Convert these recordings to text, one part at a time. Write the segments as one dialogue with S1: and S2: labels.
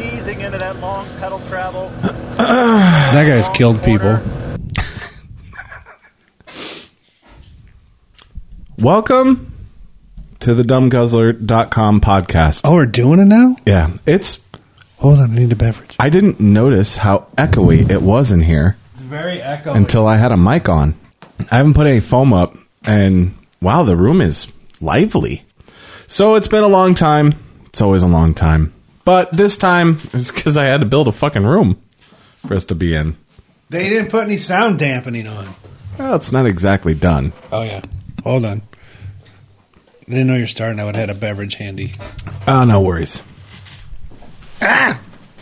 S1: easing into that long pedal travel.
S2: That guy's killed people.
S3: Welcome to the dumbguzzler.com podcast.
S2: Oh, we're doing it now?
S3: Yeah, it's
S2: Hold on, I need a beverage.
S3: I didn't notice how echoey it was in here
S1: It's very echo.
S3: until I had a mic on. I haven't put any foam up and wow, the room is lively. So it's been a long time. It's always a long time. But this time it's cuz I had to build a fucking room for us to be in.
S2: They didn't put any sound dampening on.
S3: Well, it's not exactly done.
S2: Oh, yeah. Hold on. I didn't know you were starting. I would have had a beverage handy.
S3: Oh, no worries.
S1: Ah!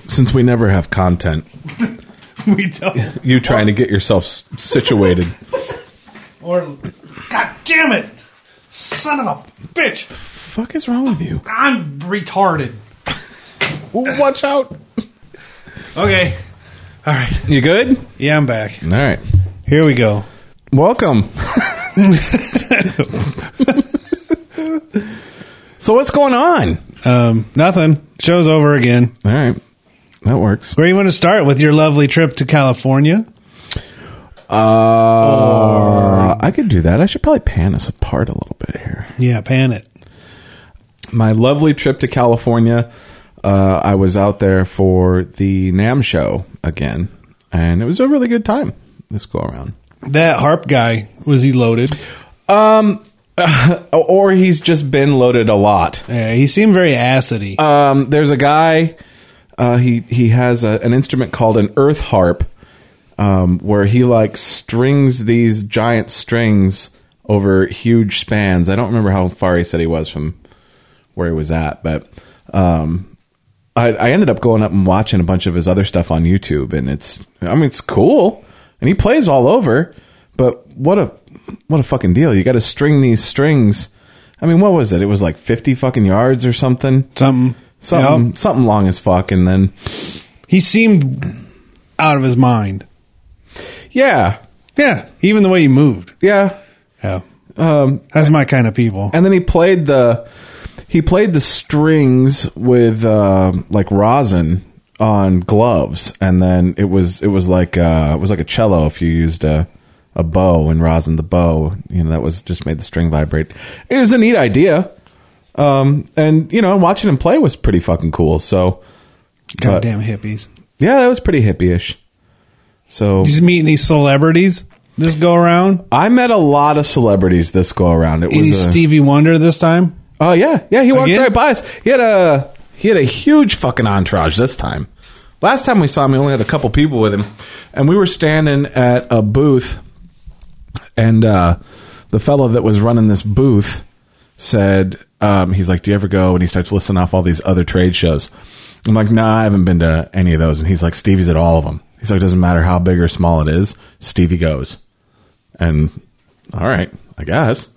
S3: Since we never have content,
S2: We don't.
S3: you trying to get yourself s- situated.
S2: Or, God damn it! Son of a bitch!
S3: fuck is wrong with you?
S2: I'm retarded.
S3: Watch out.
S2: Okay. All right.
S3: You good?
S2: Yeah, I'm back.
S3: All right.
S2: Here we go.
S3: Welcome. so what's going on?
S2: Um, nothing. Show's over again.
S3: All right. That works.
S2: Where you want to start with your lovely trip to California?
S3: Uh, I could do that. I should probably pan us apart a little bit here.
S2: Yeah, pan it.
S3: My lovely trip to California. Uh, I was out there for the NAM show again, and it was a really good time this go around.
S2: That harp guy, was he loaded?
S3: Or he's just been loaded a lot.
S2: Yeah, he seemed very acidy.
S3: um, there's a guy. Uh, he he has a, an instrument called an earth harp, um, where he like strings these giant strings over huge spans. I don't remember how far he said he was from where he was at, but um, I, I ended up going up and watching a bunch of his other stuff on YouTube, and it's I mean it's cool, and he plays all over, but what a what a fucking deal! You got to string these strings. I mean, what was it? It was like fifty fucking yards or something
S2: Something.
S3: something
S2: Yep.
S3: something long as fuck and then
S2: He seemed out of his mind.
S3: yeah
S2: Yeah, even the way he moved.
S3: yeah
S2: Yeah. That's my kind of people.
S3: Um, and then he played the he played the strings with uh, like rosin on gloves and then it was it was like uh it was like a cello if you used a a bow and rosin the bow you know that was just made the string vibrate it was a neat idea um and you know watching him play was pretty fucking cool so
S2: Goddamn hippies.
S3: yeah that was pretty hippie-ish so
S2: He's meeting these celebrities this go around.
S3: I met a lot of celebrities this go around. It was
S2: Any
S3: a-
S2: Stevie Wonder this time?
S3: Oh yeah, yeah. He walked
S2: Again?
S3: right by us. He had a he had a huge fucking entourage this time. Last time we saw him, he only had a couple people with him, and we were standing at a booth, and uh, the fellow that was running this booth said, um, "He's like, do you ever go?" And he starts listing off all these other trade shows. I'm like, "No, nah, I haven't been to any of those." And he's like, "Stevie's at all of them." He's like, "Doesn't matter how big or small it is, Stevie goes." And all right, I guess.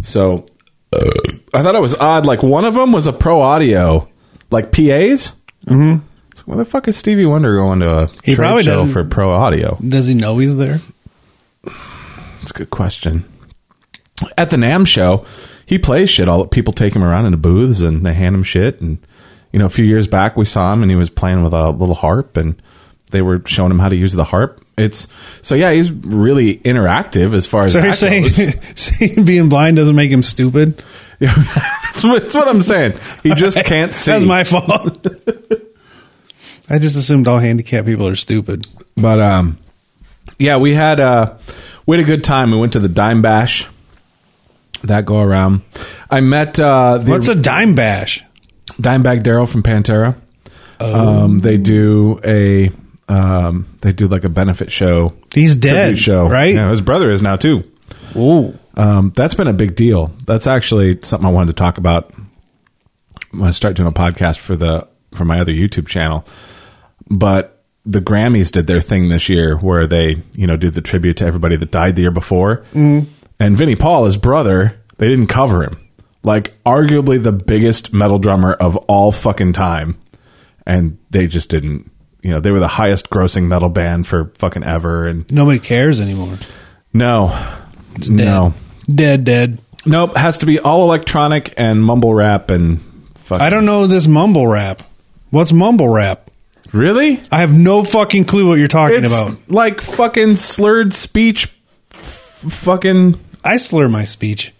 S3: So I thought it was odd. Like one of them was a pro audio, like PAs. Mm-hmm. So where the fuck is Stevie Wonder going to a
S2: He
S3: trade
S2: probably
S3: show
S2: doesn't-
S3: for pro audio?
S2: Does he know he's there?
S3: That's a good question. At the Nam show, he plays shit. All people take him around into booths and they hand him shit. And you know, a few years back, we saw him and he was playing with a little harp, and they were showing him how to use the harp. It's so yeah, he's really interactive as far as
S2: So
S3: that
S2: you're saying,
S3: goes.
S2: saying being blind doesn't make him stupid?
S3: Yeah, that's, what, that's what I'm saying. He just can't see.
S2: That's my fault. I just assumed all handicapped people are stupid.
S3: But um, yeah, we had uh, we had a good time. We went to the Dime Bash. That go around. I met uh, the
S2: What's a dime bash?
S3: Dimebag Daryl from Pantera. Um,
S2: Oh.
S3: they do a um, they do like a benefit show,
S2: He's
S3: tribute
S2: dead,
S3: show,
S2: right?
S3: Yeah, his brother is now too.
S2: Ooh.
S3: Um, that's been a big deal. That's actually something I wanted to talk about. I'm going to start doing a podcast for the for my other YouTube channel. But the Grammys did their thing this year, where they you know did the tribute to everybody that died the year before. Mm. And Vinnie Paul, his brother, they didn't cover him. Like arguably the biggest metal drummer of all fucking time, and they just didn't. You know, they were the highest grossing metal band for fucking ever. And
S2: Nobody cares anymore.
S3: no, no,
S2: Dead, dead.
S3: Nope, has to be all electronic and mumble rap and fuck.
S2: I don't know this mumble rap. What's mumble rap?
S3: Really?
S2: I have no fucking clue what you're talking
S3: It's
S2: about.
S3: like fucking slurred speech. F- fucking.
S2: I slur my speech.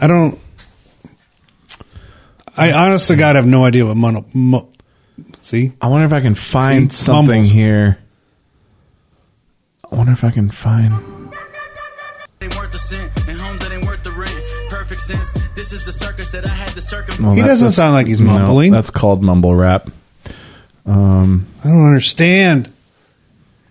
S2: I don't. I honest to God have no idea what mono. Mu, see,
S3: I wonder if I can find
S2: See?
S3: something
S2: Mumbles.
S3: here. I wonder if I can find.
S4: ain't worth a cent, and homes that ain't worth the rent. Perfect sense. This is the circus that I had to circumvent.
S3: Well,
S2: He doesn't
S3: that's-
S2: sound like he's
S3: no,
S2: mumbling.
S3: that's called mumble rap. Um,
S2: I don't understand.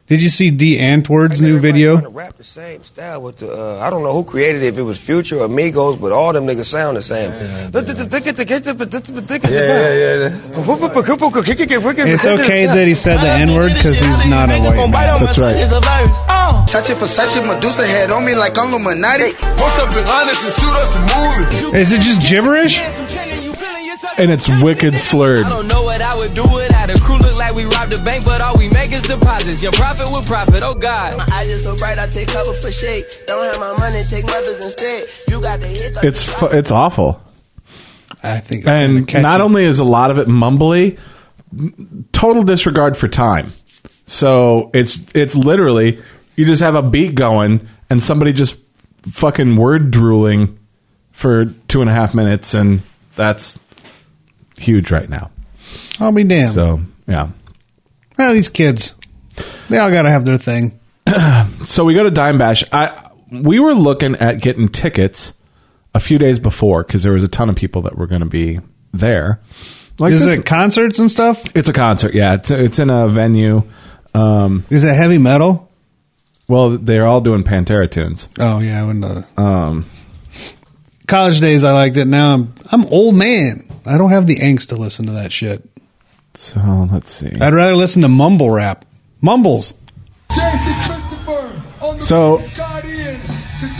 S2: Did you see D Antwoord's new video?
S5: Trying to rap the same style with the, uh, I don't know who created it, if it was Future or Migos, but all them niggas sound the same.
S2: It's
S5: It's
S2: okay that he said the N word because he's not a white man.
S3: That's right.
S6: Such a Versace Medusa head on me like I'm Illuminati. Post up and honest and shoot us a movie.
S2: Is it just gibberish?
S3: and it's wicked slurred.
S7: I don't know what I would do without a crew. Look like we robbed a bank, but all we make is deposits. Your profit will profit, oh God.
S8: My eyes are so bright, I take cover for shade. Don't have my money, take mothers instead. You got the hiccup.
S3: It's fu- it's awful.
S2: I think. It's kinda
S3: and
S2: catchy.
S3: not only is a lot of it mumbly total disregard for time so it's it's literally you just have a beat going and somebody just fucking word drooling for two and a half minutes and that's huge right now
S2: I'll be damned.
S3: so yeah
S2: Well, these kids, they all got to have their thing.
S3: so we go to dime bash i we were looking at getting tickets a few days before because there was a ton of people that were going to be there like
S2: Is
S3: this-
S2: it concerts and stuff?
S3: it's a concert yeah it's, it's in a venue um
S2: Is it heavy metal?
S3: Well, they're all doing Pantera tunes.
S2: Oh yeah, I wouldn't know. that.
S3: Um,
S2: College days, I liked it. Now I'm I'm old man. I don't have the angst to listen to that shit.
S3: so let's see.
S2: I'd rather listen to mumble rap. Mumbles.
S3: So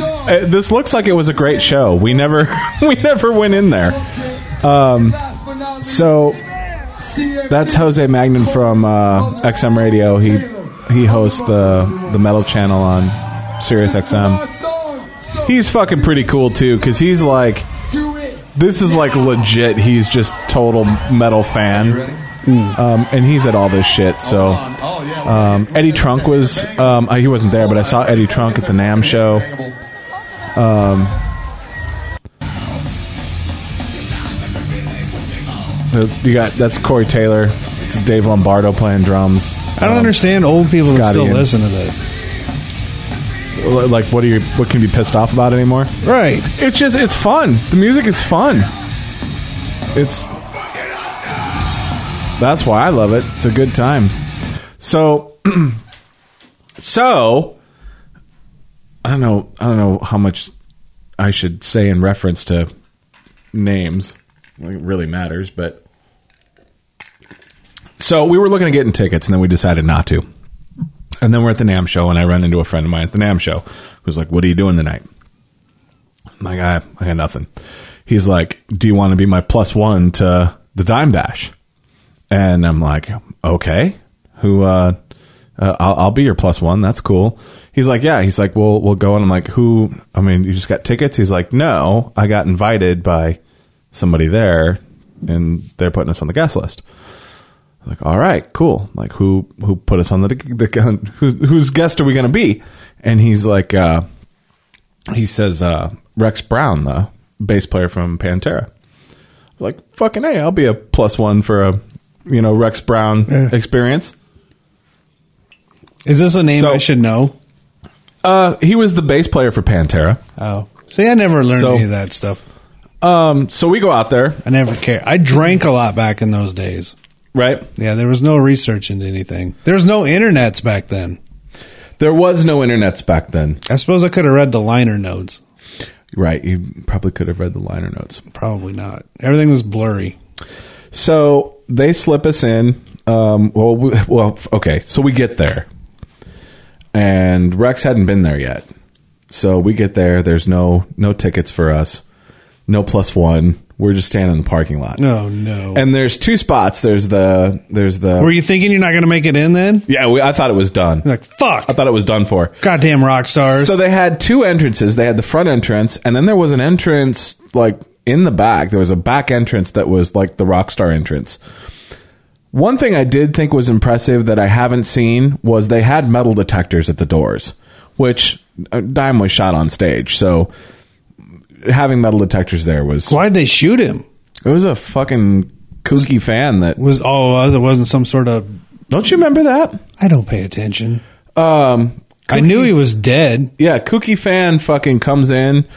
S3: uh, this looks like it was a great show. We never we never went in there. Um, so that's Jose Magnin from uh, XM Radio. He he hosts the the metal channel on Sirius XM. He's fucking pretty cool too, because he's like. This is like legit. He's just total metal fan, um, and he's at all this shit. So, um, Eddie Trunk was um, uh, he wasn't there, but I saw Eddie Trunk at the Nam show. Um, so you got that's Corey Taylor, it's Dave Lombardo playing drums.
S2: I don't understand old people that
S3: Oh. Scotty
S2: still
S3: and-
S2: listen to this.
S3: understand. Like, what are you? What can you be pissed off about anymore?
S2: Right.
S3: It's just it's fun. The music is fun. It's that's why I love it. It's a good time. So so I don't know I don't know how much I should say in reference to names. Like, It really matters, but so we were looking at getting tickets and then we decided not to. And then we're at the NAM show and I run into a friend of mine at the NAM show who's like, What are you doing tonight? I'm like, I, I got nothing. He's like, Do you want to be my plus one to the dime dash? And I'm like, Okay, who, uh, uh, I'll, I'll be your plus one. That's cool. He's like, yeah. He's like, we'll we'll go. And I'm like, who? I mean, you just got tickets. He's like, no, I got invited by somebody there, and they're putting us on the guest list. I'm like, all right, cool. I'm like, who who put us on the, the who, whose guest are we gonna be? And he's like, uh, he says uh, Rex Brown, the bass player from Pantera. Like fucking hey, I'll be a plus one for a you know Rex Brown
S2: Yeah.
S3: experience.
S2: Is this a name
S3: So-
S2: I should know?
S3: Uh, he was the bass player for Pantera.
S2: Oh, see, I never learned
S3: So-
S2: any of that stuff.
S3: Um, so we go out there,
S2: I never care. I drank a lot back in those days.
S3: right?
S2: Yeah, there was no research into anything. There was no internets back then.
S3: There was no internets back then,
S2: I suppose I could have read the liner notes.
S3: right? You probably could have read the liner notes.
S2: Probably not. Everything was blurry.
S3: So they slip us in. Um, well, we, well, okay. So we get there, and Rex hadn't been there yet. So we get there. There's no no tickets for us. No plus one. We're just standing in the parking lot.
S2: Oh no.
S3: And there's two spots. There's the there's the
S2: Were you thinking you're not going to make it in then?
S3: yeah. We, I thought it was done.
S2: Like fuck,
S3: I thought it was done for.
S2: goddamn rock stars.
S3: So they had two entrances. They had the front entrance, and then there was an entrance like in the back. There was a back entrance that was like the rock star entrance. One thing I did think was impressive that I haven't seen was they had metal detectors at the doors, which uh, Dime was shot on stage. So having metal detectors there was
S2: Why'd they shoot him?
S3: it was a fucking kooky fan that
S2: Was all it was? It wasn't some sort of.
S3: don't you remember that?
S2: I don't pay attention.
S3: Um,
S2: I knew he was dead.
S3: yeah, Kooky fan fucking comes in,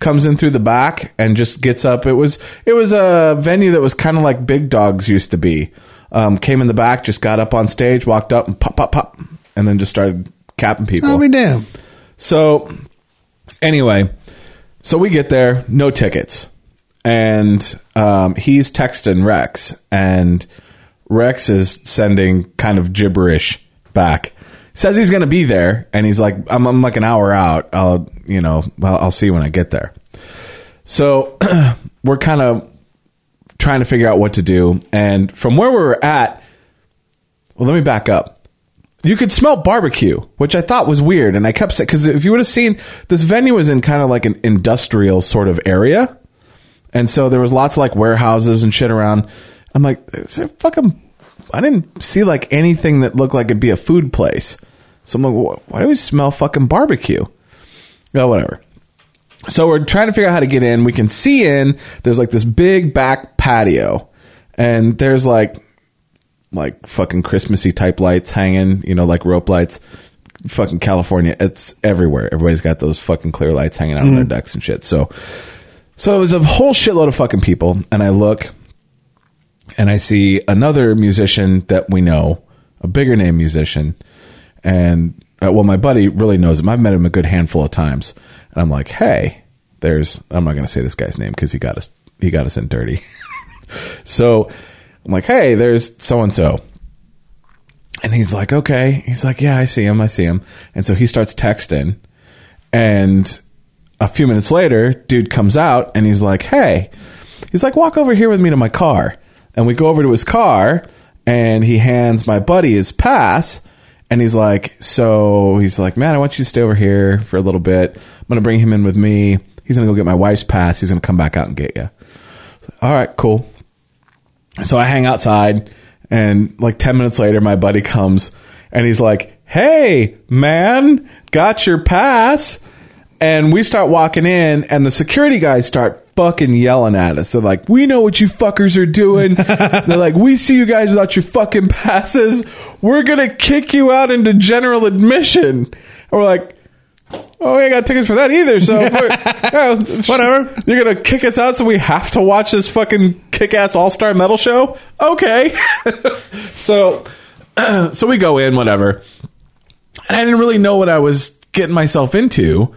S3: comes in through the back and just gets up. It was it was a venue that was kind of like Big Dogs used to be. Um, came in the back, just got up on stage, walked up and pop pop pop, and then just started capping people.
S2: I'll be damned.
S3: So, anyway, so we get there, no tickets, and um, he's texting Rex, and Rex is sending kind of gibberish back. Says he's going to be there, and he's like, "I'm, I'm like an hour out. I'll, you know, I'll, I'll see when I get there." So we're kind of trying to figure out what to do, and from where we were at, well, let me back up you could smell barbecue, which I thought was weird, and I kept saying because if you would have seen this venue was in kind of like an industrial sort of area, and so there was lots of like warehouses and shit around. I'm like, is there fucking? I didn't see like anything that looked like it'd be a food place. So I'm like, "Wh- why do we smell fucking barbecue? Well, whatever. So we're trying to figure out how to get in. We can see in. There's like this big back patio, and there's like like fucking Christmassy type lights hanging, you know, like rope lights. Fucking California, it's everywhere. Everybody's got those fucking clear lights hanging out on their decks and shit. So, so it was a whole shitload of fucking people, and I look and I see another musician that we know, a bigger name musician, and uh, well, my buddy really knows him. I've met him a good handful of times, and I'm like, hey, there's. I'm not going to say this guy's name because he got us. He got us in dirty. So I'm like, hey, there's so and so. And he's like, okay. He's like, yeah, I see him. I see him. And so he starts texting. And a few minutes later, dude comes out and he's like, hey, he's like, walk over here with me to my car. And we go over to his car and he hands my buddy his pass. And he's like, so he's like, man, I want you to stay over here for a little bit. I'm going to bring him in with me. He's going to go get my wife's pass. He's going to come back out and get you. All right, cool so I hang outside, and like 10 minutes later, my buddy comes and he's like, Hey, man, got your pass. And we start walking in, and the security guys start fucking yelling at us. They're like, We know what you fuckers are doing. They're like, We see you guys without your fucking passes. We're going to kick you out into general admission. And we're like, Oh, we ain't got tickets for that either. So whatever. You're gonna kick us out, so we have to watch this fucking kick-ass all-star metal show. Okay. so, so we go in, whatever. And I didn't really know what I was getting myself into.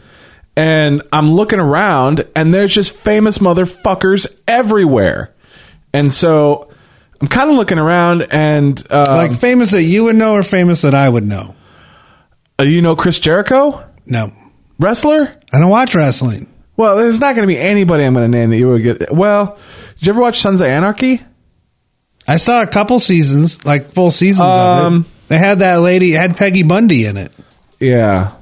S3: And I'm looking around, and there's just famous motherfuckers everywhere. And so I'm kind of looking around, and um,
S2: Like famous that you would know or famous that I would know.
S3: uh, you know Chris Jericho,
S2: No,
S3: wrestler.
S2: I don't watch wrestling.
S3: Well, there's not going to be anybody I'm going to name that you would get. Well, did you ever watch Sons of Anarchy?
S2: I saw a couple seasons, like full seasons
S3: Um,
S2: of it. They had that lady, it had Peggy Bundy in it.
S3: Yeah.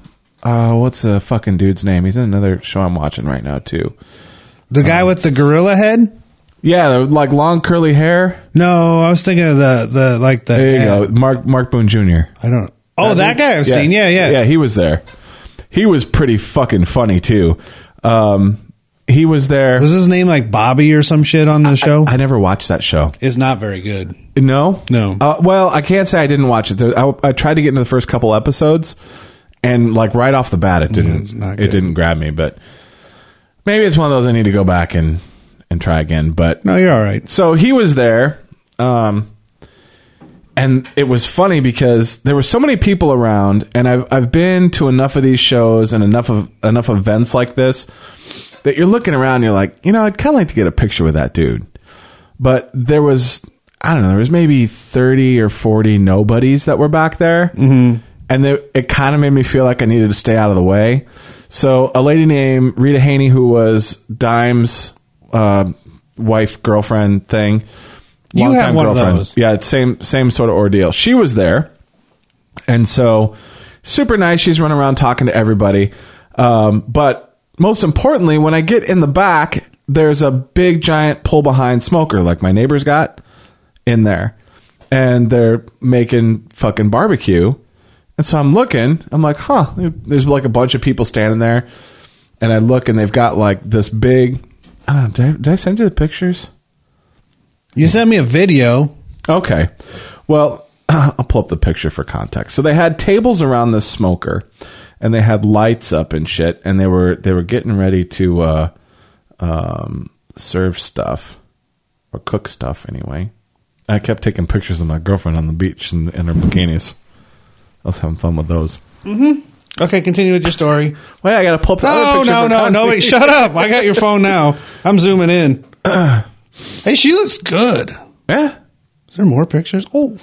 S3: Uh, what's the fucking dude's name? He's in another show I'm watching right now too.
S2: The guy
S3: uh-huh.
S2: with the gorilla head?
S3: Yeah, the, like long curly hair.
S2: No, I was thinking of the the like the.
S3: There you
S2: ad.
S3: go, Mark Mark Boone Jr.
S2: I don't. Oh, that guy I've
S3: Yeah.
S2: seen. Yeah, yeah.
S3: yeah. He was there. He was pretty fucking funny too. Um, he was there.
S2: Was his name like Bobby or some shit on the show?
S3: I never watched that show.
S2: it's not very good.
S3: No,
S2: No.
S3: Uh, well, I can't say I didn't watch it. There- I, I tried to get into the first couple episodes, and like right off the bat, it didn't.
S2: it's not
S3: it
S2: good.
S3: didn't grab me. But maybe it's one of those I need to go back and and try again. But
S2: No, you're all right.
S3: so he was there um and it was funny because there were so many people around and I've I've been to enough of these shows and enough of enough events like this that you're looking around and you're like, you know, I'd kind of like to get a picture with that dude. But there was I don't know, there was maybe 30 or 40 nobodies that were back there. Mm-hmm. And they, it kind of made me feel like I needed to stay out of the way. So a lady named Rita Haney, who was Dime's uh, wife, girlfriend thing.
S2: You
S3: longtime
S2: had one of those.
S3: Yeah, it's same same sort of ordeal. She was there, and so super nice. She's running around talking to everybody. Um, but most importantly, when I get in the back there's a big giant pull behind smoker like my neighbors got in there and they're making fucking barbecue and so i'm looking i'm like huh there's like a bunch of people standing there and i look and they've got like this big uh, did, I, did i send you the pictures
S2: You sent me a video.
S3: Okay. Well, I'll pull up the picture for context. So they had tables around this smoker and they had lights up and shit and they were they were getting ready to uh um serve stuff or cook stuff anyway. I kept taking pictures of my girlfriend on the beach in, in her bikinis. I was having fun with those.
S2: Okay, continue with your story.
S3: Wait, I gotta pull up the other
S2: No,
S3: picture.
S2: no, no,
S3: for
S2: no.
S3: context.
S2: Wait, shut up. I got your phone now. I'm zooming in. Hey, she looks good.
S3: Yeah,
S2: Is there more pictures? Oh,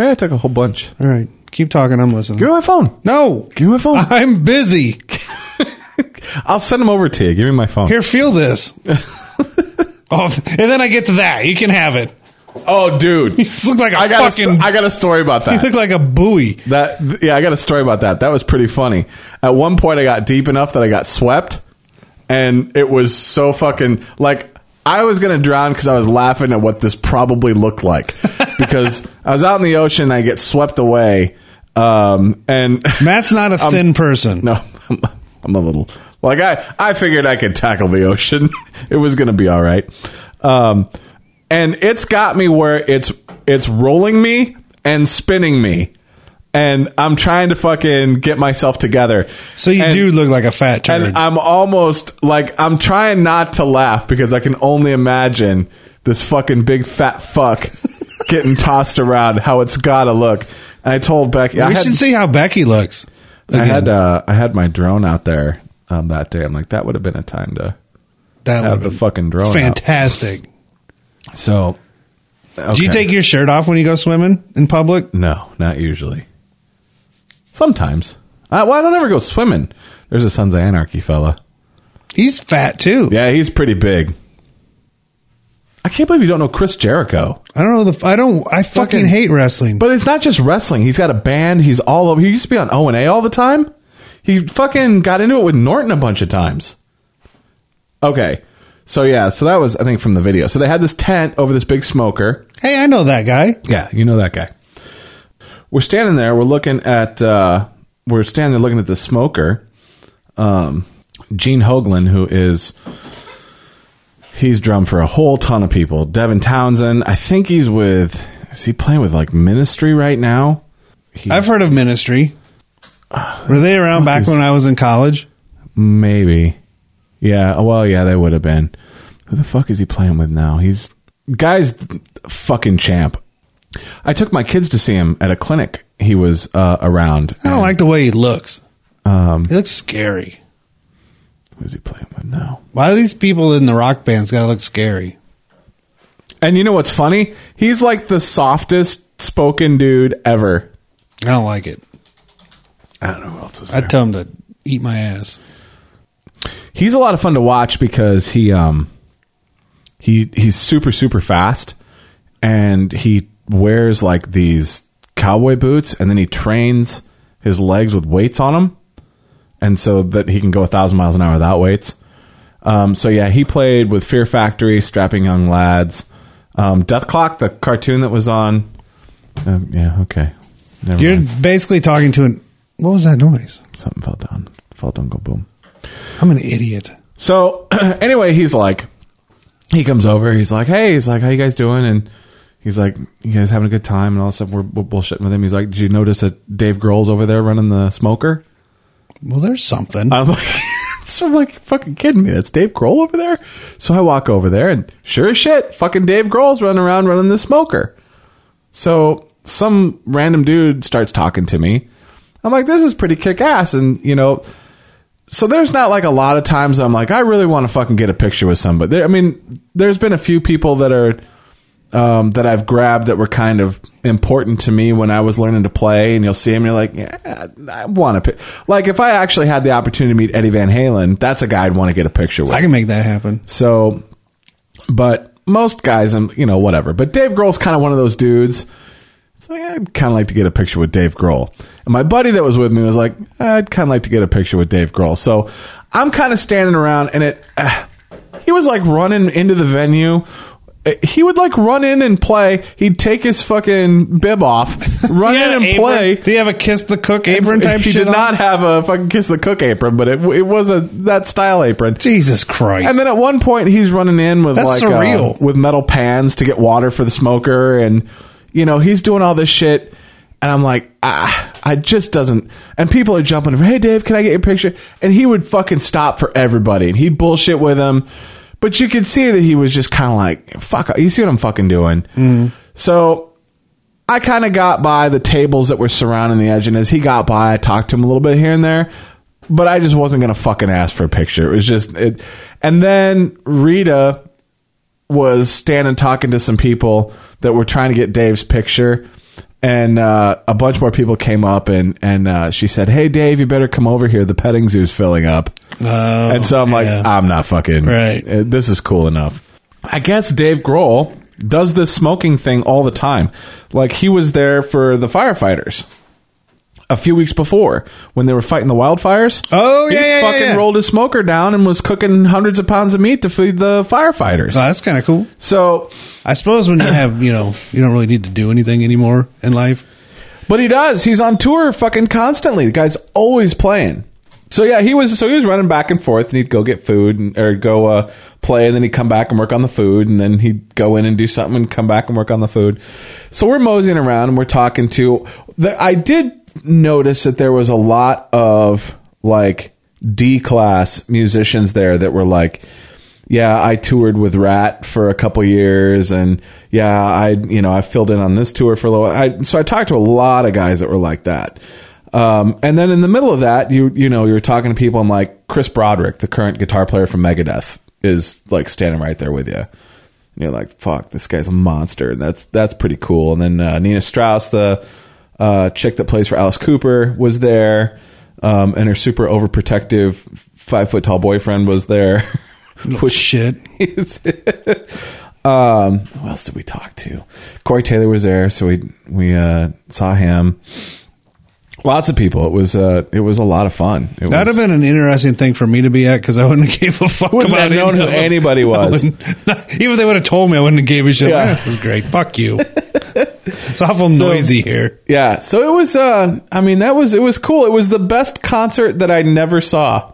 S3: yeah, I took a whole bunch.
S2: all right. Keep talking. I'm listening.
S3: Give me my phone.
S2: no,
S3: Give me my phone.
S2: I'm busy.
S3: I'll send them over to you. Give me my phone.
S2: Here, feel this. oh, and then I get to that. You can have it.
S3: Oh, dude,
S2: You look like a
S3: I got a
S2: fucking.
S3: st- I got a story about that.
S2: you look like a buoy.
S3: That th- yeah, I got a story about that. That was pretty funny. At one point, I got deep enough that I got swept, and it was so fucking like I was gonna drown because I was laughing at what this probably looked like because I was out in the ocean. I get swept away, um, and
S2: Matt's not a thin person.
S3: Um, no, I'm, I'm a little like I. I figured I could tackle the ocean. it was gonna be all right, um, and it's got me where it's it's rolling me and spinning me, and I'm trying to fucking get myself together.
S2: So you
S3: And-
S2: do look like a fat turd.
S3: and I'm almost like I'm trying not to laugh because I can only imagine this fucking big fat fuck getting tossed around. How it's gotta look. And I told Becky, I
S2: we
S3: had,
S2: should see how Becky looks.
S3: I had
S2: Again,
S3: uh, I had my drone out there um, that day. I'm like, that would have been a time to
S2: that
S3: have the
S2: would've
S3: fucking drone.
S2: been
S3: out.
S2: fantastic.
S3: So,
S2: Do you
S3: okay.
S2: take your shirt off when you go swimming in public?
S3: No, not usually. Sometimes. I, well, I don't ever go swimming. There's a Sons of Anarchy fella.
S2: He's fat too.
S3: Yeah, he's pretty big. I can't believe you don't know Chris Jericho.
S2: I don't know the. I don't. I fucking,
S3: Fucking-
S2: hate wrestling.
S3: But it's not just wrestling. He's got a band. He's all over. He used to be on O and A all the time. He fucking got into it with Norton a bunch of times. Okay, so yeah, so that was I think from the video. So they had this tent over this big smoker.
S2: hey, I know that guy.
S3: Yeah, you know that guy. We're standing there. We're looking at. Uh, we're standing there looking at the smoker. Um, Gene Hoagland, who is he's drummed for a whole ton of people. Devin Townsend. I think he's with. Is he playing with like Ministry right now?
S2: I've heard of Ministry. Were they around back
S3: is-
S2: when I was in college?
S3: Maybe. Yeah. oh, Well, yeah, they would have been. Who the fuck is he playing with now? He's guys, fucking champ. I took my kids to see him at a clinic. He was uh, around.
S2: Oh, I don't
S3: And,
S2: like the way he looks.
S3: Um,
S2: He looks scary.
S3: who's he playing with now?
S2: Why do these people in the rock bands gotta look scary?
S3: And you know what's funny? He's like the softest spoken dude ever.
S2: I don't like it.
S3: I don't know who else is
S2: I'd tell him to eat my ass.
S3: he's a lot of fun to watch because he um he he's super super fast and he wears like these cowboy boots and then he trains his legs with weights on them and so that he can go a thousand miles an hour without weights um, so yeah he played with fear factory strapping young lads um, death clock the cartoon that was on um, yeah okay Never
S2: You're
S3: mind.
S2: basically talking to an. What was that noise?
S3: something fell down fell down go boom
S2: I'm an idiot.
S3: So anyway, he's like, he comes over. He's like, hey, he's like, how you guys doing? And he's like, you guys having a good time and all this stuff. We're, we're bullshitting with him. He's like, did you notice that Dave Grohl's over there running the smoker?
S2: Well, there's something.
S3: I'm like, so I'm like, "You're fucking kidding me? That's Dave Grohl over there. So I walk over there, and sure as shit, fucking Dave Grohl's running around running the smoker. So some random dude starts talking to me. I'm like, this is pretty kick ass, and you know. So there's not like a lot of times I'm like, I really want to fucking get a picture with somebody. There, I mean, there's been a few people that are um, that I've grabbed that were kind of important to me when I was learning to play, and you'll see them, you're like, yeah, I want to pic Like if I actually had the opportunity to meet Eddie Van Halen, that's a guy I'd want to get a picture with.
S2: I can make that happen.
S3: So, but most guys, and you know, whatever. But Dave Grohl's kind of one of those dudes. It's like I'd kind of like to get a picture with Dave Grohl. And my buddy that was with me was like, I'd kind of like to get a picture with Dave Grohl. So I'm kind of standing around, and it. ah, He was like running into the venue. Uh, He would like run in and play. He'd take his fucking bib off, run
S2: He had
S3: in and
S2: an apron.
S3: play.
S2: Do you have a kiss the cook apron type
S3: She
S2: shit
S3: did
S2: on?
S3: not have a fucking kiss the cook apron, but it it was a that style apron.
S2: Jesus Christ.
S3: And then at one point, he's running in with
S2: That's
S3: like
S2: surreal.
S3: uh, with metal pans to get water for the smoker, and you know he's doing all this shit. And I'm like, ah, I just doesn't. And people are jumping. Hey, Dave, can I get your picture? And he would fucking stop for everybody, and he'd bullshit with him. But you could see that he was just kind of like, fuck. You see what I'm fucking doing?
S2: Mm.
S3: So I kind of got by the tables that were surrounding the edge, and as he got by, I talked to him a little bit here and there, but I just wasn't gonna fucking ask for a picture. It was just it, and then Rita was standing talking to some people that were trying to get Dave's picture. And uh, a bunch more people came up, and and uh, she said, "Hey, Dave, you better come over here. The petting zoo's filling up."
S2: Oh,
S3: and so I'm like,
S2: yeah.
S3: I'm not fucking
S2: Right.
S3: uh, This is cool enough. I guess Dave Grohl does this smoking thing all the time. Like he was there for the firefighters a few weeks before when they were fighting the wildfires.
S2: Oh, yeah,
S3: he
S2: yeah, yeah,
S3: fucking
S2: yeah.
S3: rolled his smoker down and was cooking hundreds of pounds of meat to feed the firefighters.
S2: Oh, that's kind of cool.
S3: so,
S2: I suppose when you have, you know, you don't really need to do anything anymore in life.
S3: but he does. He's on tour fucking constantly. The guy's always playing. So yeah, he was so he was running back and forth, and he'd go get food and, or go uh, play, and then he'd come back and work on the food, and then he'd go in and do something, and come back and work on the food. So we're moseying around, and we're talking to. The, I did notice that there was a lot of like D class musicians there that were like, yeah, I toured with Rat for a couple years, and yeah, I you know I filled in on this tour for a little. I, so I talked to a lot of guys that were like that. Um, and then in the middle of that, you you know you're talking to people and like Chris Broderick, the current guitar player from Megadeth, is like standing right there with you. And you're like, fuck, this guy's a monster, and that's that's pretty cool. And then uh, Nina Strauss, the uh, chick that plays for Alice Cooper, was there, um, and her super overprotective five foot tall boyfriend was there.
S2: Which Oh, shit.
S3: Is- um, who else did we talk to? Corey Taylor was there, so we we uh, saw him. Lots of people. It was uh, it was a lot of fun. It
S2: That'd have
S3: was,
S2: been an interesting thing for me to be at because I wouldn't have gave a fuck
S3: Wouldn't
S2: about
S3: have known
S2: any
S3: who
S2: of them.
S3: anybody
S2: I
S3: was.
S2: wouldn't- Even if they would have told me, I wouldn't have gave a shit.
S3: Yeah.
S2: Yeah. It was great. Fuck you. it's awful
S3: So-
S2: noisy here.
S3: yeah. So it was. Uh, I mean, that was it was cool. It was the best concert that I never saw.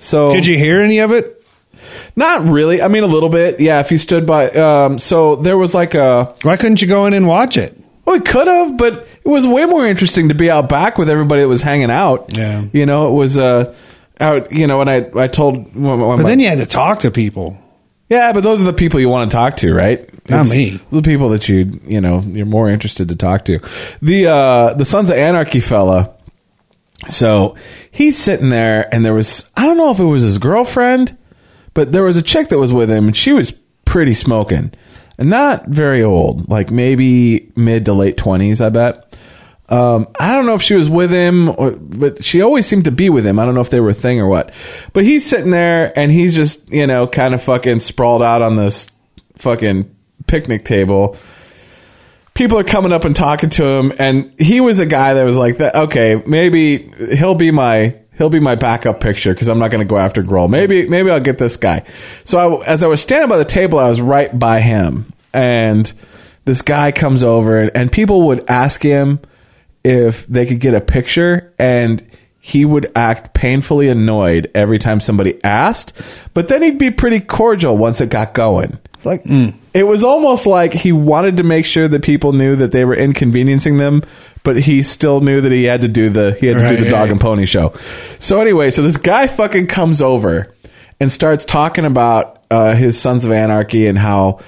S3: So
S2: Did you hear any of it?
S3: Not really. I mean, a little bit. Yeah. If you stood by. Um, so there was like a.
S2: Why couldn't you go in and watch it?
S3: Well, it could have, but it was way more interesting to be out back with everybody that was hanging out.
S2: Yeah.
S3: You know, it was uh, out. You know, and I I told. Well,
S2: But then you had to talk to people.
S3: yeah, but those are the people you want to talk to, right?
S2: Not me.
S3: The people that you you know you're more interested to talk to. The uh, the Sons of Anarchy fella. So he's sitting there, and there was I don't know if it was his girlfriend, but there was a chick that was with him, and she was pretty smoking, and not very old, like maybe mid to late twenties, I bet. Um, I don't know if she was with him, or, but she always seemed to be with him. I don't know if they were a thing or what. But he's sitting there, and he's just you know kind of fucking sprawled out on this fucking picnic table, people are coming up and talking to him and he was a guy that was like that okay maybe he'll be my he'll be my backup picture because i'm not going to go after grohl maybe maybe i'll get this guy so I, as i was standing by the table i was right by him and this guy comes over and, and people would ask him if they could get a picture and he would act painfully annoyed every time somebody asked but then he'd be pretty cordial once it got going It's like it was almost like he wanted to make sure that people knew that they were inconveniencing them but he still knew that he had to do the he had to
S2: Right,
S3: do the
S2: yeah,
S3: dog
S2: yeah.
S3: and pony show so anyway so this guy fucking comes over and starts talking about uh, his sons of anarchy and how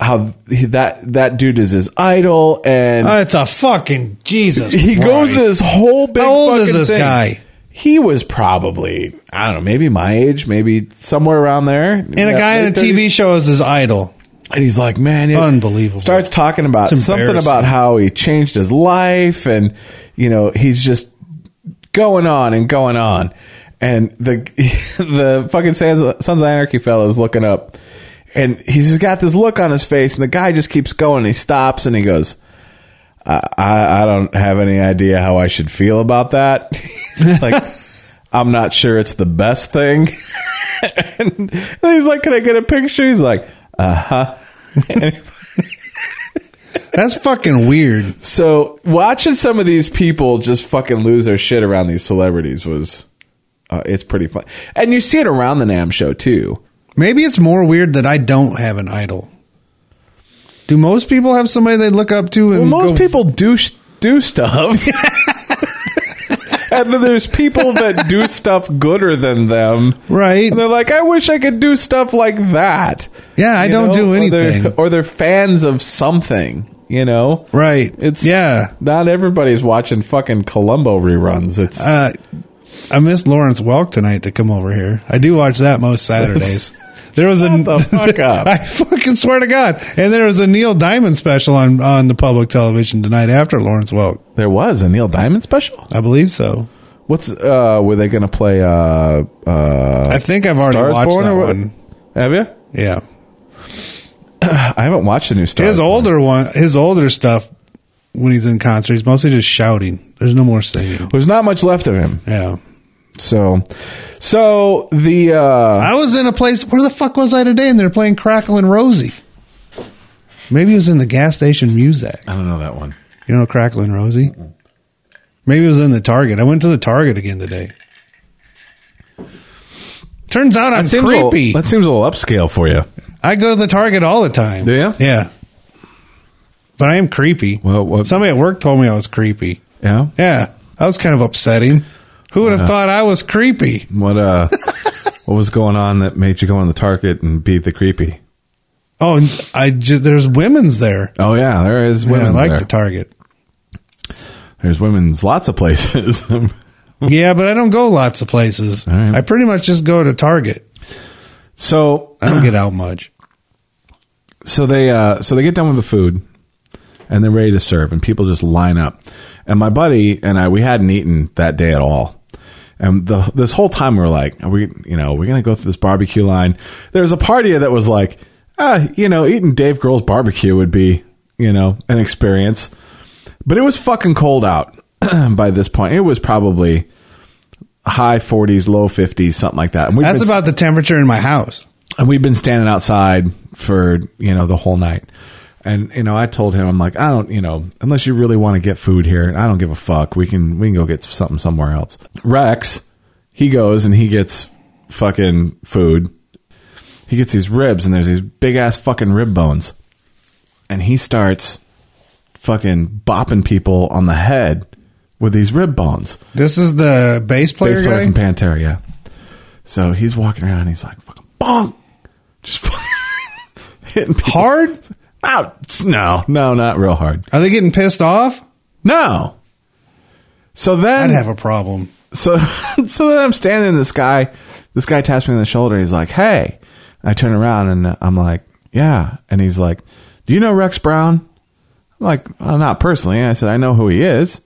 S3: how he, that that dude is his idol and
S2: Oh, it's a fucking Jesus.
S3: he goes
S2: Christ.
S3: to this whole big.
S2: How old is
S3: fucking
S2: this
S3: thing.
S2: guy?
S3: He was probably I don't know, maybe my age, maybe somewhere around there.
S2: and a guy in a TV show is his idol.
S3: and he's like, man, it
S2: Unbelievable.
S3: Starts talking about
S2: It's
S3: something
S2: embarrassing.
S3: about how he changed his life, and you know, he's just going on and going on. And the the fucking Sons of, Sons of Anarchy fellow is looking up, and he's just got this look on his face, and the guy just keeps going. He stops and he goes, I, I, I don't have any idea how I should feel about that. He's like, I'm not sure it's the best thing. and he's like, "Can I get a picture?" He's like, "Uh huh." And he
S2: That's fucking weird.
S3: So watching some of these people just fucking lose their shit around these celebrities was, uh, it's pretty fun, and you see it around the Nam show too.
S2: Maybe it's more weird that I don't have an idol. Do most people have somebody they look up to? And
S3: Well, most
S2: go-
S3: people do sh- do stuff, and then there's people that do stuff gooder than them.
S2: right?
S3: And they're like, I wish I could do stuff like that.
S2: Yeah, I
S3: You
S2: don't
S3: know?
S2: do
S3: Or they're-
S2: anything.
S3: or they're fans of something. You know,
S2: Right?
S3: It's-
S2: yeah.
S3: not everybody's watching fucking Columbo reruns. It's
S2: Uh, I missed Lawrence Welk tonight to come over here. I do watch that most Saturdays. There was a
S3: the fuck up.
S2: I fucking swear to God. And there was a Neil Diamond special on on the public television tonight after Lawrence Welk.
S3: there was a Neil Diamond special.
S2: I believe so.
S3: What's uh were they gonna play uh uh
S2: I think I've already
S3: Stars
S2: watched
S3: Born
S2: that
S3: or what?
S2: one.
S3: Have you?
S2: Yeah,
S3: I haven't watched the new Star.
S2: his older one, his older stuff when he's in concert, he's mostly just shouting. There's no more singing.
S3: There's not much left of him.
S2: Yeah,
S3: So so the uh
S2: I was in a place. Where the fuck was I today? And they're playing Crackle and Rosie. Maybe it was in the gas station Muzak.
S3: I don't know that one.
S2: You know Crackling Rosie? Maybe it was in the Target. I went to the Target again today. Turns out I'm
S3: a little,
S2: creepy.
S3: that seems a little upscale for you.
S2: I go to the Target all the time.
S3: Do ya?
S2: Yeah. But I am creepy.
S3: Well, what-
S2: Somebody at work told me I was creepy.
S3: Yeah?
S2: Yeah. That was kind of upsetting. Who would have thought I was creepy?
S3: What uh what was going on that made you go on the target and be the creepy?
S2: Oh, and I ju- there's women's there.
S3: Oh yeah, there is
S2: Yeah, I
S3: women
S2: like
S3: there.
S2: the Target.
S3: There's women's lots of places.
S2: yeah, but I don't go lots of places.
S3: right.
S2: I pretty much just go to Target.
S3: so
S2: I don't get out much.
S3: so they uh, so they get done with the food and they're ready to serve and people just line up and my buddy and i we hadn't eaten that day at all and the, this whole time we were like are we you know we're gonna go through this barbecue line there was a party that was like ah, you know eating dave grohl's barbecue would be you know an experience but it was fucking cold out by this point it was probably high 40s low 50s something like that and we've
S2: That's
S3: been-
S2: about the temperature in my house.
S3: and we've been standing outside for you know the whole night and you know i told him i'm like i don't you know unless you really want to get food here i don't give a fuck we can we can go get something somewhere else rex he goes and he gets fucking food he gets these ribs and there's these big ass fucking rib bones and he starts fucking bopping people on the head with these rib bones
S2: This is the bass player,
S3: bass player
S2: guy?
S3: from Pantera, yeah. So he's walking around. He's like, fucking bonk, just fucking hitting people.
S2: Hard?
S3: Out? No, no, not real hard.
S2: Are they getting pissed off?
S3: No. So
S2: I'd
S3: then,
S2: have a problem.
S3: so so then I'm standing. and This guy, this guy taps me on the shoulder. He's like, "Hey," I turn around and I'm like, "Yeah," and he's like, "Do you know Rex Brown?" I'm like, well, "Not personally." I said, "I know who he is,"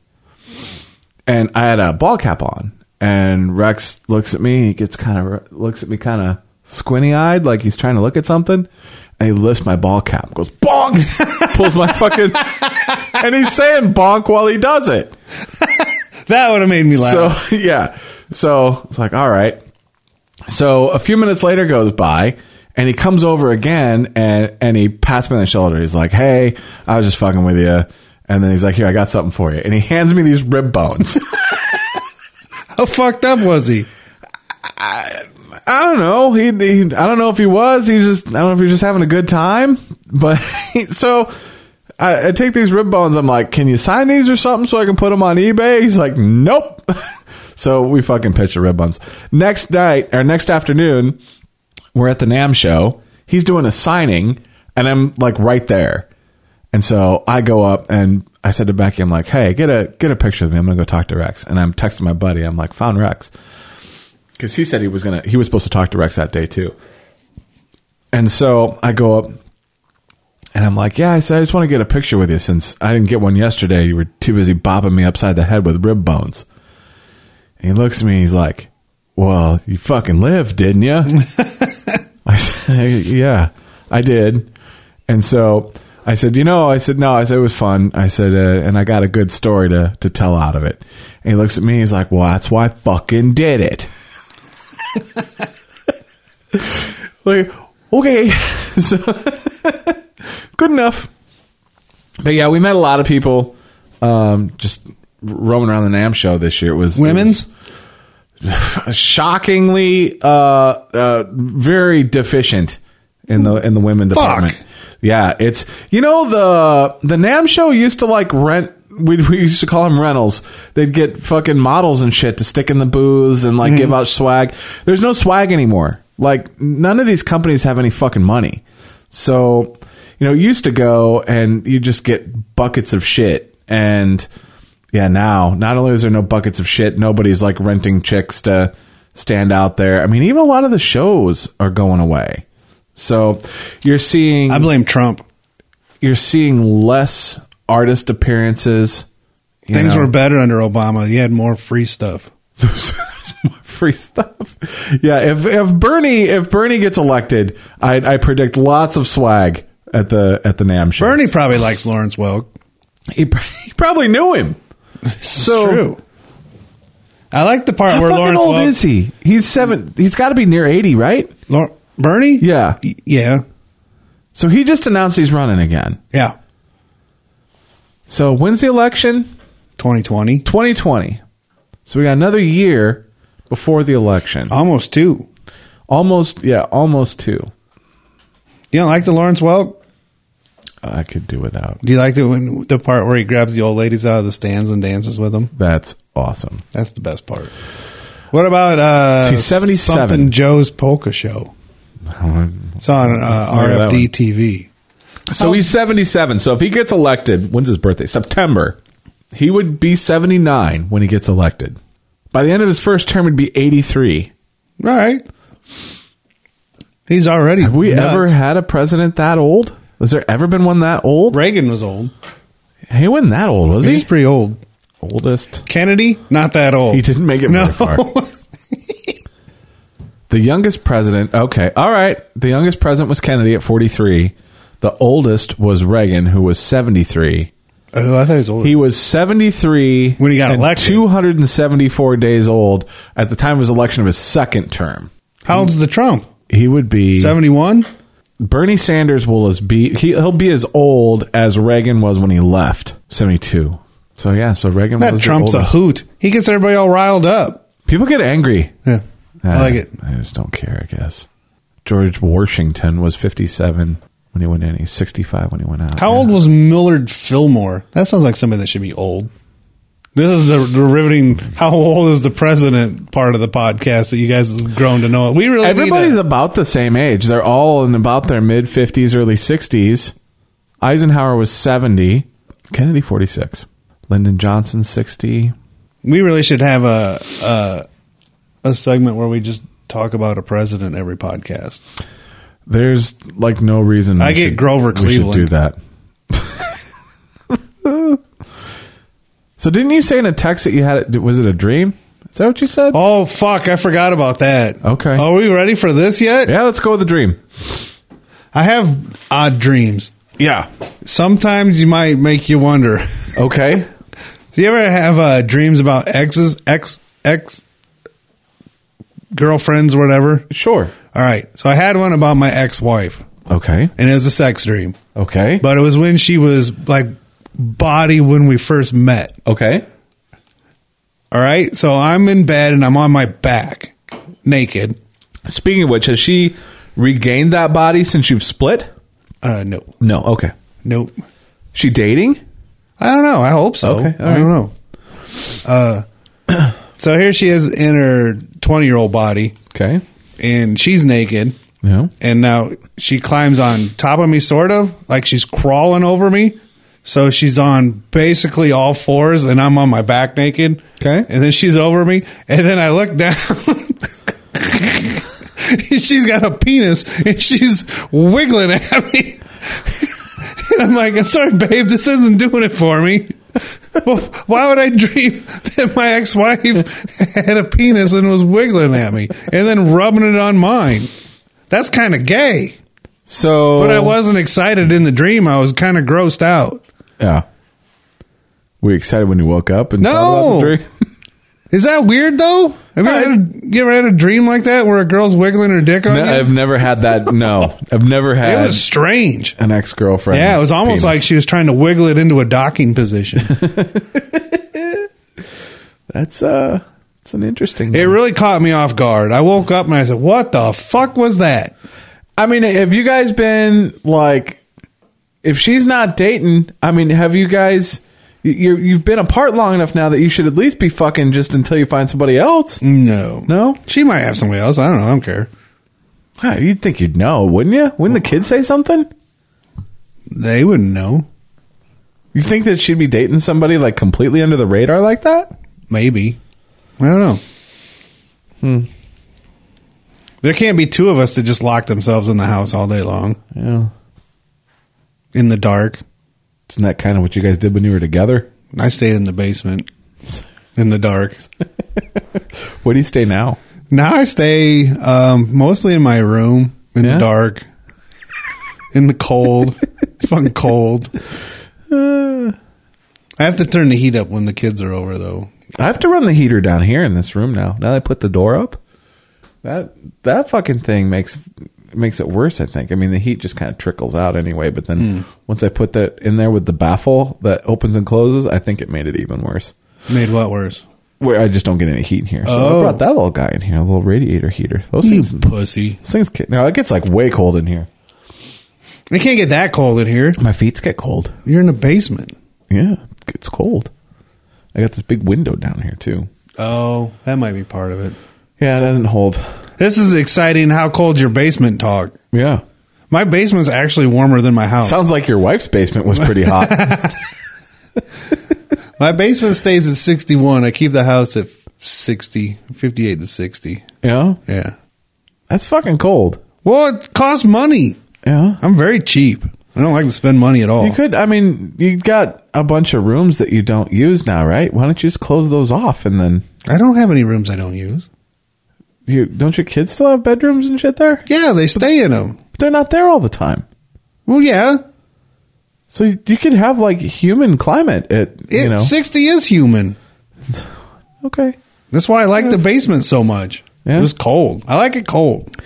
S3: and I had a ball cap on. And Rex looks at me. He gets kind of looks at me, kind of squinty eyed, like he's trying to look at something. And he lifts my ball cap, goes bonk, pulls my fucking, and he's saying bonk while he does it.
S2: That would have made me laugh.
S3: So yeah. So it's like, all right. So a few minutes later goes by and he comes over again and, and he pats me on the shoulder. He's like, Hey, I was just fucking with you. And then he's like, Here, I got something for you. And he hands me these rib bones.
S2: How fucked up was he?
S3: I don't know. He, he, I don't know if he was. He's just. I don't know if he was just having a good time. But so, I, I take these rib bones. I'm like, can you sign these or something so I can put them on eBay? He's like, nope. so we fucking pitch the rib bones. Next night or next afternoon, we're at the Nam show. He's doing a signing, and I'm like right there. And so I go up and I said to Becky, I'm like, hey, get a get a picture of me. I'm gonna go talk to Rex. And I'm texting my buddy. I'm like, found Rex because he said he was gonna he was supposed to talk to Rex that day too. And so I go up and I'm like, yeah, I said I just want to get a picture with you since I didn't get one yesterday. You were too busy bopping me upside the head with rib bones. And he looks at me. He's like, well, you fucking lived, didn't you? I said, yeah, I did. And so I said, you know, I said, no, I said, it was fun. I said, uh, and I got a good story to, to tell out of it. And he looks at me. He's like, well, that's why I fucking did it. like, okay, so good enough. But yeah, we met a lot of people. Um, just roaming around the Nam show this year. It was it was
S2: Women's?
S3: shockingly, uh, uh, very deficient in the in the women department. Yeah, it's you know the the Nam show used to like rent. We, we used to call them rentals. They'd get fucking models and shit to stick in the booths and like give out swag. There's no swag anymore. Like none of these companies have any fucking money. So, you know, it used to go and you just get buckets of shit. And yeah, now not only is there no buckets of shit, nobody's like renting chicks to stand out there. I mean, even a lot of the shows are going away. So you're seeing
S2: I blame Trump.
S3: you're seeing less artist appearances. you
S2: Things
S3: know.
S2: were better under Obama. He had more free stuff.
S3: There's more free stuff. Yeah, if if Bernie if Bernie gets elected, I, I predict lots of swag at the at the Nam show.
S2: Bernie probably likes Lawrence Welk.
S3: he, pr- he probably knew him.
S2: This
S3: So-
S2: is true. I like the part
S3: How
S2: where
S3: fucking
S2: Lawrence
S3: old
S2: Welk.
S3: is he? He's seven. He's got to be near eighty, right?
S2: Lau- Bernie?
S3: Yeah.
S2: Y- Yeah.
S3: So he just announced he's running again.
S2: Yeah.
S3: So when's the election?
S2: 2020.
S3: 2020. So we got another year before the election.
S2: Almost two.
S3: Almost, yeah, almost two.
S2: You don't like the Lawrence Welk?
S3: Uh, I could do without.
S2: Do you like the when, the part where he grabs the old ladies out of the stands and dances with them?
S3: That's awesome.
S2: That's the best part. What about uh,
S3: He's 77.
S2: something Joe's polka show? It's on uh,
S3: Look at that
S2: RFD
S3: one.
S2: TV.
S3: So he's 77. So if he gets elected, when's his birthday? September. He would be 79 when he gets elected. By the end of his first term, he'd be 83.
S2: All right. He's already.
S3: Have we
S2: nuts.
S3: ever had a president that old? Has there ever been one that old?
S2: Reagan was old.
S3: He wasn't that old, was
S2: He
S3: he?
S2: was pretty old.
S3: Oldest.
S2: Kennedy, not that old.
S3: He didn't make it
S2: No. Oh,
S3: very far. The youngest president. Okay, all right. The youngest president was Kennedy at 43. The oldest was Reagan, who was 73.
S2: Oh, I thought he was old.
S3: He was 73
S2: When he got
S3: and
S2: elected.
S3: 274 days old at the time of his election of his second term.
S2: How old's the Trump?
S3: He would be
S2: 71?
S3: Bernie Sanders will as be he, he'll be as old as Reagan was when he left 72. So yeah, so Reagan
S2: That
S3: was the
S2: Trump's a
S3: oldest.
S2: hoot. He gets everybody all riled up.
S3: People get angry.
S2: Yeah. I like it.
S3: I just don't care, I guess. George Washington was 57 when he went in. He's 65 when he went out.
S2: How old
S3: Yeah.
S2: was Millard Fillmore? That sounds like somebody that should be old. This is the, the riveting how old is the president part of the podcast that you guys have grown to know. We really need
S3: Everybody's
S2: to-
S3: about the same age. They're all in about their mid 50s, early 60s. Eisenhower was 70. Kennedy 46. Lyndon Johnson 60.
S2: we really should have a, a a segment where we just talk about a president every podcast.
S3: There's like no reason.
S2: I
S3: we
S2: get Grover
S3: We should
S2: Cleveland.
S3: do that. so didn't you say in a text that you had? it? Was it a dream? Is that what you said?
S2: Oh fuck, I forgot about that.
S3: Okay.
S2: Are we ready for this yet?
S3: Yeah, let's go with the dream.
S2: I have odd dreams.
S3: Yeah.
S2: Sometimes you might make you wonder.
S3: Okay.
S2: Do you ever have uh, dreams about exes, ex, ex, girlfriends, whatever?
S3: sure.
S2: All right. So I had one about my ex-wife,
S3: Okay.
S2: and it was a sex dream,
S3: Okay.
S2: but it was when she was like body when we first met.
S3: okay.
S2: All right. So I'm in bed and I'm on my back, naked.
S3: Speaking of which, has she regained that body since you've split?
S2: Uh, no,
S3: No. Okay.
S2: nope.
S3: She dating?
S2: I don't know. I hope so.
S3: Okay, all
S2: I don't know. Uh, so here she is in her 20 year old body,
S3: Okay.
S2: and she's naked.
S3: No.
S2: and now she climbs on top of me, sort of like she's crawling over me. So she's on basically all fours, and I'm on my back naked.
S3: Okay.
S2: and then she's over me, and then I look down. she's got a penis, and she's wiggling at me. and I'm like, I'm sorry, babe, this isn't doing it for me. Well, why would I dream that my ex-wife had a penis and was wiggling at me and then rubbing it on mine? That's kind of gay.
S3: So.
S2: But I wasn't excited in the dream. I was kind of grossed out.
S3: Yeah. Were you excited when you woke up and
S2: No.
S3: thought about the dream?
S2: Is that weird though? Have you, ever had a, you ever had a dream like that where a girl's wiggling her dick on
S3: No,
S2: you?
S3: I've never had that. No, I've never
S2: It
S3: had
S2: was strange.
S3: an ex girlfriend.
S2: Yeah, it was almost like she was trying to wiggle it into a docking position.
S3: that's uh, it's an interesting.
S2: it
S3: one.
S2: really caught me off guard. I woke up and I said, "What the fuck was that?"
S3: I mean, have you guys been like, if she's not dating? I mean, have you guys? you- You're, you've been apart long enough now that you should at least be fucking just until you find somebody else.
S2: No,
S3: No,
S2: She might have somebody else. I don't know. I don't care.
S3: Ah, you'd think you'd know, wouldn't you? Wouldn't the kid say something?
S2: They wouldn't know.
S3: You think that she'd be dating somebody like completely under the radar like that?
S2: Maybe. I don't know. Hmm. There can't be two of us that just lock themselves in the house all day long
S3: Yeah,
S2: in the dark.
S3: isn't that kind of what you guys did when you were together?
S2: I stayed in the basement in the dark.
S3: Where do you stay now?
S2: Now I stay um, mostly in my room in
S3: Yeah?
S2: the dark, in the cold. it's fucking cold. I have to turn the heat up when the kids are over, though.
S3: I have to run the heater down here in this room now. Now they put the door up. That that fucking thing makes makes it worse. I think. I mean, the heat just kind of trickles out anyway. But then once I put that in there with the baffle that opens and closes, I think it made it even worse.
S2: Made what worse?
S3: Where I just don't get any heat in here. So I
S2: Oh.
S3: brought that little guy in here, a little radiator heater. Those
S2: You
S3: things, those
S2: pussy.
S3: things. get- Now it gets like way cold in here.
S2: It can't get that cold in here.
S3: My feet's get cold.
S2: You're in the basement.
S3: Yeah, it gets cold. I got this big window down here too.
S2: Oh, that might be part of it.
S3: Yeah, it doesn't hold.
S2: This is exciting how cold your basement talk.
S3: Yeah.
S2: My basement's actually warmer than my house.
S3: Sounds like your wife's basement was pretty hot.
S2: my basement stays at 61. I keep the house at 60, 58 to 60.
S3: Yeah,
S2: Yeah.
S3: that's fucking cold.
S2: Well, it costs money.
S3: Yeah, Oh.
S2: I'm very cheap. I don't like to spend money at all.
S3: you could. I mean, you got a bunch of rooms that you don't use now, right? Why don't you just close those off and then
S2: I don't have any rooms I don't use.
S3: you don't your kids still have bedrooms and shit there?
S2: Yeah, they stay in them.
S3: But they're not there all the time,
S2: Well, yeah.
S3: so you, you could have like human climate at
S2: It,
S3: you know.
S2: 60 is human.
S3: Okay,
S2: That's why I like the basement so much.
S3: Yeah.
S2: It was cold. I like it cold.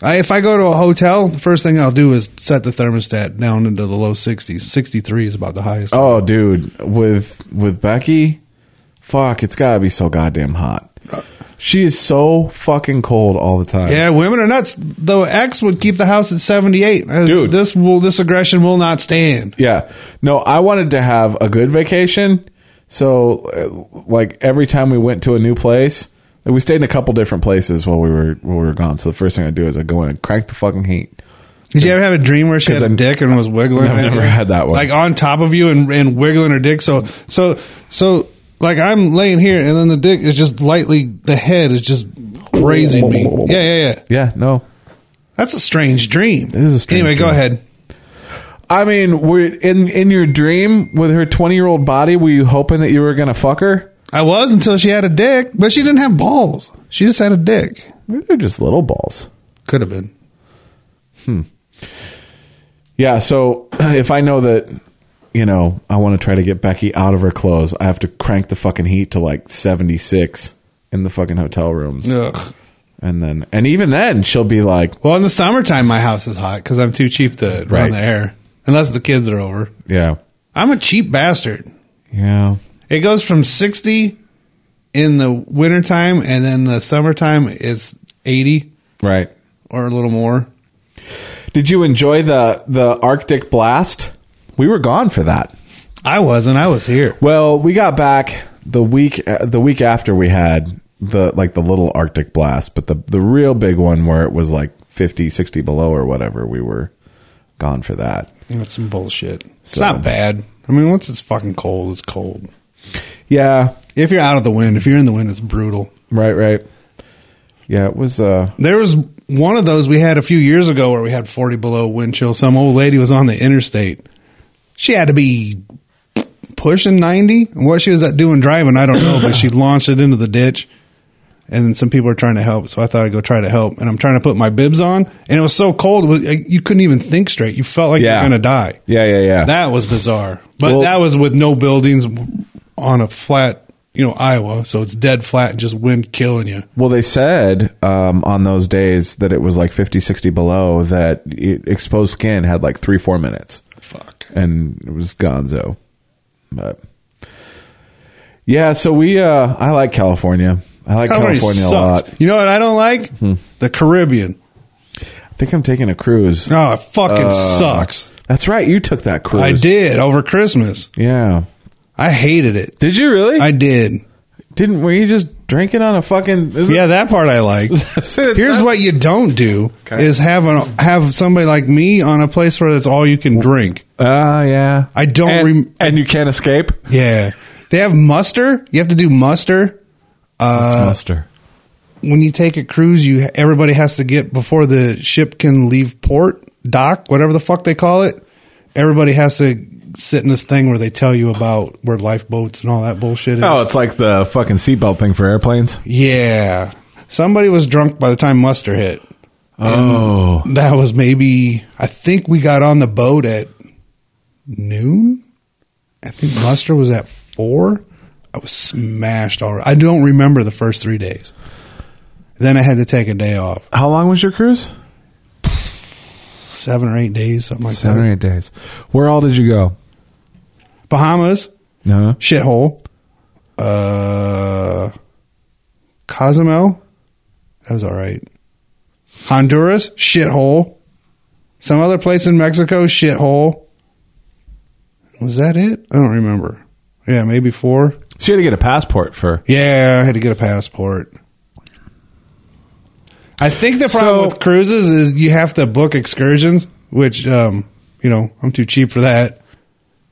S2: I, if I go to a hotel, the first thing I'll do is set the thermostat down into the low 60s. 63 is about the highest.
S3: Oh, dude, with with Becky, fuck, it's gotta be so goddamn hot. She is so fucking cold all the time.
S2: Yeah, women are nuts. Though X would keep the house at 78. Uh,
S3: Dude.
S2: This will this aggression will not stand.
S3: Yeah. No, I wanted to have a good vacation. So, uh, like every time we went to a new place, like, we stayed in a couple different places while we were while we were gone. So the first thing I do is I go in and crank the fucking heat.
S2: Did you ever have a dream where she had
S3: 'Cause
S2: a
S3: I'm-
S2: dick and was wiggling?
S3: I've
S2: it?
S3: never had that one.
S2: Like on top of you and, and wiggling her dick. So so so like I'm laying here and then the dick is just lightly the head is just raising me. Yeah yeah yeah.
S3: Yeah. No.
S2: That's a strange dream. It
S3: is a strange
S2: anyway. Go
S3: dream.
S2: ahead.
S3: I mean, were in in your dream with her twenty year old body? Were you hoping that you were gonna fuck her?
S2: I was until she had a dick, but she didn't have balls. She just had a dick.
S3: Maybe they're just little balls.
S2: Could have been.
S3: Yeah, so if I know that, you know, I want to try to get Becky out of her clothes, I have to crank the fucking heat to like 76 in the fucking hotel rooms.
S2: Ugh.
S3: And then, and even then, she'll be like,
S2: Well, in the summertime, my house is hot because I'm too cheap to
S3: Right.
S2: run the air, unless the kids are over.
S3: yeah,
S2: I'm a cheap bastard.
S3: yeah.
S2: It goes from 60 in the wintertime, and then the summertime it's 80
S3: Right.
S2: or a little more.
S3: Did you enjoy the, the Arctic blast? We were gone for that.
S2: I wasn't. I was here.
S3: Well, we got back the week uh, the week after we had the like the little Arctic blast, but the the real big one where it was like 50, 60 below or whatever, we were gone for that.
S2: That's some bullshit. It's
S3: So-
S2: not bad. I mean, once it's fucking cold, it's cold.
S3: Yeah,
S2: If you're out of the wind, if you're in the wind, it's brutal.
S3: Right, right. Yeah, it was. uh
S2: There was one of those we had a few years ago where we had 40 below wind chill. Some old lady was on the interstate. She had to be pushing 90. And what she was doing driving, I don't know, but she launched it into the ditch. And then some people were trying to help. So I thought I'd go try to help. And I'm trying to put my bibs on. And it was so cold, it was, like, you couldn't even think straight. You felt like
S3: Yeah.
S2: you were going to die.
S3: Yeah, yeah, yeah.
S2: That was bizarre. But
S3: Well-
S2: that was with no buildings on a flat you know, Iowa, so it's dead flat and just wind killing you.
S3: Well, they said um, on those days that it was like 50, 60 below that it, exposed skin had like three, four minutes
S2: Fuck.
S3: and it was gonzo. But yeah, so we, uh, I like California. I like
S2: California,
S3: California a
S2: sucks.
S3: lot. Hmm.
S2: You know what I don't like? The Caribbean.
S3: I think I'm taking a cruise.
S2: Oh, it fucking
S3: Uh,
S2: sucks.
S3: That's right. You took that cruise.
S2: I did over Christmas.
S3: Yeah.
S2: I hated it.
S3: Did you really?
S2: I did.
S3: didn't. Were you just drinking on a fucking? isn't-
S2: Yeah, that part I liked.
S3: Say it
S2: Here's
S3: time.
S2: what you don't do
S3: Okay.
S2: is have an, have somebody like me on a place where that's all you can drink.
S3: Oh yeah.
S2: I don't
S3: And,
S2: rem- Uh,
S3: and you can't escape.
S2: Yeah. They have muster. You have to do muster.
S3: It's
S2: Uh,
S3: muster.
S2: when you take a cruise, you everybody has to get before the ship can leave port, dock, whatever the fuck they call it. Everybody has to sit in this thing where they tell you about where lifeboats and all that bullshit is.
S3: Oh, it's like the fucking seatbelt thing for airplanes.
S2: Yeah. Somebody was drunk by the time muster hit.
S3: Oh,
S2: That was maybe I think we got on the boat at noon. I think muster was at four. I was smashed already. I don't remember the first three days. Then I had to take a day off,
S3: how long was your cruise?
S2: seven or eight days, something like
S3: Seven
S2: that.
S3: or eight days. Where all did you go?
S2: Bahamas,
S3: No.
S2: shithole. Uh, Cozumel, that was all right. Honduras, shithole. Some other place in Mexico, shithole. Was that it? I don't remember. Yeah, maybe four.
S3: So you had to get a passport for.
S2: Yeah, I had to get a passport. I think the problem
S3: So-
S2: with cruises is you have to book excursions, which um, you know I'm too cheap for that,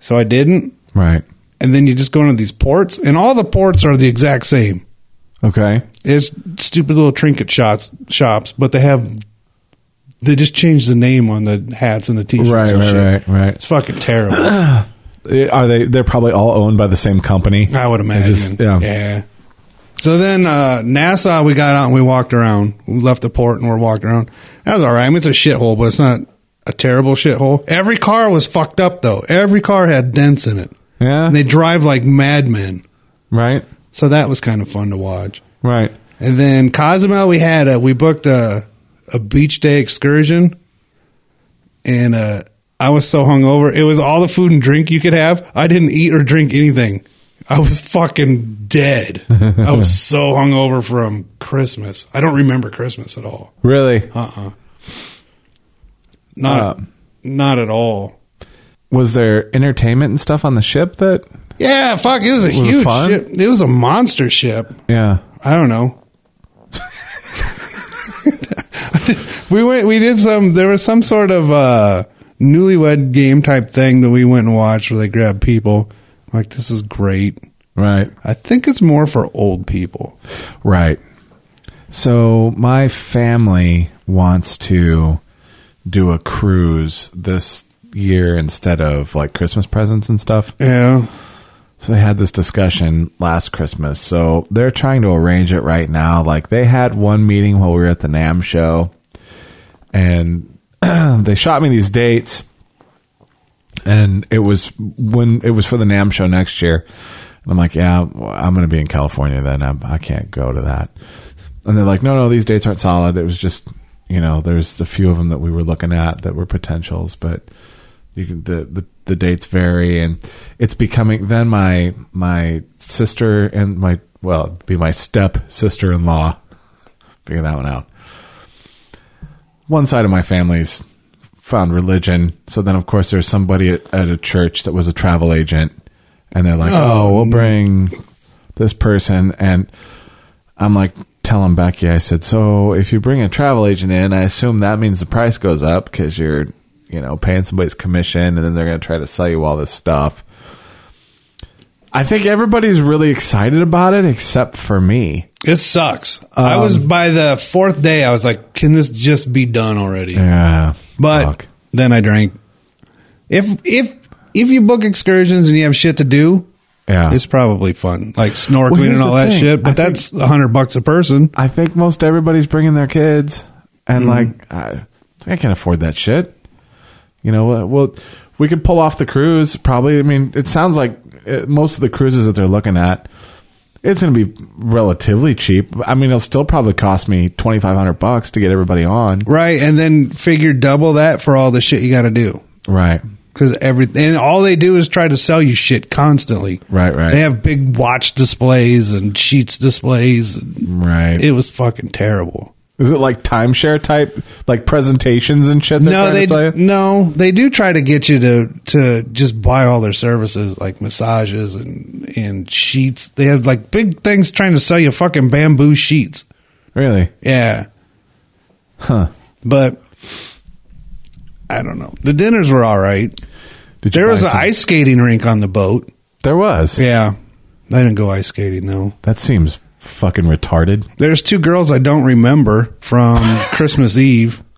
S2: so I didn't
S3: Right.
S2: and then you just go into these ports, and all the ports are the exact same.
S3: Okay.
S2: It's stupid little trinket shots shops, but they have they just change the name on the hats and the t-shirts.
S3: Right.
S2: and
S3: Right.
S2: shit.
S3: Right. Right.
S2: It's fucking terrible.
S3: Uh, Are they? They're probably all owned by the same company.
S2: I would
S3: They
S2: imagine.
S3: just-
S2: yeah.
S3: yeah.
S2: So then uh, Nassau, we got out and we walked around. We left the port and we're walking around. That was all right. I mean, it's a shithole, but it's not a terrible shithole. Every car was fucked up though. Every car had dents in it.
S3: Yeah.
S2: And they drive like madmen.
S3: right.
S2: So that was kind of fun to watch.
S3: Right.
S2: And then Cozumel, we had a, we booked a a beach day excursion, and uh, I was so hungover. It was all the food and drink you could have. I didn't eat or drink anything. I was fucking dead. I was so hungover from Christmas. I don't remember Christmas at all.
S3: Really.
S2: Not
S3: Uh.
S2: not at all.
S3: Was there entertainment and stuff on the ship that?
S2: Yeah, fuck. It was a
S3: it
S2: huge
S3: fun?
S2: ship. It was a monster ship.
S3: Yeah.
S2: I don't know. we went. We did some. There was some sort of uh, newlywed game type thing that we went and watched where they grabbed people. I'm like this is great.
S3: Right.
S2: I think it's more for old people.
S3: Right. So my family wants to do a cruise this year instead of like Christmas presents and stuff.
S2: Yeah.
S3: So they had this discussion last Christmas. So they're trying to arrange it right now. Like they had one meeting while we were at the NAM show and they shot me these dates and it was when it was for the NAM show next year. And I'm like, yeah, well, I'm going to be in California then. I'm, I can't go to that. And they're like, no, no, these dates aren't solid. It was just, you know, there's a few of them that we were looking at that were potentials, but you can, the, the the dates vary, and it's becoming. Then my my sister and my well, it'd be my step sister in law. Figure that one out. One side of my family's found religion, so then of course there's somebody at, at a church that was a travel agent, and they're like, "Oh, we'll bring this person," and I'm like, telling Becky, I said, so if you bring a travel agent in, I assume that means the price goes up because you're, you know, paying somebody's commission and then they're going to try to sell you all this stuff. I think everybody's really excited about it except for me.
S2: It sucks. I was
S3: Um,
S2: by the fourth day. I was like, can this just be done already?
S3: Yeah.
S2: But
S3: Fuck.
S2: then I drank. If if if you book excursions and you have shit to do,
S3: yeah.
S2: It's probably fun, like
S3: Well,
S2: snorkeling
S3: here's
S2: and all
S3: the
S2: that
S3: thing.
S2: shit. But
S3: I think-
S2: that's a hundred bucks a person.
S3: I think most everybody's bringing their kids, and
S2: Mm-hmm.
S3: like I, I can't afford that shit. You know, uh, well, we could pull off the cruise. Probably, I mean, it sounds like uh most of the cruises that they're looking at. It's going to be relatively cheap. I mean, it'll still probably cost me twenty five hundred bucks to get everybody on.
S2: Right, and then figure double that for all the shit you got to do.
S3: Right.
S2: Because every and all they do is try to sell you shit constantly.
S3: Right, right.
S2: They have big watch displays and sheets displays. And
S3: Right.
S2: It was fucking terrible.
S3: Is it like timeshare type, like presentations and shit? they're
S2: no,
S3: trying
S2: they
S3: to sell you?
S2: no, they do try to get you to to just buy all their services like massages and and sheets. They have like big things trying to sell you fucking bamboo sheets.
S3: really?
S2: Yeah,
S3: Huh?
S2: but I don't know. The dinners were all right.
S3: Did you
S2: There
S3: buy
S2: was an
S3: some-
S2: ice skating rink on the boat.
S3: There was.
S2: Yeah, I didn't go ice skating though.
S3: That seems fucking retarded.
S2: There's two girls I don't remember from Christmas Eve.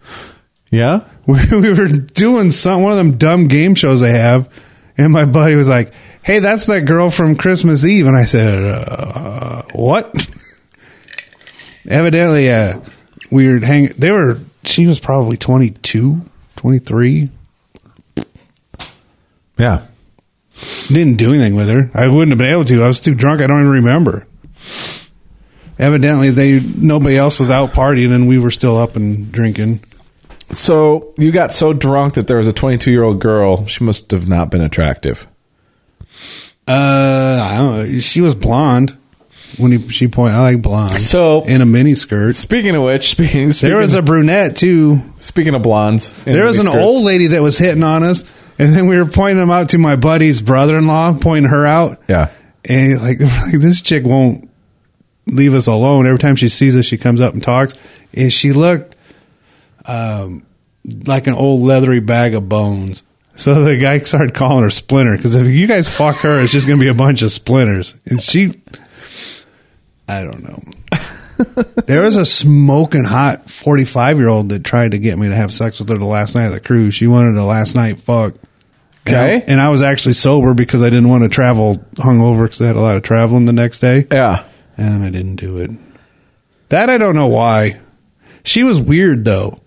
S3: Yeah.
S2: we, we were doing some one of them dumb game shows they have, and my buddy was like, "Hey, that's that girl from Christmas Eve," and I said, uh, "What?" Evidently, uh, we were hang. They were. She was probably 22, 23.
S3: Yeah.
S2: Didn't do anything with her. I wouldn't have been able to. I was too drunk. I don't even remember. Evidently, they nobody else was out partying, and we were still up and drinking.
S3: So you got so drunk that there was a 22 year old girl. She must have not been attractive.
S2: Uh, I don't know. She was blonde when he, she pointed. I like blonde.
S3: So-
S2: in a mini skirt.
S3: Speaking of which, speaking, speaking
S2: There was a brunette too.
S3: speaking of blondes. in
S2: There was an
S3: skirts.
S2: old lady that was hitting on us, and then we were pointing them out to my buddy's brother-in-law, pointing her out,
S3: Yeah.
S2: and like, like this chick won't leave us alone. Every time she sees us, she comes up and talks, and she looked um like an old leathery bag of bones. So the guy started calling her Splinter because if you guys fuck her, it's just going to be a bunch of splinters. And she, I don't know. there was a smoking hot forty five year old that tried to get me to have sex with her the last night of the cruise. She wanted a last night fuck. And I-
S3: Okay.
S2: and I was actually sober because I didn't want to travel hungover because I had a lot of traveling the next day,
S3: Yeah.
S2: and I didn't do it. That I don't know why. She was weird though.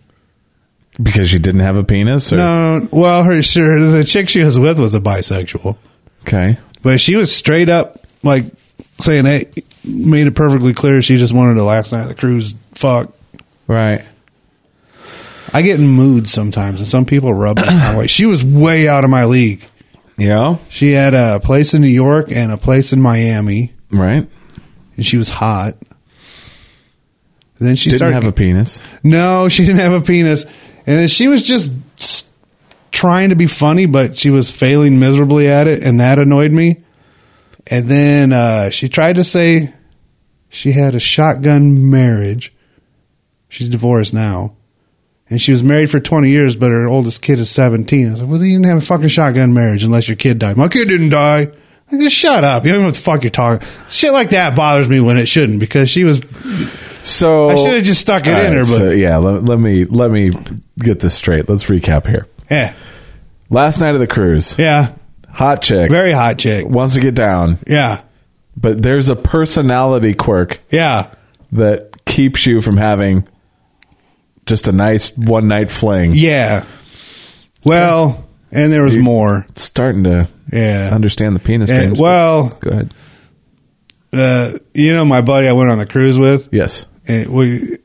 S3: Because she didn't have a penis. Or?
S2: No, well, her sure the chick she was with was a bisexual,
S3: Okay.
S2: but she was straight up like saying, "Hey," made it perfectly clear she just wanted a last night of the cruise. Fuck.
S3: Right.
S2: I get in moods sometimes, and some people rub me my way. She was way out of my league.
S3: Yeah.
S2: She had a place in New York and a place in Miami,
S3: Right.
S2: and she was hot. And then she
S3: Didn't
S2: started.
S3: have a penis.
S2: no, she didn't have a penis, and then she was just s- trying to be funny, but she was failing miserably at it, and that annoyed me. And then uh, she tried to say she had a shotgun marriage. She's divorced now. And she was married for 20 years, but her oldest kid is 17. I was like, well, you didn't have a fucking shotgun marriage unless your kid died. My kid didn't die. I just shut up. You don't know what the fuck you're talking. Shit like that bothers me when it shouldn't because she was.
S3: So
S2: I should have just stuck it
S3: All
S2: in
S3: right,
S2: her, but
S3: so, yeah, let, let me let me get this straight. Let's recap here.
S2: yeah,
S3: Last night of the cruise,
S2: yeah,
S3: hot chick
S2: very hot chick.
S3: wants to get down,
S2: Yeah,
S3: but there's a personality quirk
S2: yeah,
S3: that keeps you from having just a nice one night fling.
S2: yeah. Well, and there was more.
S3: It's starting to
S2: Yeah.
S3: understand the penis.
S2: Yeah,
S3: games, but-
S2: well,
S3: go ahead.
S2: uh, you know my buddy I went on the cruise with.
S3: Yes.
S2: And we,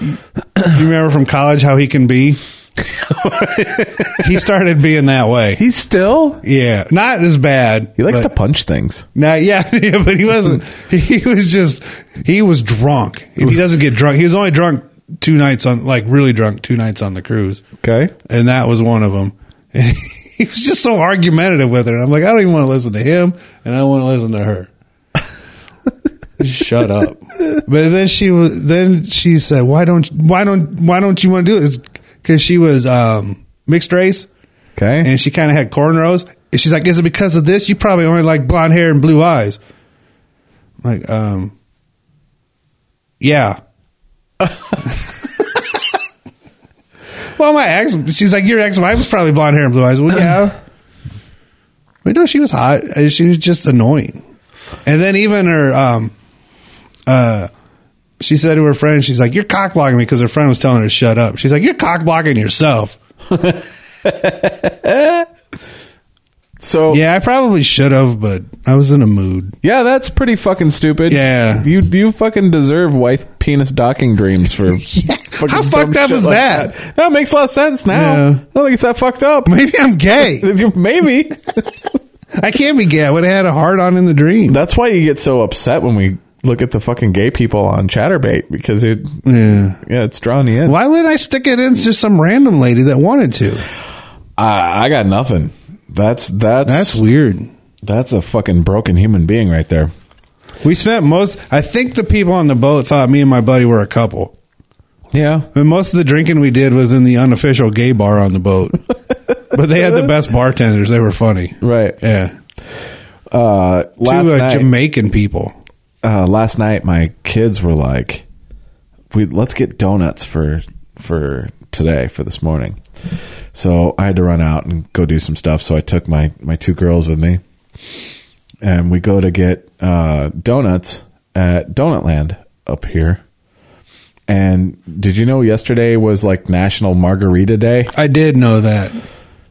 S2: you remember from college how he can be? he started being that way.
S3: He's still.
S2: Yeah, not as bad.
S3: He likes
S2: but-
S3: to punch things.
S2: Now, yeah, yeah, but he wasn't. He was just he was drunk. If he doesn't get drunk, he was only drunk two nights on, like really drunk two nights on the cruise,
S3: Okay.
S2: and that was one of them. And he was just so argumentative with her. And I'm like, I don't even want to listen to him, and I don't want to listen to her. Shut up. But then she was. Then she said, "Why don't why don't why don't you want to do it?" Because she was um, mixed race
S3: Okay.
S2: and she kind of had cornrows. And she's like, "Is it because of this? You probably only like blonde hair and blue eyes." I'm like, um, yeah. well, my ex, she's like, "Your ex-wife was probably blonde hair and blue eyes." Well, yeah. But no, she was hot. Uh, She was just annoying. And then even her, um, uh, she said to her friend, she's like, "You're cock blocking me," because her friend was telling her to shut up. She's like, "You're cock blocking yourself."
S3: So yeah.
S2: Yeah, I probably should have, but I was in a mood.
S3: that's pretty fucking stupid.
S2: Yeah.
S3: you you fucking deserve wife penis docking dreams for. fucking
S2: How
S3: dumb
S2: fucked up
S3: shit
S2: is
S3: like
S2: that?
S3: That makes a lot of sense now.
S2: Yeah.
S3: I don't think it's that fucked up.
S2: Maybe I'm gay.
S3: Maybe
S2: I can't be gay. I would have had a heart on in the dream.
S3: that's why you get so upset when we look at the fucking gay people on ChatterBait because it
S2: Yeah.
S3: yeah it's drawing you in.
S2: Why would I stick it in just some random lady that wanted to?
S3: I, I got nothing. That's that's
S2: That's weird.
S3: that's a fucking broken human being right there.
S2: We spent most. I think the people on the boat thought me and my buddy were a couple.
S3: Yeah,
S2: And most of the drinking we did was in the unofficial gay bar on the boat. but they had the best bartenders. They were funny.
S3: right.
S2: Yeah.
S3: Uh, last
S2: Two uh,
S3: night,
S2: Jamaican people.
S3: uh, last night my kids were like, "We let's get donuts for for today for this morning." So I had to run out and go do some stuff. So I took my my two girls with me, and we go to get uh, donuts at Donutland up here. And did you know yesterday was like National Margarita Day?
S2: I did know that.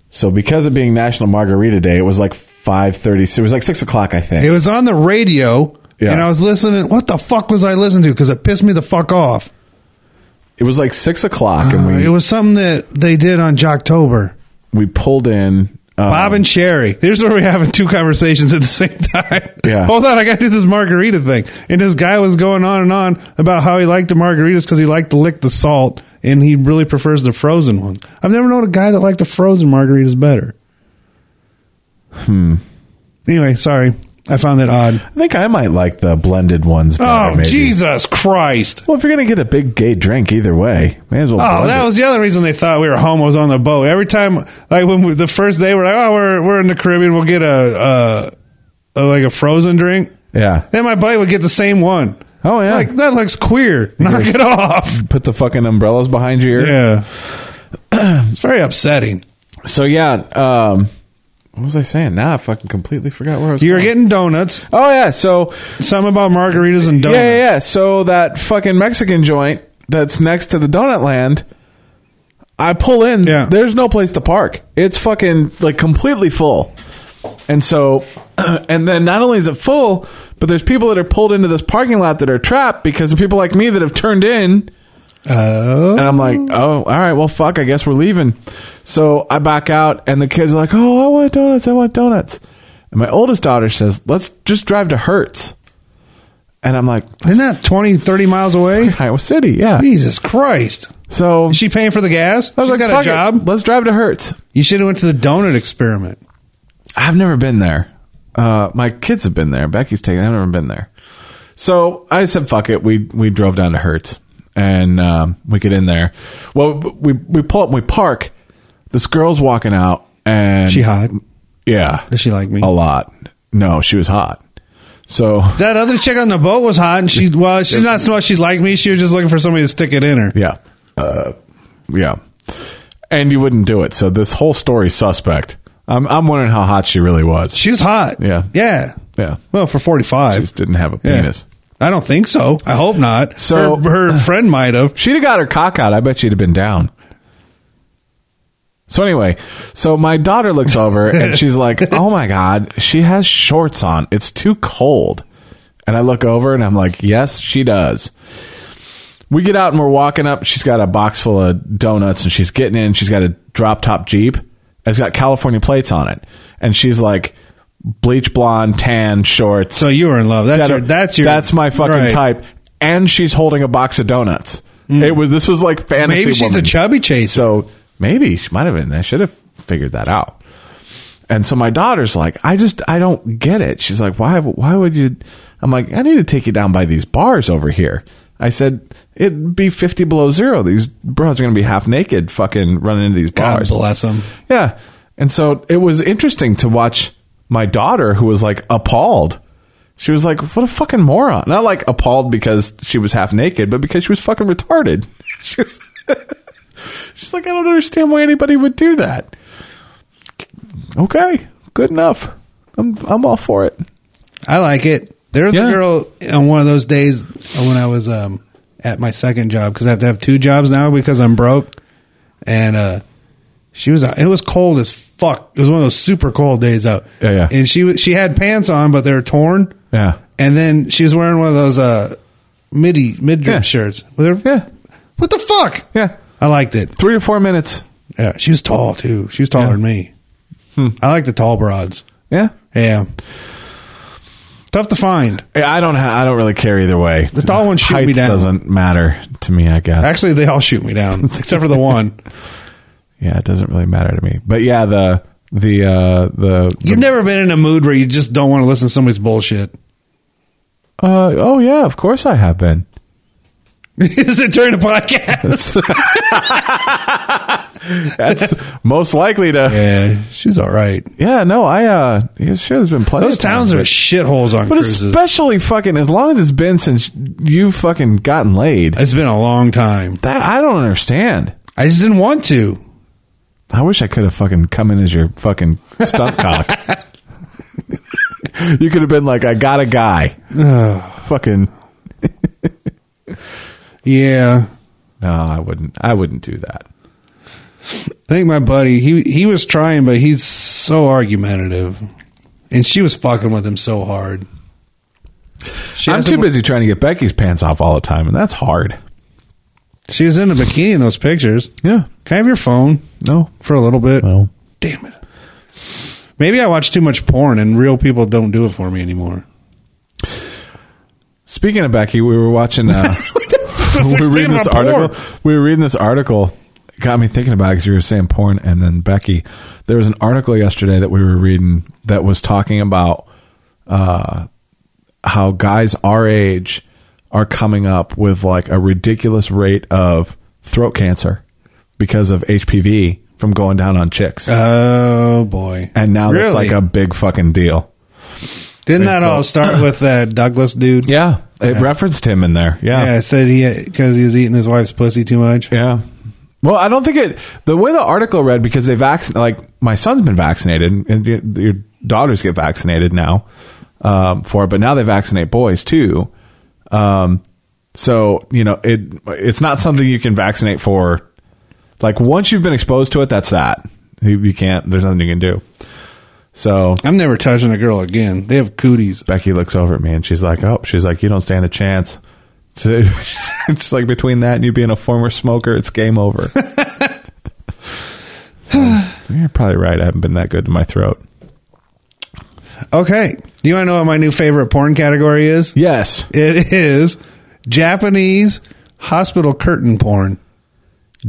S3: So because of being National Margarita Day, it was like five thirty. So it was like six o'clock, I think.
S2: It was on the radio.
S3: Yeah.
S2: And I was listening. What the fuck was I listening to? Because it pissed me the fuck off.
S3: It was like six o'clock, and
S2: Uh,
S3: we
S2: it was something that they did on Jocktober.
S3: we pulled in. Um,
S2: Bob and Sherry. Here's where we're having two conversations at the same time.
S3: Yeah.
S2: Hold on, I got to do this margarita thing. And this guy was going on and on about how he liked the margaritas because he liked to lick the salt and he really prefers the frozen ones. I've never known a guy that liked the frozen margaritas better. Hmm. Anyway, sorry. I found that odd.
S3: I think I might like the blended ones. better,
S2: Oh,
S3: Uh, maybe.
S2: Jesus Christ.
S3: Well, if you're gonna get a big gay drink either way, may as well.
S2: Oh,
S3: blend
S2: that
S3: it.
S2: was the other reason they thought we were homos on the boat. Every time, like when we, the first day, we're like, "Oh, we're we're in the Caribbean. We'll get a, a, a like a frozen drink."
S3: yeah.
S2: Then my buddy would get the same one.
S3: Oh yeah.
S2: Like that looks queer. Knock
S3: Yes.
S2: it off.
S3: Put the fucking umbrellas behind your ear.
S2: Yeah, it's very upsetting.
S3: So yeah. Um, what was I saying? Now I fucking completely forgot where I was.
S2: You're
S3: going.
S2: getting donuts.
S3: Oh yeah. So
S2: Something about margaritas and donuts.
S3: Yeah, yeah, yeah. So that fucking Mexican joint that's next to the donut land, I pull in.
S2: Yeah.
S3: There's no place to park. It's fucking like completely full. And so, and then not only is it full, but there's people that are pulled into this parking lot that are trapped because of people like me that have turned in.
S2: Oh,
S3: And I'm like, oh, all right, well, fuck, I guess we're leaving. So I back out, and the kids are like, oh, I want donuts, I want donuts. And my oldest daughter says, let's just drive to Hertz. And I'm like,
S2: isn't that 20, 30 miles away?
S3: Iowa City, yeah.
S2: Jesus Christ!
S3: So
S2: Is she paying for the gas?
S3: I was
S2: She's
S3: like,
S2: got
S3: "Fuck
S2: a
S3: it,
S2: job.
S3: Let's drive to Hertz.
S2: You should have went to the donut experiment.
S3: I've never been there. Uh, my kids have been there. Becky's taken. I've never been there. So I said, "Fuck it." We we drove down to Hertz, and um, we get in there. Well, we we pull up, and we park. This girl's walking out, and
S2: She hot?
S3: Yeah,
S2: Does she like me?
S3: a lot. No, she was hot. So
S2: That other chick on the boat was hot, and she well, she's not so much she liked me. She was just looking for somebody to stick it in her.
S3: yeah, uh, yeah, and you wouldn't do it. So this whole story suspect. I'm I'm wondering how hot she really was.
S2: She was hot.
S3: Yeah.
S2: yeah.
S3: yeah.
S2: Well, for forty five,
S3: just didn't have a
S2: Yeah.
S3: penis.
S2: I don't think so. I hope not.
S3: So-
S2: her, her friend might have.
S3: She'd have got her cock out. I bet she'd have been down. So anyway, so my daughter looks over and she's like, "Oh my god, she has shorts on. It's too cold." And I look over and I'm like, "Yes, she does." We get out and we're walking up. She's got a box full of donuts and she's getting in. She's got a drop top Jeep. It's got California plates on it. And she's like bleach blonde, tan shorts.
S2: So you were in love. That's
S3: That-
S2: your. That's your.
S3: that's my fucking
S2: right. Mm.
S3: type. And she's holding a box of donuts. It was this was like fantasy.
S2: Maybe she's
S3: woman.
S2: a chubby chaser.
S3: So maybe she might have been. I should have figured that out. And so my daughter's like, I just I don't get it. She's like, why why would you? I'm like, I need to take you down by these bars over here. I said it'd be 50 below zero. These bros are gonna be half naked, fucking running into these
S2: God
S3: bars.
S2: bless him.
S3: Yeah. And so it was interesting to watch my daughter, who was like appalled. She was like, what a fucking moron. Not like appalled because she was half naked, but because she was fucking retarded. She was, she's like, I don't understand why anybody would do that. Okay. Good enough. I'm, I'm all for it.
S2: I like it. There was
S3: Yeah.
S2: a girl on one of those days when I was um, at my second job because I have to have two jobs now because I'm broke, and uh, she was. It was cold as fuck. It was one of those super cold days out.
S3: Yeah, yeah.
S2: And she wa- she had pants on, but they were torn.
S3: Yeah.
S2: And then she was wearing one of those uh midi mid drip
S3: Yeah.
S2: shirts. They're-
S3: Yeah.
S2: What the fuck?
S3: Yeah.
S2: I liked it.
S3: Three or four minutes.
S2: Yeah, she was tall too. She was taller
S3: Yeah. Hmm.
S2: than me. I like the tall broads.
S3: Yeah.
S2: Yeah. Tough to find.
S3: Yeah, I don't. Ha- I don't really care either way. The
S2: tall ones shoot
S3: Height
S2: me down.
S3: Doesn't matter to me. I guess.
S2: Actually, they all shoot me down, except for the one.
S3: yeah, it doesn't really matter to me. But yeah, the the uh, the, the
S2: You've never been in a mood where you just don't want to listen to somebody's bullshit.
S3: uh, oh yeah, of course I have been.
S2: Is it during the podcast?
S3: That's most likely to. Yeah.
S2: yeah, she's all right.
S3: no, I uh, yeah, sure, there's been plenty.
S2: Those
S3: of times,
S2: towns are
S3: but-
S2: shitholes on
S3: But
S2: cruises.
S3: especially fucking as long as it's been since you've fucking gotten laid.
S2: it's been a long time.
S3: That I don't understand.
S2: I just didn't want to.
S3: I wish I could have fucking come in as your fucking stunt cock. you could have been like, I got a guy. fucking.
S2: Yeah.
S3: No, I wouldn't. I wouldn't do that.
S2: I think my buddy, he he was trying, but he's so argumentative. And she was fucking with him so hard. She
S3: I'm
S2: has
S3: too
S2: a-
S3: busy trying to get Becky's pants off all the time, and that's hard.
S2: She was in a bikini in those pictures.
S3: Yeah.
S2: Can I have your phone
S3: No.
S2: for a little bit?
S3: No.
S2: Damn it. Maybe I watch too much porn and real people don't do it for me anymore.
S3: Speaking of Becky, we were watching. Uh, we were reading this
S2: Speaking about
S3: article. We were reading this article. It got me thinking about it because you were saying porn and then Becky. There was an article yesterday that we were reading that was talking about uh, how guys our age are coming up with like a ridiculous rate of throat cancer because of HPV from going down on chicks.
S2: Oh boy.
S3: and now that's
S2: Really?
S3: like a big fucking deal.
S2: Didn't
S3: I
S2: that
S3: think so.
S2: all start with that Douglas dude?
S3: Yeah. It referenced him in there.
S2: Yeah, I said he because he was eating his wife's pussy too much.
S3: Yeah. Well, I don't think it. The way the article read, because they vaccinated, like my son's been vaccinated, and your, your daughters get vaccinated now um, for it, but now they vaccinate boys too. Um, so you know, it it's not something you can vaccinate for. Like once you've been exposed to it, that's that. You, you can't. There's nothing you can do. So
S2: I'm never touching a girl again. They have cooties.
S3: Becky looks over at me and she's like, "Oh, she's like, you don't stand a chance." So it's like between that and you being a former smoker, it's game over. So, you're probably right. I haven't been that good to my throat.
S2: Okay. Do you want to know what my new favorite porn category is?
S3: Yes,
S2: It is Japanese hospital curtain porn.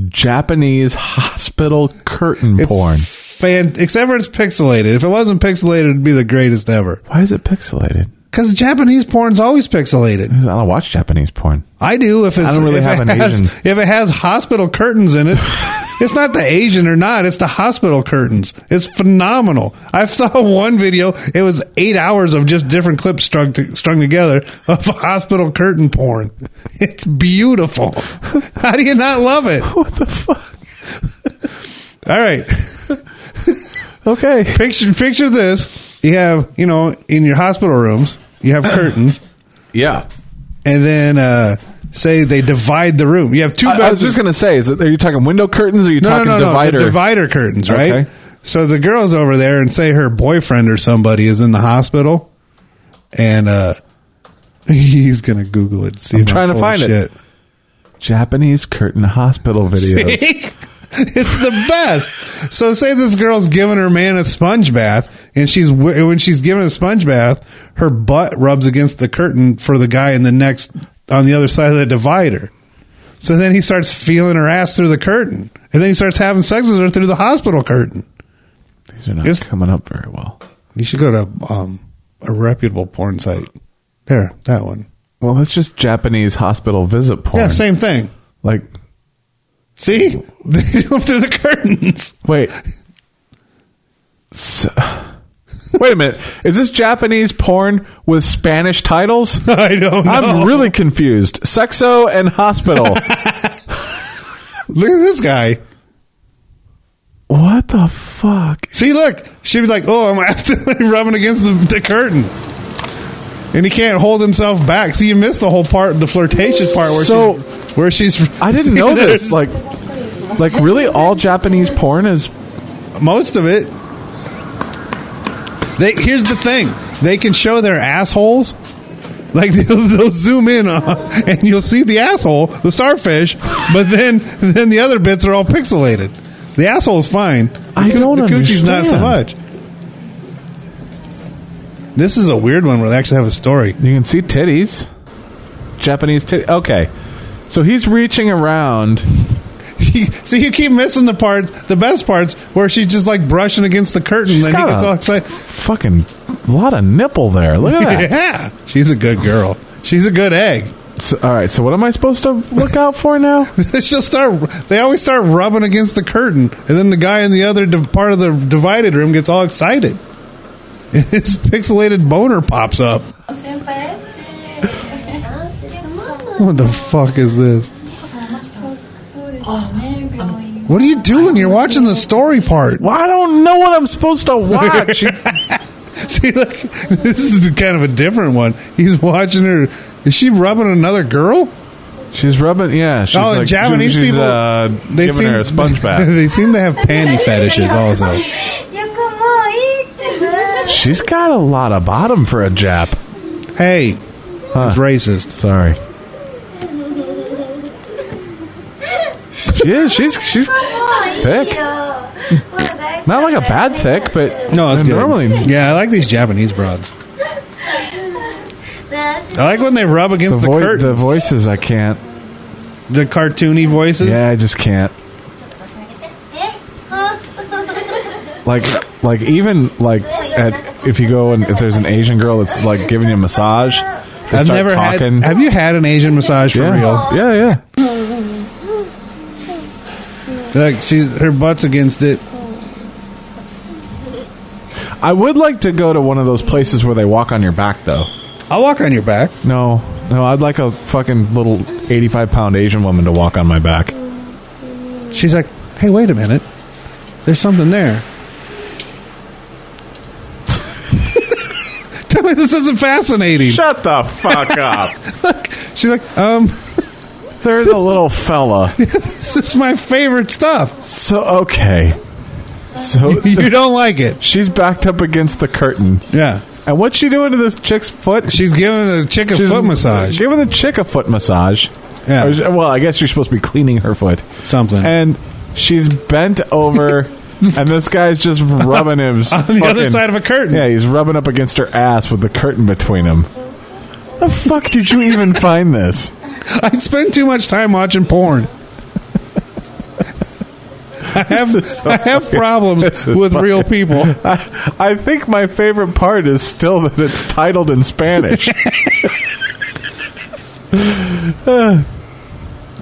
S3: Japanese hospital curtain
S2: It's
S3: porn.
S2: Fan, except for it's pixelated. If it wasn't pixelated, it'd be the greatest ever.
S3: Why is it pixelated?
S2: Because Japanese porn's always pixelated.
S3: 'Cause I don't watch Japanese porn.
S2: I do. If it's,
S3: I don't really
S2: if
S3: have
S2: it
S3: an
S2: has,
S3: Asian.
S2: If it has hospital curtains in it, it's not the Asian or not. It's the hospital curtains. It's phenomenal. I saw one video. It was eight hours of just different clips strung to, strung together of hospital curtain porn. It's beautiful. How do you not love it?
S3: What the fuck?
S2: All right.
S3: Okay.
S2: Picture picture this. You have you know in your hospital rooms you have curtains,
S3: Yeah.
S2: and then uh, say they divide the room. You have two.
S3: I, I was
S2: bedrooms.
S3: just gonna say, is it, are you talking window curtains? Or are you talking divider?
S2: the divider curtains, right?
S3: Okay.
S2: So the girl's over there, and say her boyfriend or somebody is in the hospital, and uh, he's gonna Google it. See
S3: I'm
S2: if
S3: trying to
S2: full of
S3: find it. Japanese curtain hospital videos.
S2: shit. it's the best. So say this girl's giving her man a sponge bath, and she's wi- when she's giving a sponge bath, her butt rubs against the curtain for the guy in the next on the other side of the divider. So then he starts feeling her ass through the curtain, and then he starts having sex with her through the hospital curtain.
S3: These are not
S2: It's-
S3: coming up very well.
S2: You should go to um, a reputable porn site. There, that one.
S3: Well, that's just Japanese hospital visit porn.
S2: Yeah, same thing.
S3: Like,
S2: See, they jump through the curtains.
S3: wait. S wait a minute. Is this Japanese porn with Spanish titles?
S2: I don't know.
S3: I'm really confused. Sexo and hospital.
S2: look at this guy.
S3: what the fuck?
S2: See, look, she'd be like, "Oh, I'm absolutely rubbing against the, the curtain," and he can't hold himself back. See, you missed the whole part, the flirtatious part where
S3: So-
S2: she, where she's.
S3: I didn't
S2: See,
S3: know
S2: there's-
S3: this. Like, like really, all Japanese porn is
S2: most of it, They here's the thing: they can show their assholes. Like they'll, they'll zoom in on, and you'll see the asshole, the starfish, but then then the other bits are all pixelated. The asshole is fine. The
S3: I
S2: coo-
S3: don't
S2: The coochie's not so
S3: understand.
S2: much. This is a weird one where they actually have a story.
S3: You can see titties. Japanese titty. Okay. So he's reaching around.
S2: so you keep missing the parts, the best parts, where she's just like brushing against the curtain, and he
S3: got
S2: gets
S3: a-
S2: all excited.
S3: Fucking lot of nipple there. Look at that.
S2: yeah, she's a good girl. She's a good egg.
S3: So- all right. So what am I supposed to look out for now?
S2: She'll start. They always start rubbing against the curtain, and then the guy in the other div- part of the divided room gets all excited. And his pixelated boner pops up. What the fuck is this? What are you doing? You're watching the story part.
S3: Well, I don't know what I'm supposed to watch.
S2: See, look, this is kind of a different one. He's watching her. Is she rubbing another girl?
S3: she's rubbing. Yeah. She's
S2: Oh,
S3: like,
S2: Japanese
S3: she's,
S2: people,
S3: Uh, giving her a sponge bath.
S2: they seem to have panty fetishes also.
S3: she's got a lot of bottom for a Jap.
S2: Hey, it's racist.
S3: Sorry. Yeah, she's she's thick. Not like a bad thick, but
S2: No, it's good.
S3: normally
S2: Yeah, I like these Japanese broads. I like when they rub
S3: the,
S2: against the,
S3: voi- the
S2: curtain.
S3: voices I can't.
S2: The, cartoony voices.
S3: Yeah, I just can't. Like like even like at, if you go and if there's an Asian girl that's like giving you a massage, they
S2: I've
S3: start
S2: never
S3: talking.
S2: had. Have you had an Asian massage for
S3: yeah.
S2: real?
S3: yeah, yeah.
S2: Like she, her butt's against it.
S3: I would like to go to one of those places where they walk on your back though.
S2: I'll walk on your back.
S3: No, no, I'd like a fucking little 85 pound Asian woman to walk on my back.
S2: She's like, "Hey, wait a minute. There's something there." Tell me this isn't fascinating.
S3: Shut the fuck up.
S2: She's like, "Um,
S3: There's a little fella.
S2: this is my favorite stuff.
S3: So, okay. So,
S2: You don't like it?"
S3: she's backed up against the curtain.
S2: Yeah.
S3: And what's she doing to this chick's foot?
S2: She's giving the chick a
S3: She's
S2: foot massage.
S3: Giving the chick a foot massage.
S2: Yeah.
S3: Or- well, I guess you're supposed to be cleaning her foot.
S2: Something.
S3: And she's bent over, and this guy's just rubbing him.
S2: on the other side of a curtain.
S3: Yeah, he's rubbing up against her ass with the curtain between him. The fuck did you even find this?
S2: I spend too much time watching porn. I have I have problems
S3: this is
S2: with
S3: fucking-
S2: real people.
S3: I, I think my favorite part is still that it's titled in Spanish.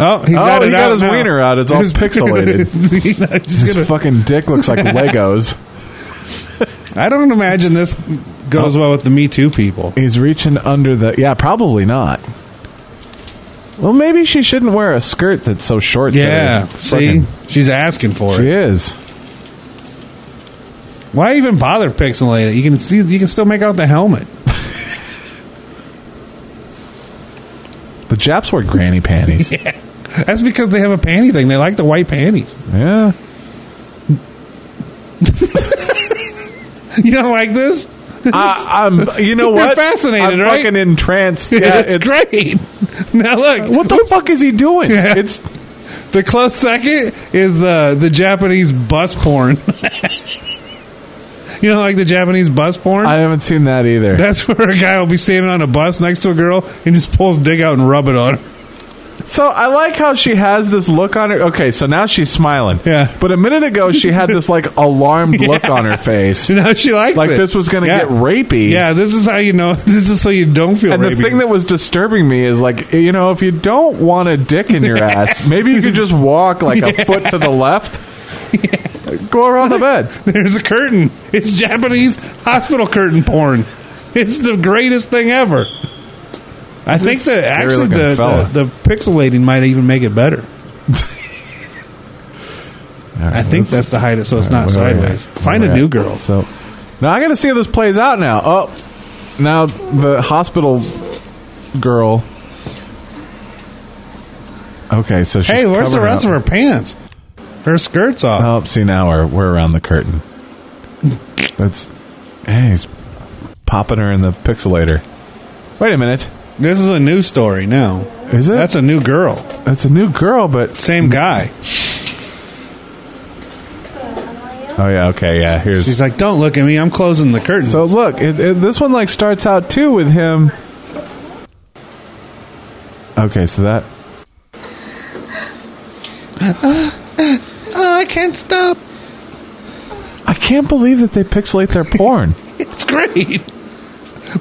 S2: Oh, he got,
S3: oh,
S2: it
S3: he got
S2: out
S3: his
S2: now.
S3: wiener out. It's all pixelated.
S2: He's not just
S3: His
S2: gonna-
S3: fucking dick looks like Legos.
S2: I don't imagine this goes
S3: Oh.
S2: well with the Me Too people.
S3: He's reaching under the. Yeah, probably not. Well, maybe she shouldn't wear a skirt that's so short. that
S2: Yeah,
S3: it
S2: see,
S3: fucking-
S2: she's asking for
S3: she
S2: it.
S3: is.
S2: Why even bother pixelating? You can see, you can still make out the helmet.
S3: The Japs wear granny panties. yeah.
S2: That's because they have a panty thing. They like the white panties. You don't like this?
S3: I, am You know
S2: You're
S3: what?
S2: fascinated,
S3: I'm
S2: right?
S3: Fucking entranced. Yeah,
S2: it's,
S3: it's
S2: great. Now look,
S3: What the fuck is he doing?
S2: Yeah.
S3: It's
S2: The close second is the the Japanese bus porn. you know, like the Japanese bus porn.
S3: I haven't seen that either.
S2: That's where a guy will be standing on a bus next to a girl and just pulls dick out and rub it on. her.
S3: So I like how she has this look on her. Okay, so now she's smiling.
S2: Yeah.
S3: But a minute ago she had this like alarmed look on her face,
S2: You know, she likes
S3: like
S2: it.
S3: this was going to
S2: Yeah.
S3: get rapey.
S2: Yeah, this is how you know. This is so you don't feel.
S3: And the
S2: rapey.
S3: thing that was disturbing me is like you know if you don't want a dick in your ass, maybe you could just walk like a foot to the left, go around the bed.
S2: there's a curtain. It's Japanese hospital curtain porn. It's the greatest thing ever. I think that actually
S3: scary-looking
S2: the,
S3: fella.
S2: the the pixelating might even make it better. I think that's the height, so it's not
S3: Where we
S2: sideways.
S3: at?
S2: Find
S3: Where
S2: a
S3: we
S2: new
S3: at?
S2: girl.
S3: So now I got to see how this plays out. Now, oh, now the hospital girl. Okay, so she's
S2: hey, where's the
S3: covering
S2: rest
S3: up. Uh,
S2: of her pants? Her skirt's off.
S3: Oh, see now we're we're around the curtain. That's Hey, he's popping her in the pixelator. Wait a minute.
S2: This is a new story now.
S3: Is it?
S2: That's a new girl.
S3: That's a new girl, but
S2: Same guy.
S3: oh yeah, okay, yeah. Here's
S2: She's like, don't look at me. I'm closing the curtains.
S3: so look. It, it, this one like starts out too with him. Okay, so that
S2: oh, I can't stop.
S3: I can't believe that they pixelate their porn.
S2: It's great.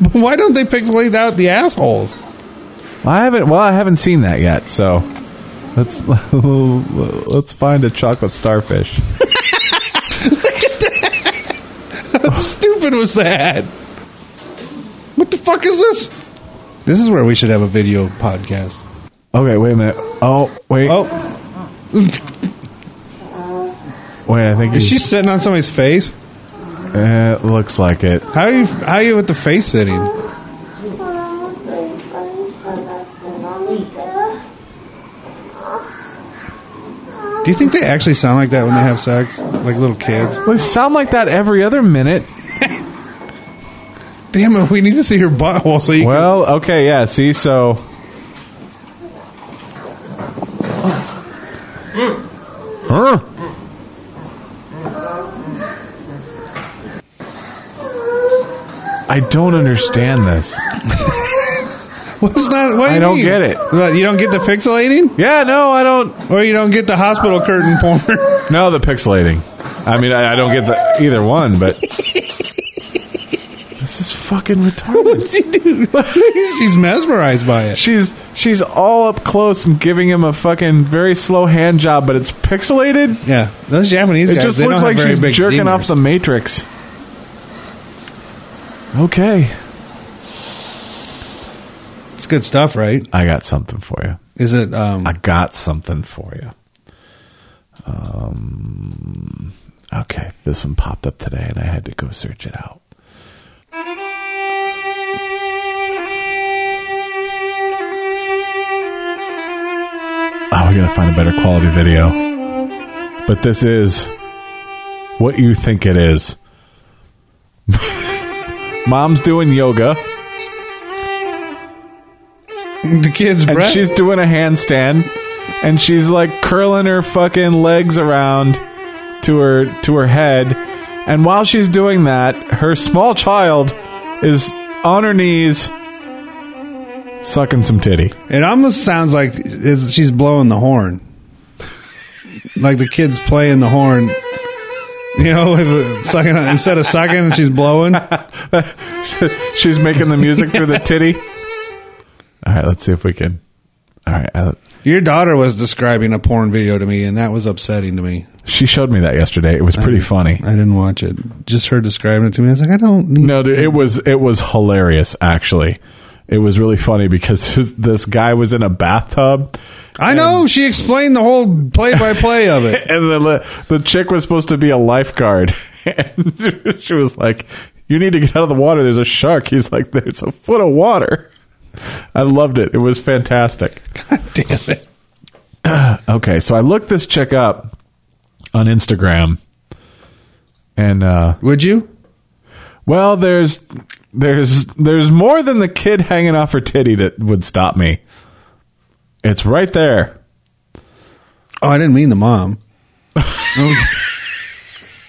S2: But why don't they pixelate out the assholes?
S3: I haven't. Well, I haven't seen that yet. So let's let's find a chocolate starfish.
S2: How stupid was that? What the fuck is this? This is where we should have a video podcast.
S3: Okay, wait a minute. Oh wait,
S2: Oh,
S3: wait. I think
S2: is she
S3: he's-
S2: sitting on somebody's face?
S3: eh, looks like it.
S2: How are you? How are you with the face sitting? Do you think they actually sound like that when they have sex, like little kids?
S3: They sound like that every other minute.
S2: Damn it, we need to see her butthole so you can
S3: Well, okay, yeah. See, so Huh? I don't understand this.
S2: What's not? What do
S3: I
S2: you
S3: don't
S2: mean?
S3: get it.
S2: What, You don't get the pixelating,
S3: Yeah, no, I don't.
S2: or you don't get the hospital curtain porn.
S3: No, the pixelating. I mean, I, I don't get the either one, but this is fucking retarded.
S2: What's he do? She's mesmerized by it.
S3: She's she's all up close and giving him a fucking very slow hand job, but it's pixelated.
S2: Yeah, those Japanese
S3: It
S2: guys.
S3: just
S2: they
S3: looks
S2: don't
S3: like
S2: have very
S3: she's
S2: big
S3: jerking
S2: dingers.
S3: off the Matrix. Okay,
S2: It's good stuff, right?
S3: I got something for you.
S2: Is it? Um,
S3: I got something for you. Um, okay, this one popped up today, and I had to go search it out. Oh, we gotta find a better quality video. But this is what you think it is. Mom's doing yoga,
S2: the kid's
S3: and
S2: breath.
S3: she's doing a handstand, and she's like curling her fucking legs around to her to her head. And while she's doing that, her small child is on her knees sucking some titty.
S2: It almost sounds like it's, she's blowing the horn, like the kid's playing the horn. You know, with a sucking on, instead of sucking, she's blowing.
S3: She's making the music through the titty. All right, let's see if we can. All right, uh, I,
S2: Your daughter was describing a porn video to me, and that was upsetting to me.
S3: she showed me that yesterday. It was pretty funny.
S2: I didn't watch it. Just her describing it to me. I was like, I don't need.
S3: No, dude, it was it was hilarious. Actually, it was really funny because this guy was in a bathtub,
S2: I know. She explained the whole play-by-play of it.
S3: and the the chick was supposed to be a lifeguard, and she was like, "You need to get out of the water. There's a shark." He's like, "There's a foot of water." I loved it. It was fantastic.
S2: Damn it.
S3: Okay, so I looked this chick up on Instagram, and uh,
S2: Would you?
S3: well, there's there's there's more than the kid hanging off her titty that would stop me. It's right there.
S2: Oh, I didn't mean the mom.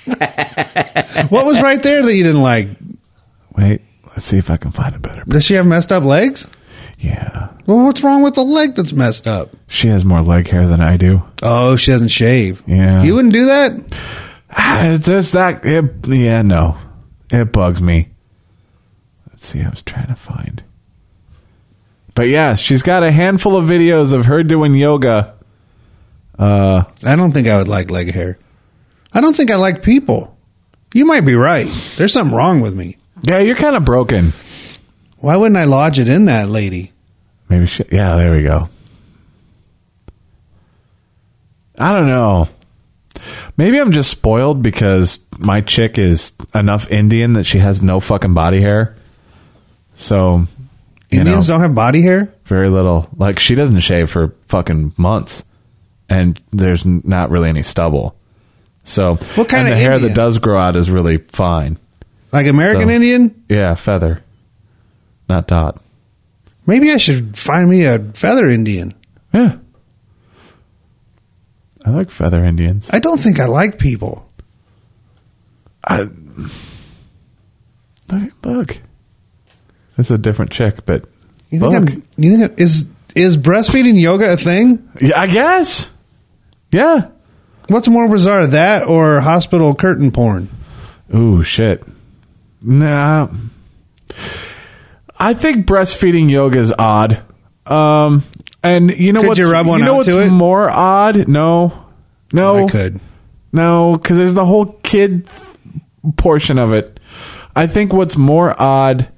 S2: what was right there that you didn't like?
S3: Wait, let's see if I can find a better.
S2: Does she have messed up legs?
S3: Yeah,
S2: Well, what's wrong with the leg that's messed up?
S3: she has more leg hair than I do.
S2: Oh, she doesn't shave.
S3: Yeah.
S2: You wouldn't do that?
S3: Ah, There's that. It, yeah, no, it bugs me. Let's see. I was trying to find. But yeah, she's got a handful of videos of her doing yoga. Uh,
S2: I don't think I would like leg hair. I don't think I like people. You might be right. There's something wrong with me.
S3: yeah, you're kind of broken.
S2: Why wouldn't I lodge it in that lady?
S3: Maybe she. Yeah, there we go. I don't know. Maybe I'm just spoiled because my chick is enough Indian that she has no fucking body hair. So, you know,
S2: Indians don't have body hair?
S3: very little. Like she doesn't shave for fucking months, and there's n- not really any stubble. So,
S2: What kind of
S3: and the hair
S2: Indian?
S3: that does grow out is really fine.
S2: Like American
S3: So-
S2: Indian?
S3: Yeah, feather, not dot.
S2: Maybe I should find me a feather Indian.
S3: Yeah. I like feather Indians.
S2: I don't think I like people.
S3: I, look, look. It's a different chick, but
S2: You think
S3: Fuck.
S2: I'm, you think I- is is breastfeeding yoga a thing?
S3: yeah, I guess. Yeah.
S2: What's more bizarre, that or hospital curtain porn?
S3: Ooh, shit. Nah. I think breastfeeding yoga is odd. Um, and you know
S2: Could
S3: what's
S2: you rub one
S3: know
S2: out
S3: what's
S2: to it?
S3: more odd? No, no,
S2: I could.
S3: no, because there's the whole kid portion of it. I think what's more odd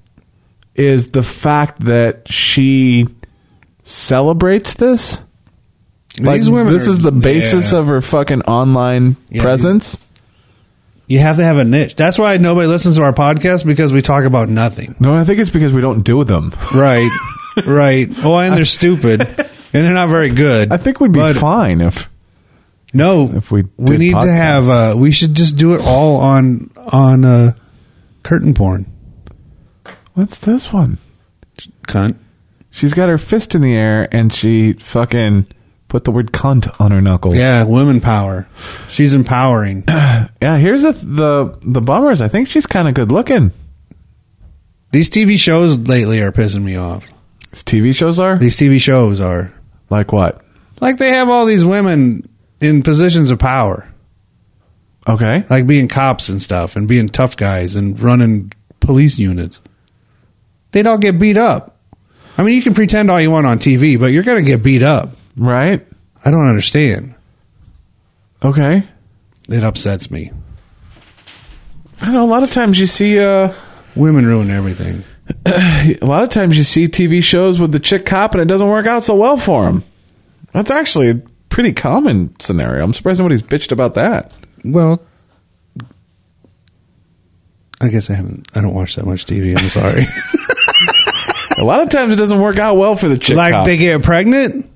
S3: is the fact that she celebrates this. Like
S2: These women
S3: this
S2: are-
S3: is the basis
S2: yeah.
S3: of her fucking online
S2: Yeah,
S3: presence.
S2: You have to have a niche. That's why nobody listens to our podcast because we talk about nothing.
S3: No, I think it's because we don't do them.
S2: Right. right. Oh, and they're stupid. And they're not very good.
S3: I think we'd be
S2: But-
S3: fine if
S2: No,
S3: if we
S2: we
S3: did
S2: need to
S3: podcasts.
S2: have. Uh, we should just do it all on on uh, curtain porn.
S3: what's this one?
S2: Cunt.
S3: She's got her fist in the air and she fucking put the word cunt on her knuckles.
S2: Yeah, women power. She's empowering.
S3: Yeah, here's the the the bummers. I think she's kind of good looking.
S2: These TV shows lately are pissing me off.
S3: These TV shows are
S2: These TV shows are
S3: like what?
S2: like they have all these women in positions of power,
S3: Okay,
S2: like being cops and stuff, and being tough guys and running police units. They'd all get beat up. I mean, you can pretend all you want on TV, but you're gonna get beat up.
S3: right?
S2: I don't understand.
S3: Okay.
S2: It upsets me.
S3: I know a lot of times you see uh
S2: Women ruin everything.
S3: a lot of times you see TV shows with the chick cop and it doesn't work out so well for him. That's actually a pretty common scenario. I'm surprised nobody's bitched about that.
S2: Well, I guess I haven't. I don't watch that much TV. I'm sorry.
S3: A lot of times it doesn't work out well for the chick
S2: like
S3: cop.
S2: they get pregnant.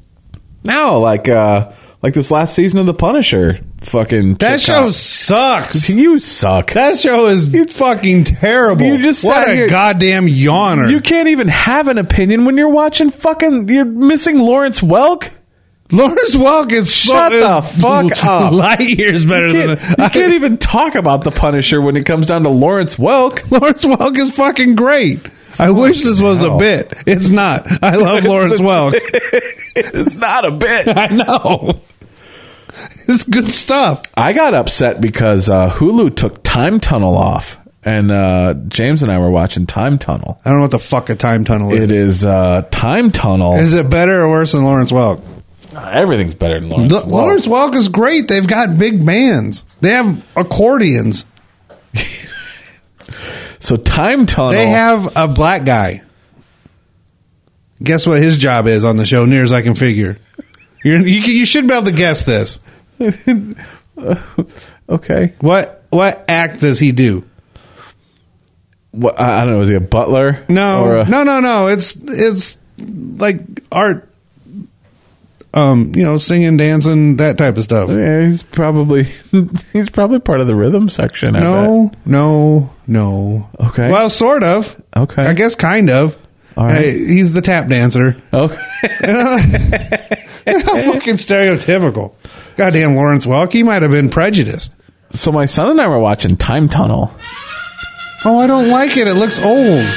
S3: No, like uh like this last season of The Punisher. Fucking
S2: That
S3: chick
S2: show
S3: cop.
S2: sucks.
S3: you suck.
S2: That show is fucking terrible.
S3: You just
S2: what
S3: sat
S2: a
S3: here-
S2: goddamn yawner.
S3: you can't even have an opinion when you're watching fucking you're missing Lawrence Welk.
S2: Lawrence Welk is
S3: Shut
S2: so, is
S3: the fuck up.
S2: Light years better
S3: You
S2: than
S3: can't, you can't even talk about The Punisher when it comes down to Lawrence Welk.
S2: Lawrence Welk is fucking great. I wish this was
S3: hell.
S2: a bit. It's not. I love Lawrence Welk.
S3: It's not a bit.
S2: I know. It's good stuff.
S3: I got upset because uh, Hulu took Time Tunnel off and uh, James and I were watching Time Tunnel.
S2: I don't know what the fuck a time tunnel is.
S3: It is uh, Time Tunnel.
S2: Is it better or worse than Lawrence Welk?
S3: Everything's better than Lawrence.
S2: The-
S3: Welk.
S2: Lawrence Welk is great. They've got big bands. They have accordions.
S3: So Time Tunnel.
S2: They have a black guy. Guess what his job is on the show? Near as I can figure, You're, you can- you should be able to guess this.
S3: okay.
S2: What what act does he do?
S3: What, I I don't know. Is he a butler? Or
S2: No,
S3: a-
S2: no, no, no. It's it's like art. Um, you know, singing, dancing, that type of stuff.
S3: Yeah, he's probably he's probably part of the rhythm section. I
S2: No, no, no.
S3: bet. Okay.
S2: Well, sort of.
S3: okay.
S2: I guess kind of.
S3: All right.
S2: Uh, he's the tap dancer.
S3: Okay.
S2: How fucking stereotypical. Goddamn Lawrence Welk. He might have been prejudiced.
S3: So my son and I were watching Time Tunnel.
S2: Oh, I don't like it. It looks old.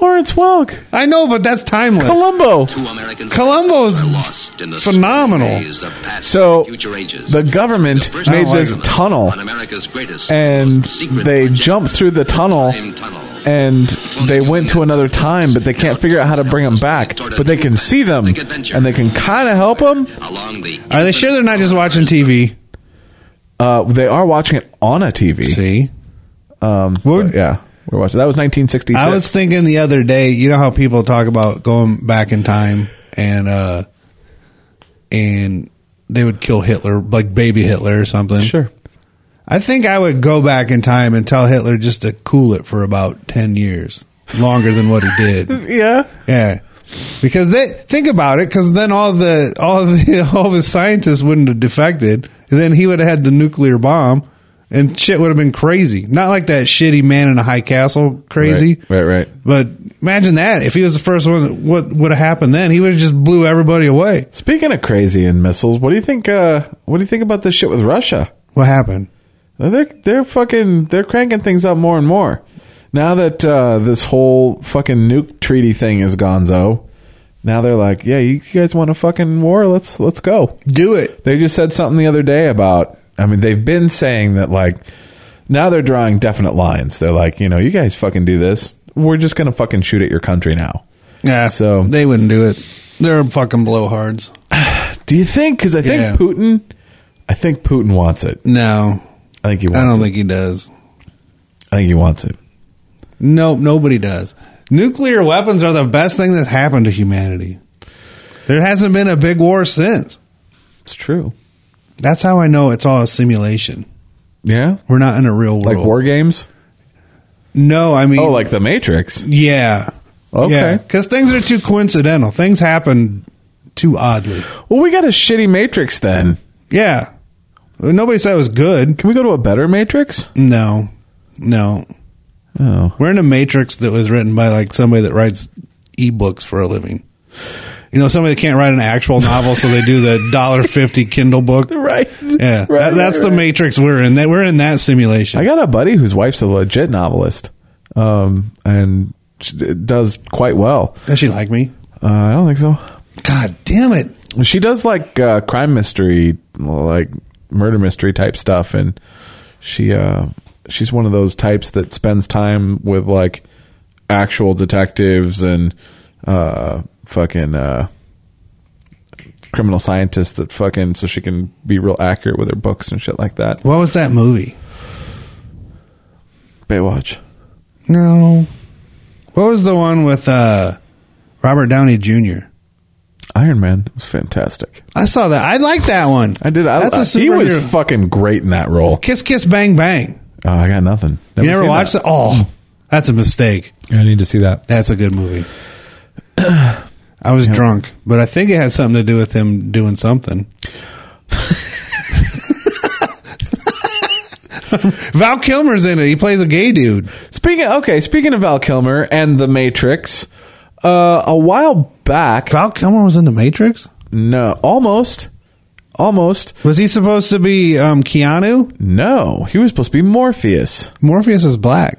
S3: Lawrence Welk,
S2: I know, but that's timeless.
S3: Columbo.
S2: Columbo's phenomenal.
S3: So the government made this tunnel, and they jumped through the tunnel, and they went to another time, but they can't figure out how to bring them back. But they can see them, and they can kind of help them.
S2: Are they sure they're not just watching TV?
S3: Uh, they are watching it on a TV.
S2: See?
S3: Um,
S2: We're-
S3: but yeah, we're watching. That was 1966.
S2: I was thinking the other day, you know how people talk about going back in time and uh and they would kill Hitler, like baby Hitler or something.
S3: sure.
S2: I think I would go back in time and tell Hitler just to cool it for about 10 years, longer than what he did.
S3: Yeah.
S2: Yeah. Because they think about it, because then all the all the all of his scientists wouldn't have defected, and then he would have had the nuclear bomb, and shit would have been crazy. Not like that shitty man in a high castle crazy.
S3: Right, right, right.
S2: But imagine that if he was the first one, what would have happened then? He would have just blew everybody away.
S3: Speaking of crazy and missiles, what do you think? Uh, what do you think about this shit with Russia?
S2: What happened?
S3: They're they're fucking they're cranking things up more and more. Now that uh, this whole fucking nuke treaty thing is gonzo, now they're like, yeah, you, you guys want a fucking war? Let's let's go.
S2: Do it.
S3: They just said something the other day about. I mean, they've been saying that like now they're drawing definite lines. They're like, you know, you guys fucking do this. We're just gonna fucking shoot at your country now.
S2: Yeah.
S3: So-
S2: they wouldn't do it. They're fucking blowhards.
S3: Do you think? Because I think
S2: Yeah.
S3: Putin, I think Putin wants it.
S2: No,
S3: I think he
S2: I
S3: wants
S2: don't
S3: it.
S2: think he does.
S3: I think he wants it.
S2: No, nobody does. Nuclear weapons are the best thing that's happened to humanity. There hasn't been a big war since.
S3: It's true.
S2: That's how I know it's all a simulation.
S3: Yeah,
S2: We're not in a real world.
S3: like war games.
S2: No, I mean,
S3: Oh, like the Matrix.
S2: yeah,
S3: Okay.
S2: because things are too coincidental. Things happen too oddly.
S3: Well, we got a shitty Matrix then.
S2: Yeah, nobody said it was good.
S3: Can we go to a better Matrix?
S2: No, no,
S3: Oh,
S2: we're in a matrix that was written by like somebody that writes ebooks for a living. You know, somebody that can't write an actual novel, so they do the dollar fifty Kindle book.
S3: right.
S2: Yeah, that- that's the matrix we're in. That we're in that simulation.
S3: I got a buddy whose wife's a legit novelist, um, and she d- does quite well.
S2: Does she like me?
S3: Uh, I don't think so.
S2: God damn it!
S3: She does like uh, crime mystery, like murder mystery type stuff, and she uh, she's one of those types that spends time with like actual detectives and uh, fucking uh, criminal scientists that fucking so she can be real accurate with her books and shit like that.
S2: What was that movie?
S3: Baywatch.
S2: No. What was the one with uh, Robert Downey Jr.?
S3: Iron Man was fantastic.
S2: I saw that. I like that one.
S3: I did. I,
S2: That's a
S3: he was
S2: superhero.
S3: fucking great in that role.
S2: Kiss Kiss Bang Bang.
S3: Oh, I got nothing.
S2: You never watched that? Oh, that's a mistake.
S3: I need to see that.
S2: That's a good movie. I was drunk, but I think it had something to do with him doing something. Val Kilmer's in it. He plays a gay dude.
S3: Speaking okay, speaking of Val Kilmer and The Matrix, uh, a while back,
S2: Val Kilmer was in The Matrix?
S3: no, almost, almost,
S2: Was he supposed to be um, Keanu?
S3: no, he was supposed to be Morpheus.
S2: Morpheus is black.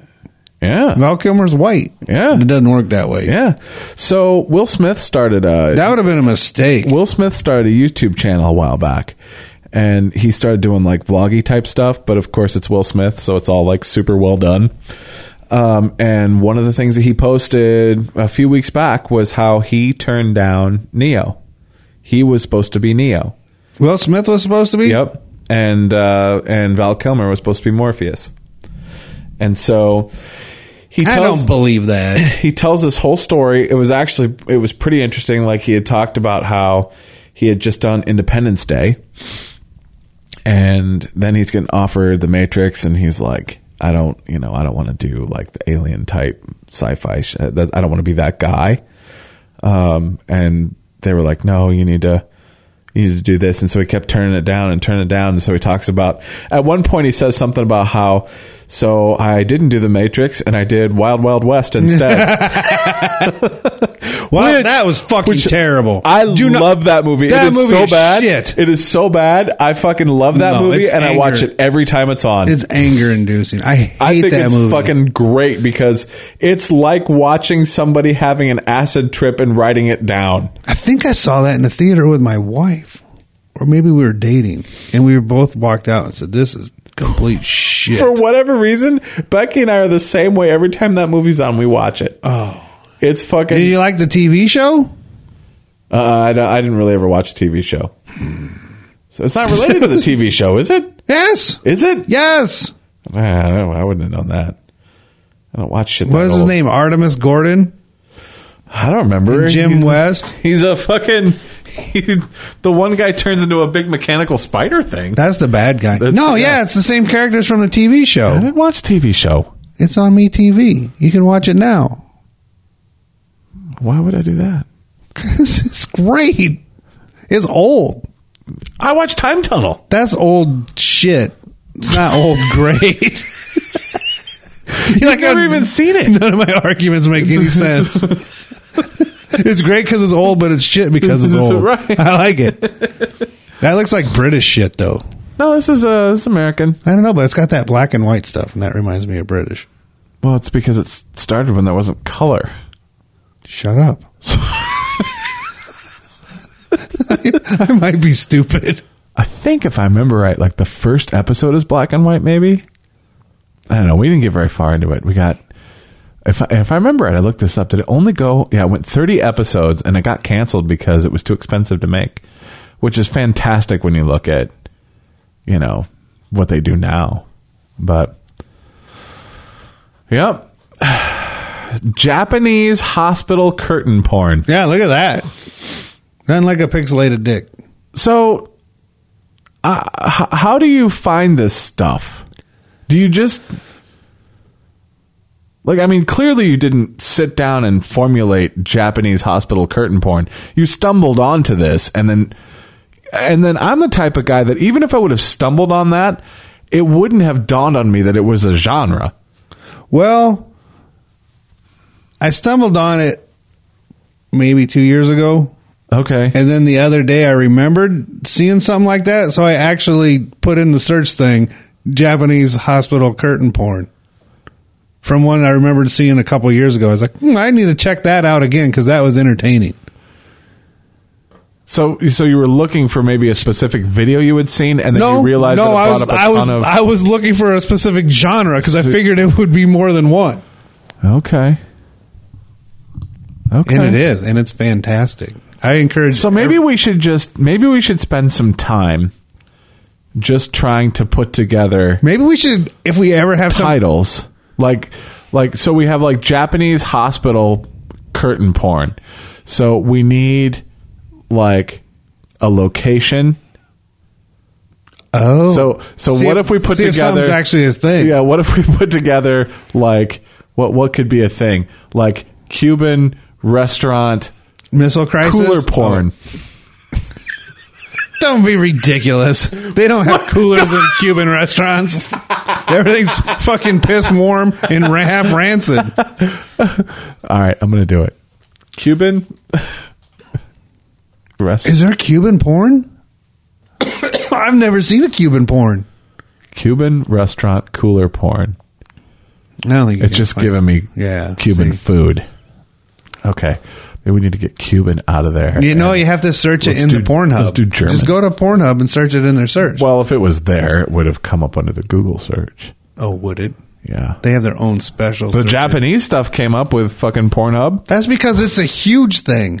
S3: Yeah,
S2: Val Kilmer's white.
S3: Yeah.
S2: It doesn't work that way.
S3: yeah. So Will Smith started uh, a
S2: That would have been a mistake.
S3: Will Smith started a YouTube channel a while back, and he started doing like vloggy type stuff. But of course, it's Will Smith, so it's all like super well done. Um, and one of the things that he posted a few weeks back was how he turned down Neo. He was supposed to be Neo.
S2: Will Smith was supposed to be?
S3: Yep. And uh, and Val Kilmer was supposed to be Morpheus. And so he
S2: I
S3: tells
S2: don't believe that.
S3: he tells this whole story. It was actually it was pretty interesting. Like he had talked about how he had just done Independence Day, and then he's getting offered The Matrix, and he's like, I don't, you know, I don't want to do like the alien type sci-fi. Sh- I don't want to be that guy. Um, and they were like, No, you need to. You need to do this, and so he kept turning it down and turning it down. And so he talks about at one point he says something about how so I didn't do the Matrix and I did Wild Wild West instead.
S2: Wow,
S3: Which-
S2: that was fucking
S3: which-
S2: terrible.
S3: I
S2: Do not-
S3: love that movie.
S2: That
S3: it is
S2: movie
S3: so
S2: is
S3: bad.
S2: shit.
S3: It is so bad. I fucking love that
S2: No,
S3: movie,
S2: it's
S3: and I watch
S2: anger.
S3: it every time it's on.
S2: It's anger inducing. I hate
S3: I think
S2: that
S3: it's
S2: movie.
S3: fucking great because it's like watching somebody having an acid trip and writing it down.
S2: I think I saw that in the theater with my wife, or maybe we were dating, and we were both walked out and said, "This is complete shit."
S3: For whatever reason, Becky and I are the same way. Every time that movie's on, we watch it.
S2: oh,
S3: It's fucking.
S2: did you like the TV show?
S3: uh, I, don't- I didn't really ever watch a TV show, so it's not related to the TV show, is it?
S2: Yes,
S3: Is it?
S2: yes.
S3: Ah, I, don't- I wouldn't have known that. I don't watch shit.
S2: What
S3: that
S2: is his
S3: old.
S2: name? Artemis Gordon,
S3: I don't remember.
S2: Jim
S3: He's-
S2: West.
S3: He's a fucking. He, the one guy turns into a big mechanical spider thing.
S2: That's the bad guy.
S3: That's-
S2: no,
S3: yeah.
S2: yeah, it's the same characters from the TV
S3: I
S2: show.
S3: didn't watch TV show.
S2: It's on Me TV. You can watch it now.
S3: Why would I do that?
S2: it's great. It's old.
S3: I watched Time Tunnel.
S2: That's old shit. It's not old grade. You're like,
S3: never
S2: "Oh,
S3: even seen it."
S2: None of my arguments make any sense. it's great because it's old, but it's shit because it's old.
S3: Right.
S2: I like it. That looks like British shit, though.
S3: No, this is uh, this is American.
S2: I don't know, but it's got that black and white stuff, and that reminds me of British.
S3: Well, it's because it started when there wasn't color.
S2: Shut up. I might be stupid.
S3: I think if I remember right, like the first episode is black and white. Maybe I don't know. We didn't get very far into it. We got if I, if I remember right, I looked this up. Did it only go? Yeah, it went thirty episodes, and it got canceled because it was too expensive to make, which is fantastic when you look at you know what they do now. But yep. Japanese hospital curtain porn.
S2: Yeah, look at that. Nothing like a pixelated dick.
S3: So, uh, h- how do you find this stuff? Do you just like? I mean, clearly you didn't sit down and formulate Japanese hospital curtain porn. You stumbled onto this, and then, and then I'm the type of guy that even if I would have stumbled on that, it wouldn't have dawned on me that it was a genre.
S2: Well, I stumbled on it maybe two years ago.
S3: Okay.
S2: And then the other day I remembered seeing something like that. So I actually put in the search thing Japanese hospital curtain porn from one I remembered seeing a couple years ago. I was like, hmm, I need to check that out again because that was entertaining.
S3: so, so you were looking for maybe a specific video you had seen, and then
S2: no,
S3: you realized
S2: no,
S3: that it
S2: I
S3: brought
S2: was,
S3: up a
S2: I was,
S3: ton of.
S2: I was looking for a specific genre because I figured it would be more than one.
S3: Okay. Okay.
S2: And it is, and it's fantastic. I encourage.
S3: So maybe we should just maybe we should spend some time just trying to put together
S2: maybe we should, if we ever have some
S3: titles like like so we have like Japanese hospital curtain porn. So we need like a location.
S2: Oh,
S3: So so
S2: See
S3: what if, we put
S2: see
S3: together
S2: something's actually a thing?
S3: Yeah, what if we put together like what what could be a thing? Like Cuban restaurant
S2: Missile crisis,
S3: cooler porn.
S2: Oh, don't be ridiculous. They don't have coolers in Cuban restaurants. Everything's fucking piss warm and ra- half rancid.
S3: All right, I'm gonna do it. Cuban. Rest
S2: Is there Cuban porn? I've never seen a Cuban porn.
S3: Cuban restaurant cooler porn.
S2: I don't think you
S3: It's
S2: can
S3: just
S2: find-
S3: giving me
S2: yeah
S3: Cuban
S2: see.
S3: food. Okay, maybe we need to get Cuban out of there.
S2: You know, you have to search it
S3: Let's
S2: in
S3: do-
S2: the Pornhub.
S3: let's do German.
S2: Just go to Pornhub and search it in their search.
S3: well, if it was there, it would have come up under the Google search.
S2: Oh, would it?
S3: Yeah,
S2: They have their own special.
S3: the
S2: search.
S3: Japanese stuff came up with fucking Pornhub.
S2: That's because it's a huge thing.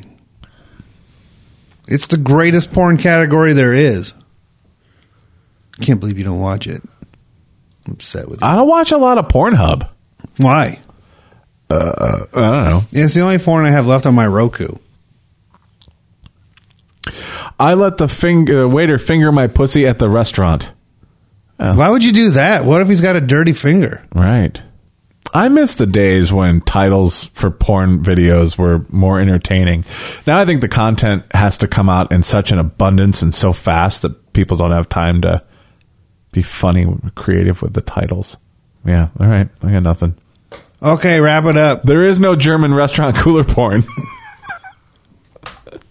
S2: It's the greatest porn category there is. Can't believe you don't watch it. I'm upset with you.
S3: I don't watch a lot of Pornhub.
S2: Why?
S3: I don't know.
S2: It's the only porn I have left on my Roku.
S3: I let the finger waiter finger my pussy at the restaurant.
S2: Why would you do that? What if he's got a dirty finger?
S3: Right. I miss the days when titles for porn videos were more entertaining. Now I think the content has to come out in such an abundance and so fast that people don't have time to be funny or creative with the titles. Yeah, all right. I got nothing.
S2: Okay, wrap it up.
S3: There is no German restaurant cooler porn.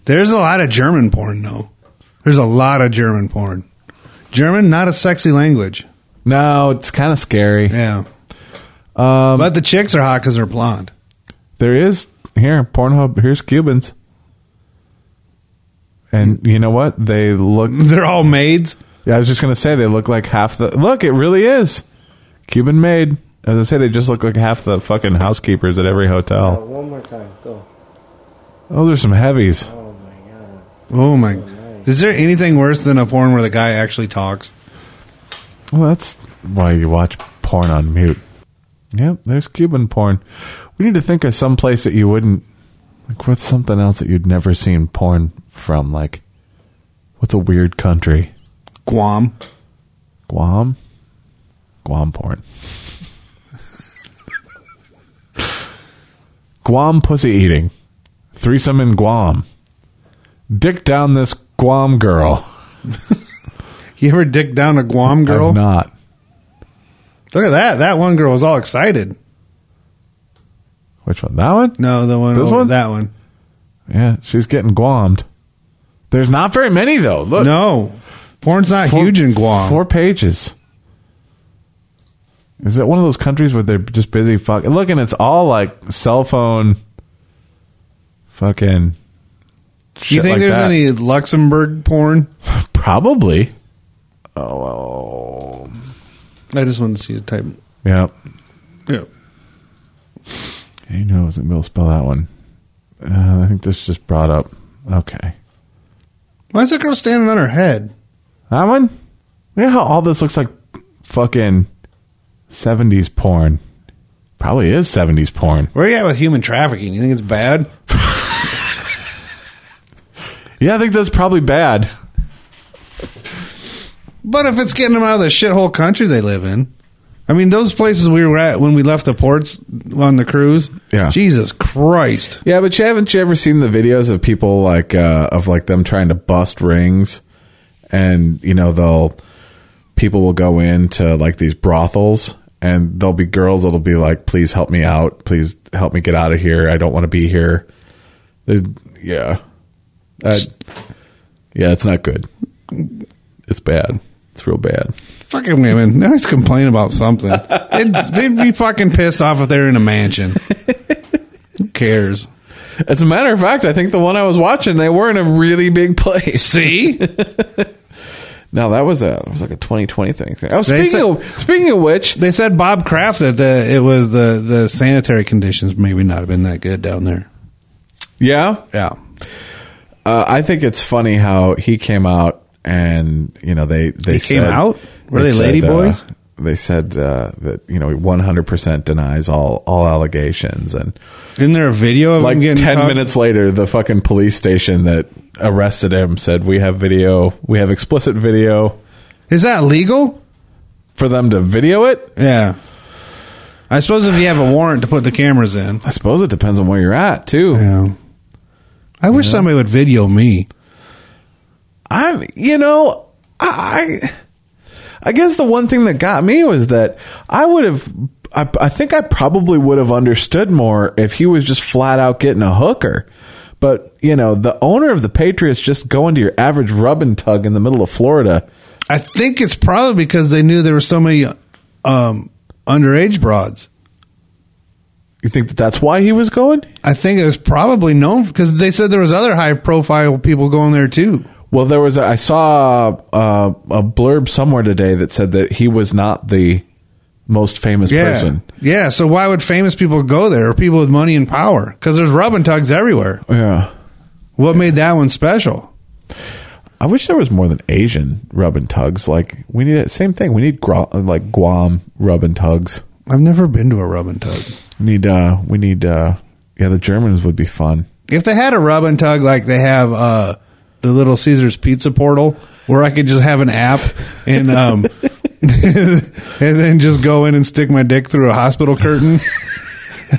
S2: There's a lot of German porn, though. There's a lot of German porn. German, not a sexy language.
S3: no, it's kind of scary.
S2: Yeah. but the chicks are hot because they're blonde.
S3: There is here Pornhub, here's Cubans. And you know what? They look
S2: They're all maids.
S3: Yeah, I was just gonna say they look like half the look. It really is Cuban made. As I say, they just look like half the fucking housekeepers at every hotel.
S9: One more time, go.
S3: Oh, there's some heavies.
S2: Oh my! Is there anything worse than a porn where the guy actually talks?
S3: Well, that's why you watch porn on mute. Yep, there's Cuban porn. We need to think of some place that you wouldn't. Like, what's something else that you'd never seen porn from? Like, what's a weird country?
S2: Guam.
S3: Guam? Guam porn. Guam pussy eating. Threesome in Guam. Dick down this Guam girl.
S2: You ever dick down a Guam girl?
S3: I've not.
S2: Look at that. That one girl was all excited.
S3: Which one? That one?
S2: No, the one.
S3: This
S2: over-
S3: one?
S2: That one.
S3: Yeah, she's getting guamed. There's not very many though. Look,
S2: No. Porn's not
S3: Four-
S2: huge in Guam.
S3: four pages. Is it one of those countries where they're just busy fucking? Look, and it's all like cell phone, fucking.
S2: you think there's any Luxembourg porn?
S3: Probably. Oh,
S2: I just wanted to see the type.
S3: yeah.
S2: Yeah.
S3: You know, I wasn't able to spell that one. Uh, I think this just brought up. Okay,
S2: Why is that girl standing on her head?
S3: that one. Yeah, how all this looks like fucking seventies porn. Probably is seventies porn.
S2: Where are you at with human trafficking? You think it's bad?
S3: Yeah, I think that's probably bad.
S2: But if it's getting them out of the shithole country they live in, I mean, those places we were at when we left the ports on the cruise.
S3: Yeah.
S2: Jesus Christ.
S3: Yeah, but you haven't you ever seen the videos of people like uh, of like them trying to bust rings, and you know they'll people will go into like these brothels, and there'll be girls that'll be like, "Please help me out, please help me get out of here. I don't want to be here." They- yeah, Uh, yeah, it's not good. It's bad. It's real bad.
S2: Fucking women. They always complain about something. they'd, they'd be fucking pissed off if they're in a mansion. Who cares?
S3: As a matter of fact, I think the one I was watching, they were in a really big place.
S2: See?
S3: No, that was a it was like a 2020 thing. Oh,
S2: They
S3: speaking
S2: said-
S3: of speaking of which,
S2: They said Bob Kraft that the, it was the, the sanitary conditions maybe not have been that good down there.
S3: yeah,
S2: Yeah.
S3: uh, I think it's funny how he came out and you know they they
S2: He came
S3: said-
S2: out? Were they
S3: said,
S2: lady
S3: uh,
S2: boys?
S3: they said uh, that you know he 100 percent denies all all allegations and
S2: Isn't there a video of
S3: like
S2: him
S3: 10
S2: getting tugged?
S3: minutes later the fucking police station that arrested him said we have video we have explicit video
S2: Is that legal?
S3: for them to video it
S2: Yeah. I suppose if you have a warrant to put the cameras in.
S3: I suppose it depends on where you're at too
S2: Yeah. I wish somebody would video me.
S3: I'm, you know, I, I guess the one thing that got me was that I would have, I, I think I probably would have understood more if he was just flat out getting a hooker. But you know, the owner of the Patriots just going to your average rub and tug in the middle of Florida.
S2: I think it's probably because they knew there were so many um, underage broads.
S3: You think that that's why he was going?
S2: I think it was probably known because they said there was other high profile people going there too.
S3: Well, there was a, I saw uh, a blurb somewhere today that said that he was not the most famous
S2: Yeah,
S3: person.
S2: yeah. So why would famous people go there or people with money and power? Because there's rub and tugs everywhere.
S3: Yeah.
S2: What made that one special?
S3: I wish there was more than Asian rub and tugs. Like we need same thing. We need Gra- like Guam rub and tugs.
S2: I've never been to a rub and tug.
S3: We need uh we need uh yeah the Germans would be fun.
S2: If they had a rub and tug like they have uh, the Little Caesars Pizza Portal, where I could just have an app and um, and then just go in and stick my dick through a hospital curtain,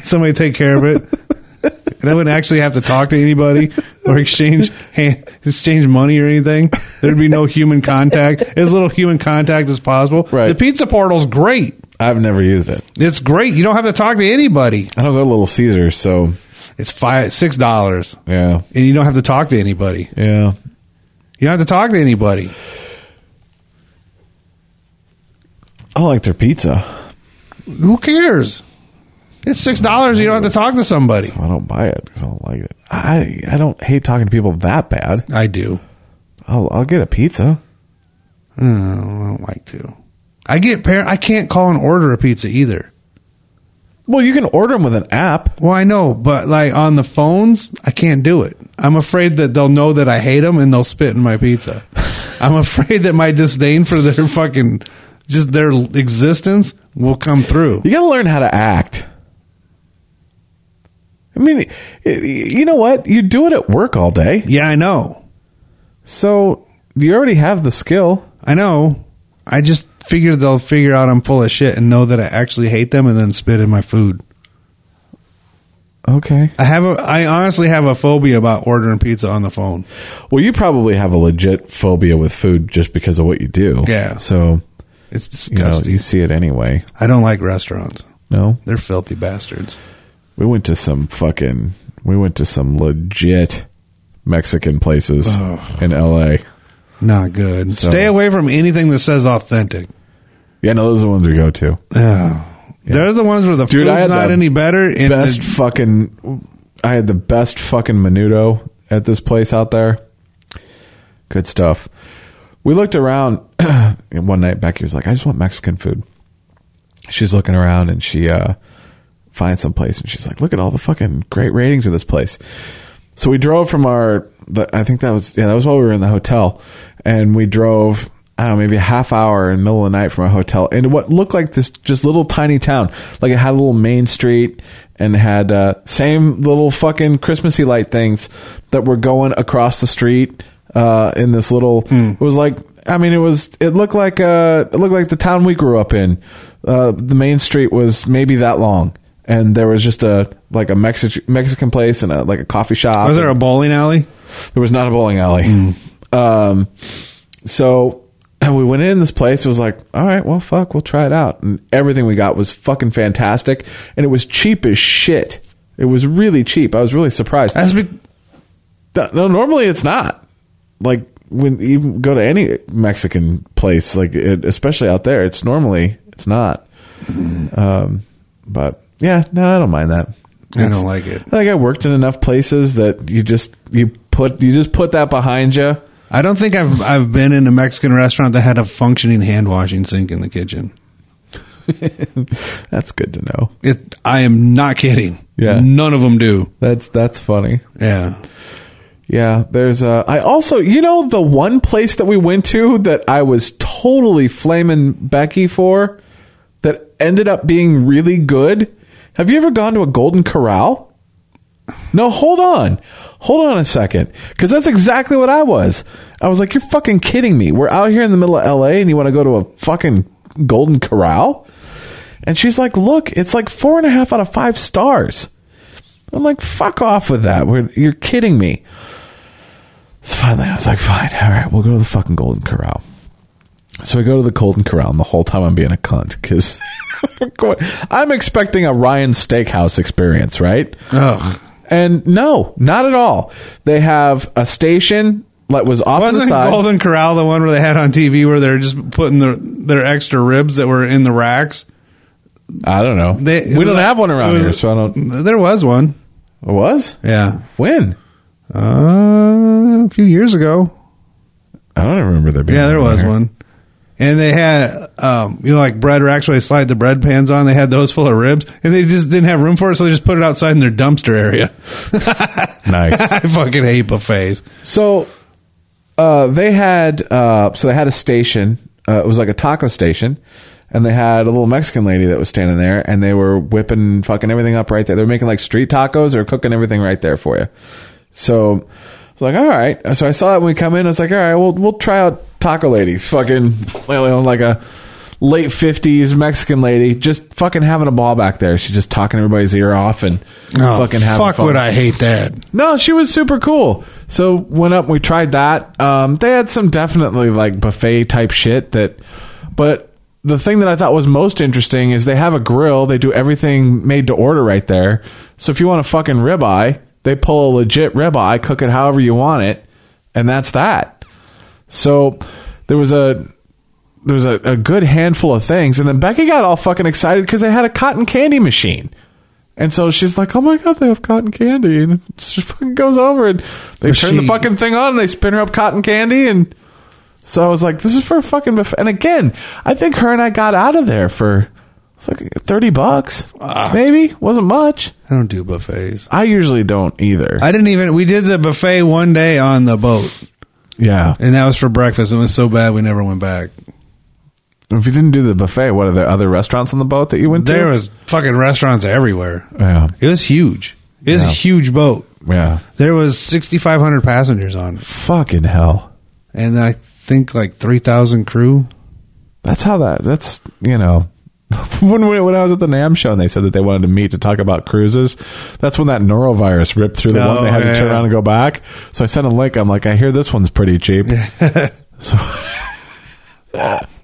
S2: somebody take care of it, and I wouldn't actually have to talk to anybody or exchange hand, exchange money or anything. There'd be no human contact, as little human contact as possible.
S3: Right.
S2: The Pizza Portal's great.
S3: I've never used it.
S2: It's great. You don't have to talk to anybody.
S3: I don't go to Little Caesars, so
S2: It's five six dollars,
S3: yeah
S2: and you don't have to talk to anybody.
S3: yeah.
S2: You don't have to talk to anybody.
S3: I like their pizza.
S2: Who cares? It's six dollars. You don't have to talk to somebody.
S3: I don't buy it because I don't like it. I I don't hate talking to people that bad.
S2: I do.
S3: I'll I'll get a pizza.
S2: No, I don't like to. I get par- I can't call and order a pizza either.
S3: Well, you can order them with an app.
S2: Well, I know, but like on the phones, I can't do it. I'm afraid that they'll know that I hate them and they'll spit in my pizza. I'm afraid that my disdain for their fucking just their existence will come through.
S3: You got to learn how to act. I mean, y- you know what? You do it at work all day.
S2: Yeah, I know.
S3: So you already have the skill.
S2: I know. I just figure they'll figure out I'm full of shit and know that I actually hate them and then spit in my food.
S3: Okay.
S2: I have a. I honestly have a phobia about ordering pizza on the phone.
S3: Well, you probably have a legit phobia with food just because of what you do.
S2: Yeah.
S3: So
S2: It's
S3: You know,
S2: disgusting.
S3: you see it anyway.
S2: I don't like restaurants.
S3: No,
S2: They're filthy bastards.
S3: we went to some fucking. We went to some legit Mexican places in L.A.
S2: Not good.
S3: So-
S2: Stay away from anything that says authentic.
S3: Yeah, no, those are the ones we go to.
S2: Oh. They're the ones where the
S3: Dude, I
S2: food's
S3: had
S2: not
S3: the
S2: any better. And
S3: best
S2: the-
S3: fucking I had the best fucking menudo at this place out there. Good stuff. We looked around and one night Becky was like, I just want Mexican food. She's looking around and she uh finds some place and she's like, Look at all the fucking great ratings of this place. So we drove from our the, I think that was yeah, that was while we were in the hotel and we drove I don't know, maybe a half hour in the middle of the night from our hotel into what looked like this just little tiny town. Like it had a little main street and had uh, same little fucking Christmassy light things that were going across the street uh, in this little. It was like I mean, it was it looked like uh, it looked like the town we grew up in. Uh, the main street was maybe that long, and there was just a like a Mexi- Mexican place and a like a coffee shop.
S2: was there a bowling alley?
S3: There was not a bowling alley. Um, so and we went in this place. It was like, all right, well, fuck, we'll try it out. And everything we got was fucking fantastic, and it was cheap as shit. It was really cheap. I was really surprised.
S2: That's be-
S3: No, no, normally it's not. Like when you go to any Mexican place, like it, especially out there, it's normally it's not. Um, but yeah, no, I don't mind that.
S2: I don't like it.
S3: Like I worked in enough places that you just you put you just put that behind you.
S2: I don't think I've I've been in a Mexican restaurant that had a functioning hand washing sink in the kitchen.
S3: That's good to know.
S2: It. I am not kidding.
S3: Yeah.
S2: None of them do.
S3: That's that's funny.
S2: Yeah.
S3: Yeah, there's uh I also you know the one place that we went to that I was totally flaming Becky for that ended up being really good. Have you ever gone to a Golden Corral? No, hold on. Hold on a second. Because that's exactly what I was. I was like, you're fucking kidding me. We're out here in the middle of LA and you want to go to a fucking Golden Corral? And she's like, look, it's like four and a half out of five stars. I'm like, fuck off with that. We're, you're kidding me. So finally, I was like, fine, all right, we'll go to the fucking Golden Corral. So I go to the Golden Corral, and the whole time I'm being a cunt because I'm expecting a Ryan Steakhouse experience, right?
S2: Oh,
S3: And no, not at all. They have a station that was off to the
S2: wasn't
S3: side.
S2: Golden Corral the one where they had on TV where they're just putting their their extra ribs that were in the racks?
S3: I don't know.
S2: They-
S3: we don't have one
S2: it
S3: around
S2: was-
S3: here, so I don't. It
S2: There was one.
S3: was
S2: Yeah.
S3: when
S2: Uh, a few years ago.
S3: I don't remember there being.
S2: Yeah, there was
S3: here.
S2: one. And they had, um, you know, like bread racks where they slide the bread pans on. They had those full of ribs, and they just didn't have room for it, so they just put it outside in their dumpster area.
S3: Nice.
S2: I fucking hate buffets.
S3: So uh, they had uh, so they had a station. Uh, it was like a taco station, and they had a little Mexican lady that was standing there, and they were whipping fucking everything up right there. They were making like street tacos. They were cooking everything right there for you. So I was like, all right. So I saw it when we come in. I was like, all right, we'll we'll try out taco lady. Fucking lately on like a late fifties Mexican lady, just fucking having a ball back there. She's just talking everybody's ear off and
S2: Oh,
S3: fucking having
S2: fuck
S3: fun.
S2: would I hate that?
S3: No, she was super cool. So went up, we tried that. Um, they had some definitely like buffet type shit that, but the thing that I thought was most interesting is they have a grill. They do everything made to order right there. So if you want a fucking ribeye, they pull a legit ribeye, cook it however you want it, and that's that. So there was a there was a, a good handful of things, and then Becky got all fucking excited because they had a cotton candy machine. And so she's like, "Oh my god, they have cotton candy!" And she fucking goes over and they
S2: Was
S3: turn the
S2: she-
S3: fucking thing on and they spin her up cotton candy. And so I was like, "This is for a fucking buffet." And again, I think her and I got out of there for it's like thirty bucks,
S2: Ah.
S3: maybe wasn't much.
S2: I don't do buffets.
S3: I usually don't either.
S2: I didn't even. We did the buffet one day on the boat,
S3: yeah,
S2: and that was for breakfast. It was so bad we never went back.
S3: if you didn't do the buffet, what are there other restaurants on the boat that you went
S2: There
S3: to?
S2: was fucking restaurants everywhere.
S3: yeah,
S2: It was huge. It was
S3: Yeah.
S2: a huge boat.
S3: yeah,
S2: There was sixty five hundred passengers on it,
S3: fucking hell.
S2: and I think like three thousand crew.
S3: That's how that. That's you know. When, when when I was at the NAM show and they said that they wanted to meet to talk about cruises, that's when that norovirus ripped through the
S2: Oh,
S3: one. They had to turn
S2: yeah.
S3: around and go back. So I sent a link. I'm like, I hear this one's pretty cheap. so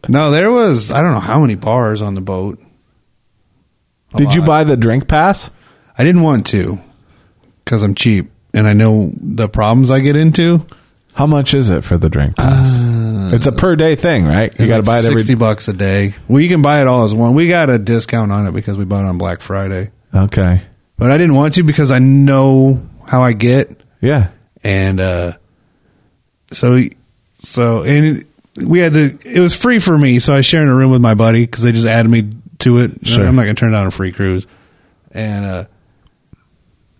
S2: No, there was I don't know how many bars on the boat. A
S3: Did you
S2: lot.
S3: buy the drink pass?
S2: I didn't want to because I'm cheap and I know the problems I get into.
S3: How much is it for the drink pass? it's a per day thing, right?
S2: Uh,
S3: You
S2: It's
S3: got to
S2: like
S3: buy it every.
S2: sixty bucks a day. Well, you can buy it all as one. We got a discount on it because we bought it on Black Friday,
S3: Okay.
S2: but I didn't want to because I know how I get,
S3: Yeah.
S2: and uh, so so and it, we had the it was free for me, so I was sharing a room with my buddy because they just added me to it.
S3: Sure.
S2: I'm not going to turn down a free cruise, and uh,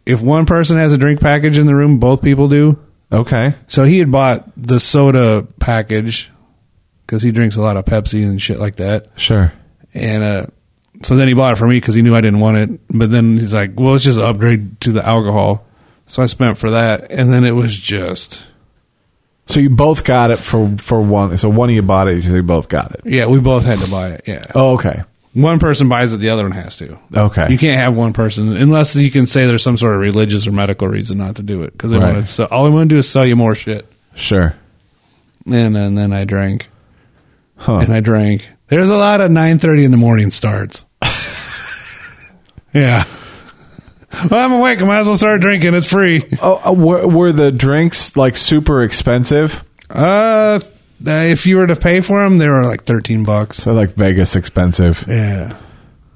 S2: if one person has a drink package in the room, both people do.
S3: Okay.
S2: So he had bought the soda package because he drinks a lot of Pepsi and shit like that.
S3: Sure.
S2: And uh, so then he bought it for me because he knew I didn't want it. But then he's like, well, it's just an upgrade to the alcohol. So I spent for that. And then it was just,
S3: So you both got it for for one. So one of you bought it. You both got it.
S2: yeah, we both had to buy it. Yeah.
S3: Oh, okay.
S2: One person buys it, the other one has to.
S3: Okay.
S2: You can't have one person unless you can say there's some sort of religious or medical reason not to do it because they
S3: Right.
S2: want to sell. All they want to do is sell you more shit.
S3: Sure.
S2: And, and then I drank
S3: Huh.
S2: and I drank. There's a lot of 9:30 in the morning starts. yeah. Well, I'm awake. I might as well start drinking. It's free.
S3: oh, uh, were, were the drinks like super expensive?
S2: Uh, if you were to pay for them, they were like thirteen bucks.
S3: So like Vegas expensive.
S2: Yeah.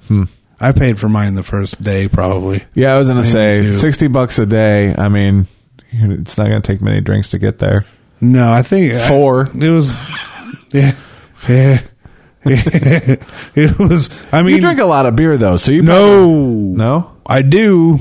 S3: Hmm.
S2: I paid for mine the first day, probably.
S3: Yeah, I was gonna say
S2: too.
S3: sixty bucks a day. I mean, it's not gonna take many drinks to get there.
S2: No, I think I-
S3: Four.
S2: it was. Yeah. Yeah. it was. I mean,
S3: You drink a lot of beer though, so you
S2: no,
S3: no,
S2: I do.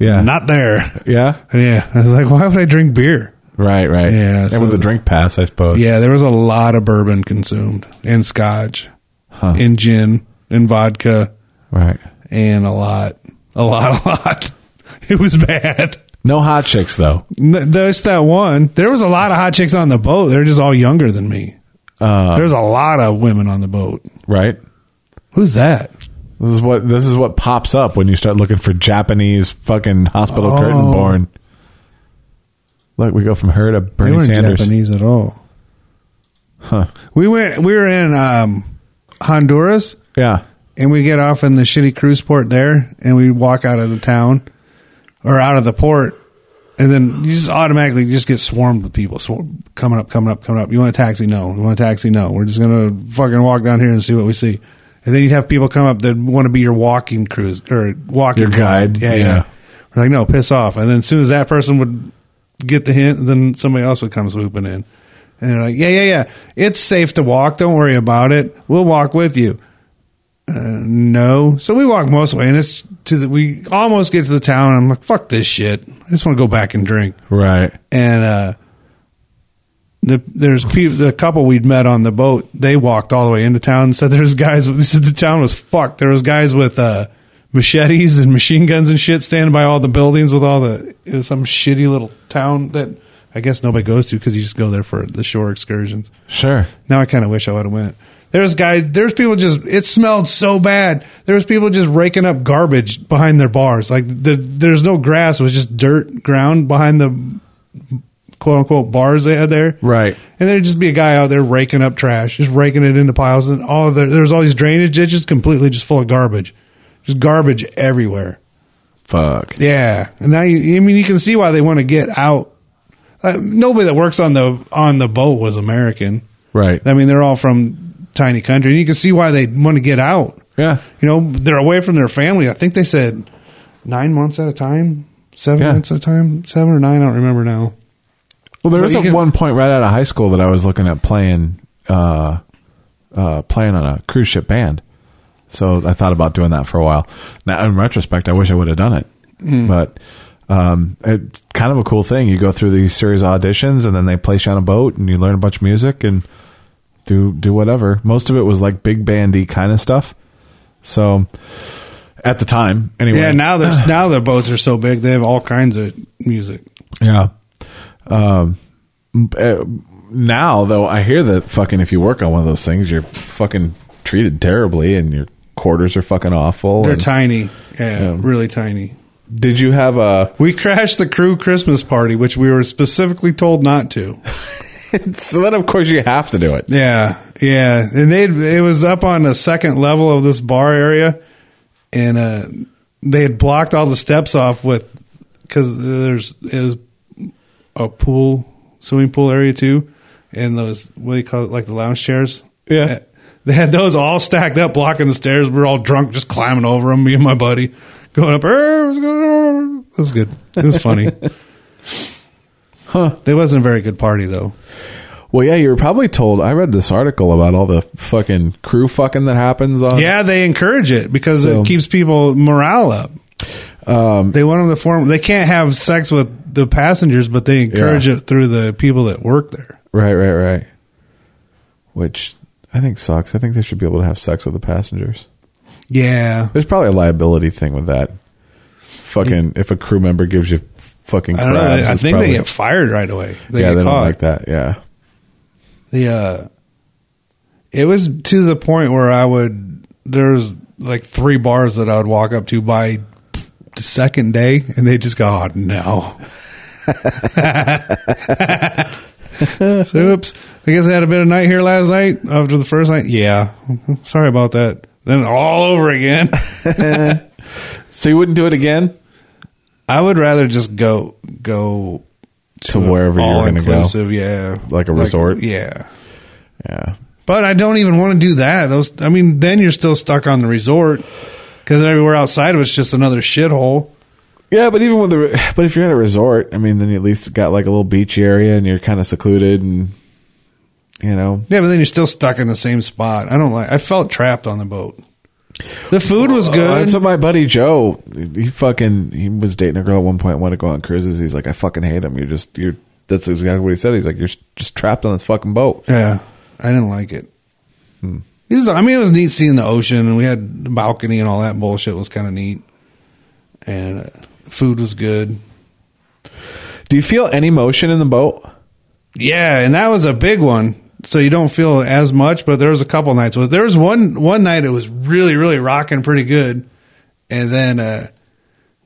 S3: yeah,
S2: Not there.
S3: yeah,
S2: Yeah. I was like, why would I drink beer?
S3: right, right,
S2: Yeah,
S3: And
S2: so-
S3: with the drink pass, I suppose.
S2: Yeah, there was a lot of bourbon consumed and scotch
S3: Huh.
S2: and gin and vodka
S3: right.
S2: and a lot, a lot, a lot. It was bad.
S3: No hot chicks though.
S2: N- That's that one. There was a lot of hot chicks on the boat. They're just all younger than me.
S3: Uh,
S2: There's a lot of women on the boat.
S3: right.
S2: Who's that?
S3: This is what this is what pops up when you start looking for Japanese fucking hospital
S2: Oh.
S3: curtain born. Look, we go from her to
S2: They
S3: Bernie
S2: weren't
S3: Sanders.
S2: Japanese at all.
S3: Huh.
S2: We went. We were in um, Honduras,
S3: Yeah.
S2: and we get off in the shitty cruise port there, and we walk out of the town or out of the port, and then you just automatically just get swarmed with people swarm, coming up, coming up, coming up. You want a taxi? No. You want a taxi? No. We're just gonna fucking walk down here and see what we see. And then you'd have people come up that want to be your walking cruise or walking
S3: Your guide,
S2: Yeah, yeah.
S3: yeah.
S2: We're like, no, piss off. And then as soon as that person would get the hint, then somebody else would come swooping in. And they're like, yeah, yeah, yeah. It's safe to walk. Don't worry about it. We'll walk with you. Uh, no. So we walk most of the way, and it's to the, we almost get to the town. I'm like, fuck this shit. I just want to go back and drink.
S3: Right.
S2: And uh, the there's pe- the couple we'd met on the boat. They walked all the way into town. And said there's guys. They said the town was fucked. There was guys with uh, machetes and machine guns and shit standing by all the buildings with all the it was some shitty little town that I guess nobody goes to because you just go there for the shore excursions.
S3: Sure.
S2: Now I kind of wish I would have went. There's guy. There's people just. It smelled so bad. There was people just raking up garbage behind their bars. Like the, there's no grass. It was just dirt ground behind the quote unquote bars they had there.
S3: Right.
S2: And there'd just be a guy out there raking up trash, just raking it into piles, and all the, there's all these drainage ditches completely just full of garbage, just garbage everywhere.
S3: Fuck.
S2: Yeah, and now you, I mean you can see why they want to get out. Uh, nobody that works on the on the boat was American.
S3: Right.
S2: I mean, they're all from tiny country, and you can see why they want to get out.
S3: Yeah.
S2: You know, they're away from their family. I think they said nine months at a time, seven
S3: Yeah.
S2: months at a time, seven or nine. I don't remember now.
S3: Well, there
S2: But
S3: was
S2: you
S3: a
S2: can-
S3: one point right out of high school that I was looking at playing, uh, uh, playing on a cruise ship band. So I thought about doing that for a while. Now, in retrospect, I wish I would have done it,
S2: Hmm.
S3: but um, it's kind of a cool thing. You go through these series of auditions, and then they place you on a boat, and you learn a bunch of music and do do whatever. Most of it was like big bandy kind of stuff. So at the time, anyway,
S2: Yeah, now there's now the boats are so big they have all kinds of music.
S3: Yeah. Um, uh, now though, I hear that fucking if you work on one of those things, you're fucking treated terribly, and your quarters are fucking awful.
S2: They're
S3: and-
S2: tiny, yeah,
S3: Yeah.
S2: really tiny.
S3: Did you have a?
S2: We crashed the crew Christmas party, which we were specifically told not to.
S3: so then, of course, you have to do it.
S2: Yeah, yeah, and they it was up on the second level of this bar area, and uh, they had blocked all the steps off with because there's is a pool swimming pool area too, and those what do you call it like the lounge chairs?
S3: Yeah.
S2: they had those all stacked up blocking the stairs. We were all drunk, just climbing over them. Me and my buddy going up. "Hey, what's going on?" It was good. It was funny.
S3: Huh.
S2: It wasn't a very good party though.
S3: Well, yeah, you were probably told. I read this article about all the fucking crew fucking that happens on.
S2: Yeah, they encourage it because
S3: So-
S2: it keeps people morale up.
S3: Um,
S2: They want them to form. They can't have sex with the passengers, but they encourage
S3: Yeah.
S2: it through the people that work there.
S3: right, right, right. Which I think sucks. I think they should be able to have sex with the passengers.
S2: Yeah,
S3: There's probably a liability thing with that. Fucking, if a crew member gives you
S2: I
S3: fucking crabs,
S2: don't know. I
S3: it's
S2: think
S3: probably-
S2: they get fired right away. They
S3: yeah,
S2: get
S3: they
S2: caught.
S3: don't like that. Yeah,
S2: The uh, it was to the point where I would there's like three bars that I would walk up to by the second day, and they just go, "Oh no." so, oops. I guess I had a bit of night here last night after the first night. Yeah, sorry about that. Then all over again.
S3: so you wouldn't do it again.
S2: I would rather just go go
S3: To wherever you're gonna go.
S2: all-inclusive, Yeah,
S3: Like a resort?
S2: Yeah,
S3: Yeah,
S2: But I don't even want to do that. Those, I mean, then you're still stuck on the resort because everywhere outside of it's just another shithole.
S3: yeah, but even with the, but if you're at a resort, I mean, then you at least got like a little beach area and you're kind of secluded and, you know,
S2: Yeah, but then you're still stuck in the same spot. I don't like. I felt trapped on the boat. The food was
S3: Uh,
S2: good.
S3: that's what my buddy Joe. He fucking he was dating a girl at one point. Wanted to go on cruises. He's like, I fucking hate him. You're just you're. That's exactly what he said. He's like, you're just trapped on this fucking boat.
S2: yeah, I didn't like it.
S3: Hmm.
S2: It was, I mean, it was neat seeing the ocean, and we had the balcony and all that bullshit was kind of neat. And uh, food was good.
S3: Do you feel any motion in the boat?
S2: Yeah, and that was a big one. So you don't feel as much, but there was a couple nights. Well, there was one one night it was really really rocking pretty good, and then uh,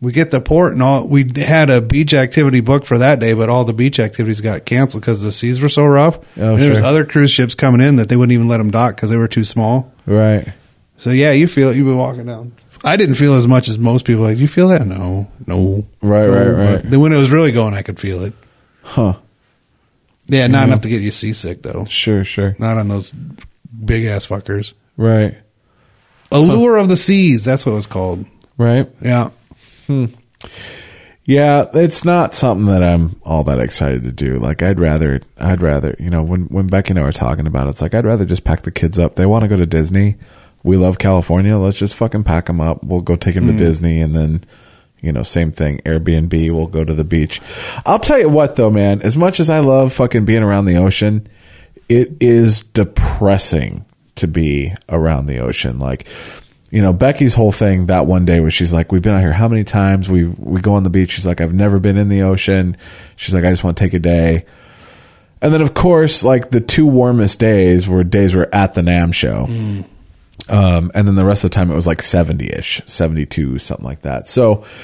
S2: we get to port and all. We had a beach activity booked for that day, but all the beach activities got canceled because the seas were so rough.
S3: Oh,
S2: And there was
S3: sure.
S2: other cruise ships coming in that they wouldn't even let them dock because they were too small.
S3: Right.
S2: So yeah, you feel it. You've been walking down. I didn't feel as much as most people. Like, you feel that? No, no.
S3: Right,
S2: no,
S3: right,
S2: but
S3: right.
S2: Then when it was really going, I could feel it.
S3: Huh.
S2: Yeah, not enough to get you seasick though.
S3: Sure. Sure.
S2: not on those big ass fuckers.
S3: Right.
S2: Allure of the Seas, that's what it was called.
S3: Right.
S2: Yeah.
S3: Yeah, it's not something that I'm all that excited to do. Like I'd rather I'd rather, you know, when when Becky and I were talking about it, it's like I'd rather just pack the kids up. They want to go to Disney. We love California. Let's just fucking pack them up. We'll go take them to Disney and then you know, same thing. Airbnb, we'll go to the beach. I'll tell you what though, man, as much as I love fucking being around the ocean, it is depressing to be around the ocean. Like, you know, Becky's whole thing that one day was she's like, We've been out here how many times? We we go on the beach. She's like, I've never been in the ocean. She's like, I just want to take a day. And then of course, like the two warmest days were days we're at the NAM show. Um, and then the rest of the time it was like 70 ish, 72, something like that. So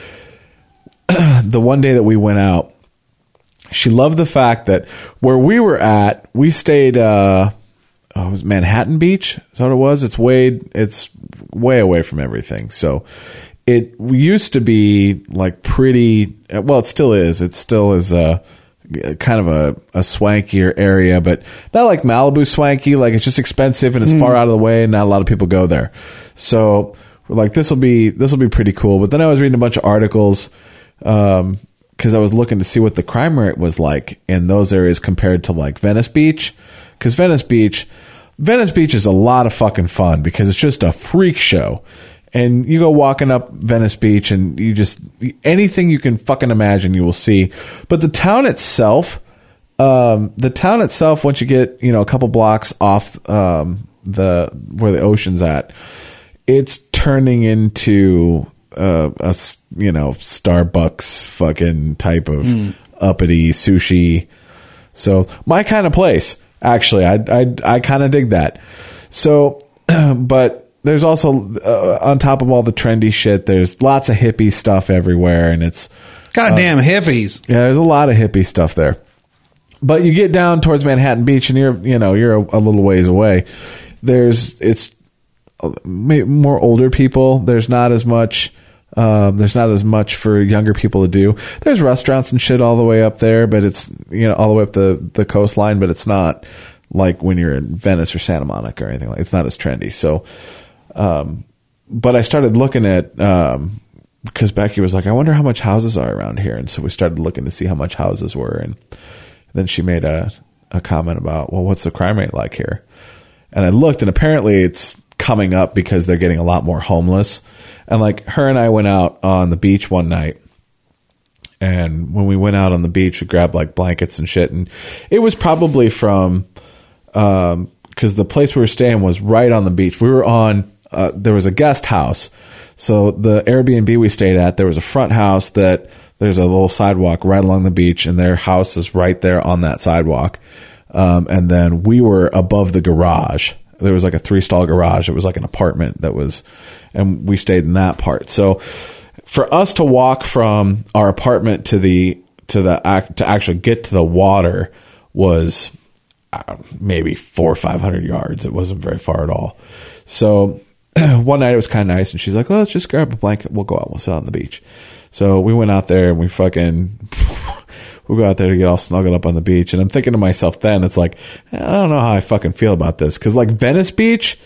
S3: the one day that we went out, she loved the fact that where we were at, we stayed. Uh, oh, it was Manhattan Beach. Is that what it was? It's way. It's way away from everything. So it used to be like pretty. Well, it still is. It still is a kind of a, a swankier area, but not like Malibu swanky. Like it's just expensive and it's far out of the way, and not a lot of people go there. So we're like, this will be this will be pretty cool. But then I was reading a bunch of articles um because I was looking to see what the crime rate was like in those areas compared to like Venice Beach, because Venice Beach, Venice Beach is a lot of fucking fun because it's just a freak show, and you go walking up Venice Beach and you just anything you can fucking imagine you will see, but the town itself, um, the town itself, once you get you know a couple blocks off um, the where the ocean's at, it's turning into uh, a s- you know Starbucks fucking type of uppity sushi. So my kind of place, actually, I I I kind of dig that. So, but there's also uh, on top of all the trendy shit, there's lots of hippie stuff everywhere, and it's Uh,
S2: Goddamn hippies.
S3: yeah, there's a lot of hippie stuff there. But you get down towards Manhattan Beach, and you're you know you're a, a little ways away. There's it's uh, may- more older people. There's not as much. Um, there's not as much for younger people to do. There's restaurants and shit all the way up there, but it's you know all the way up the the coastline, but it's not like when you're in Venice or Santa Monica or anything like. It's not as trendy. So um, but I started looking at um because Becky was like, I wonder how much houses are around here, and so we started looking to see how much houses were, and then she made a a comment about, well, what's the crime rate like here? And I looked, and apparently it's coming up because they're getting a lot more homeless. And like her and I went out on the beach one night, and when we went out on the beach, we grabbed like blankets and shit, and it was probably from because the place we were staying was right on the beach. We were on uh, there was a guest house, so the Airbnb we stayed at there was a front house that there's a little sidewalk right along the beach, and their house is right there on that sidewalk. Um, and then we were above the garage. There was like a three stall garage. It was like an apartment that was, and we stayed in that part. So for us to walk from our apartment to the to the act to actually get to the water was uh, maybe four or five hundred yards. It wasn't very far at all. So one night it was kind of nice, and she's like, "Let's just grab a blanket. We'll go out. We'll sit out on the beach." So we went out there and we fucking we go out there to get all snuggled up on the beach. And I'm thinking to myself, then it's like I don't know how I fucking feel about this because like Venice Beach,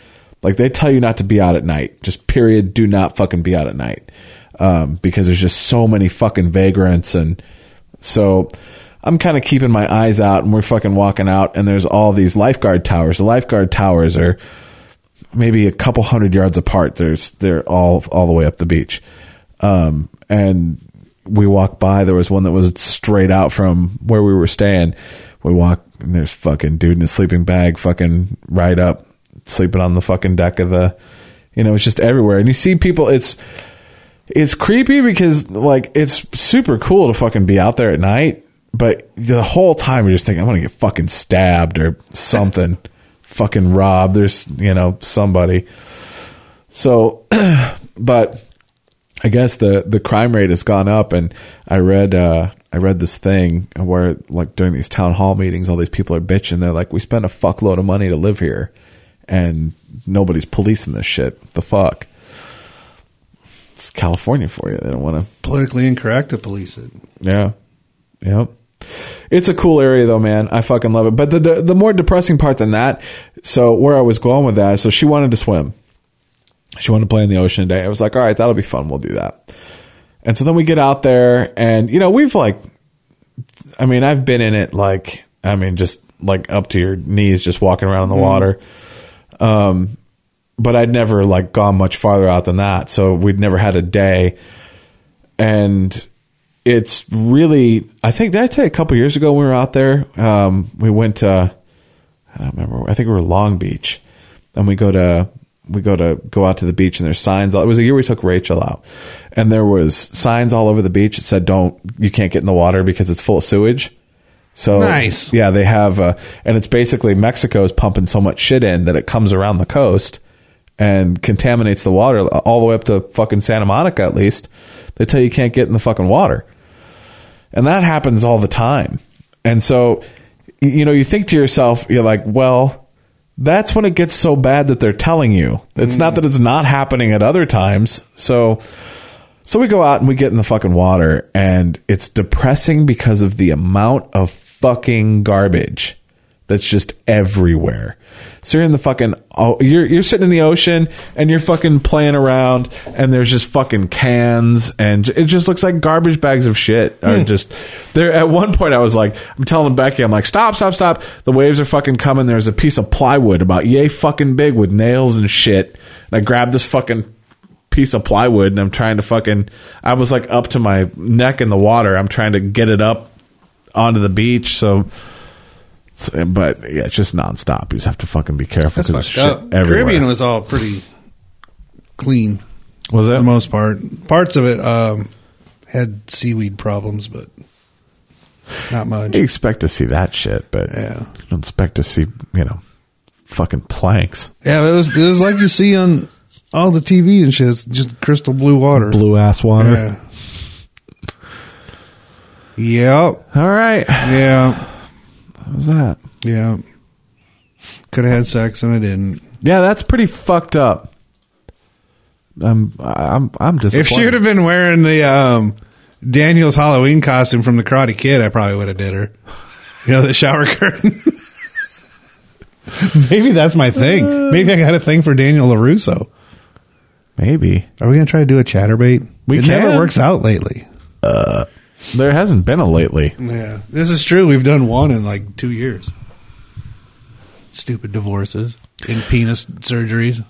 S3: like they tell you not to be out at night. Just period. Do not fucking be out at night um, because there's just so many fucking vagrants and so I'm kind of keeping my eyes out and we're fucking walking out and there's all these lifeguard towers. The lifeguard towers are maybe a couple hundred yards apart. There's they're all all the way up the beach. Um and we walked by there was one that was straight out from where we were staying. We walk and there's fucking dude in a sleeping bag fucking right up sleeping on the fucking deck of the you know, it's just everywhere. And you see people it's it's creepy because like it's super cool to fucking be out there at night, but the whole time you're just thinking I'm gonna get fucking stabbed or something, fucking robbed. There's you know somebody. So, but I guess the the crime rate has gone up, and I read uh, I read this thing where like during these town hall meetings, all these people are bitching. They're like, we spend a fuckload of money to live here, and nobody's policing this shit. The fuck. It's California for you. They don't want to
S2: Politically incorrect to police it.
S3: yeah. Yep. It's a cool area though, man. I fucking love it. But the, the the more depressing part than that, so where I was going with that, so she wanted to swim. She wanted to play in the ocean today. I was like, all right, that'll be fun. We'll do that. And so then we get out there and you know, we've like I mean, I've been in it like I mean, just like up to your knees just walking around in the water. Um but I'd never like gone much farther out than that. So we'd never had a day and it's really I think did I tell you a couple years ago when we were out there um, we went to I don't remember I think we were Long Beach and we go to we go to go out to the beach and there's signs all- it was a year we took Rachel out and there was signs all over the beach that said don't you can't get in the water because it's full of sewage so
S2: Nice.
S3: yeah they have uh, and it's basically Mexico is pumping so much shit in that it comes around the coast and contaminates the water all the way up to fucking Santa Monica at least they tell you you can't get in the fucking water and that happens all the time. And so, y- you know, you think to yourself, you're like, well, that's when it gets so bad that they're telling you. It's not that it's not happening at other times. So, so we go out and we get in the fucking water, and it's depressing because of the amount of fucking garbage that's just everywhere. So you're in the fucking oh, you're you're sitting in the ocean and you're fucking playing around, and there's just fucking cans, and it just looks like garbage bags of shit are just there. At one point, I was like, I'm telling Becky, I'm like, stop, stop, stop. The waves are fucking coming. There's a piece of plywood about yay fucking big with nails and shit, and I grabbed this fucking piece of plywood and I'm trying to fucking I was like up to my neck in the water. I'm trying to get it up onto the beach. So, so- but yeah, it's just nonstop. You just have to fucking be careful
S2: That's
S3: because there's
S2: fucked
S3: shit
S2: up.
S3: everywhere.
S2: Caribbean was all pretty clean
S3: was
S2: for
S3: it?
S2: the most part. Parts of it um, had seaweed problems, but not much.
S3: you expect to see that shit, but
S2: Yeah.
S3: you don't expect to see you know fucking planks,
S2: Yeah, it was it was like you see on all the TV and shit. It's just crystal blue water.
S3: blue ass water.
S2: Yeah. Yep.
S3: All right,
S2: Yeah.
S3: How's that?
S2: Yeah. Could have had sex and I didn't.
S3: Yeah, that's pretty fucked up. I'm I'm I'm disappointed.
S2: If she would have been wearing the um, Daniel's Halloween costume from the Karate Kid, I probably would have did her. You know, the shower curtain. Maybe that's my thing. Maybe I got a thing for Daniel Larusso.
S3: maybe
S2: Are we gonna try to do a chatterbait?
S3: We
S2: it
S3: can.
S2: never works out lately.
S3: there hasn't been a lately.
S2: Yeah, this is true. We've done one in like two years. Stupid divorces and penis surgeries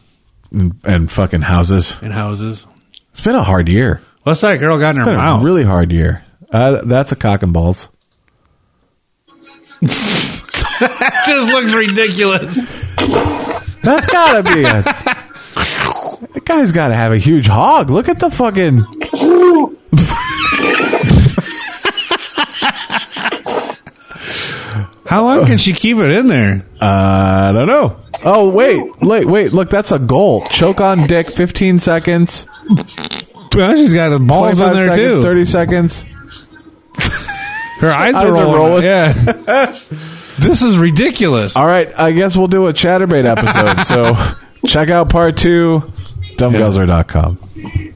S3: and, and fucking houses.
S2: and houses.
S3: It's been a hard year.
S2: What's that girl got in
S3: It's
S2: her
S3: been
S2: mouth?
S3: a really hard year. Uh, that's a cock and balls.
S2: that just looks ridiculous.
S3: That's gotta be a. The guy's gotta have a huge hog. Look at the fucking.
S2: How long can she keep it in there?
S3: I don't know. Oh wait, wait, wait! Look, that's a goal. Choke on dick, fifteen seconds.
S2: Well, she's got the balls in
S3: 25
S2: there
S3: seconds,
S2: too.
S3: Thirty seconds.
S2: Her eyes,
S3: eyes
S2: are,
S3: are
S2: rolling.
S3: rolling.
S2: Yeah. this is ridiculous.
S3: All right, I guess we'll do a chatterbait episode. so check out part two, dumbguzzler.com.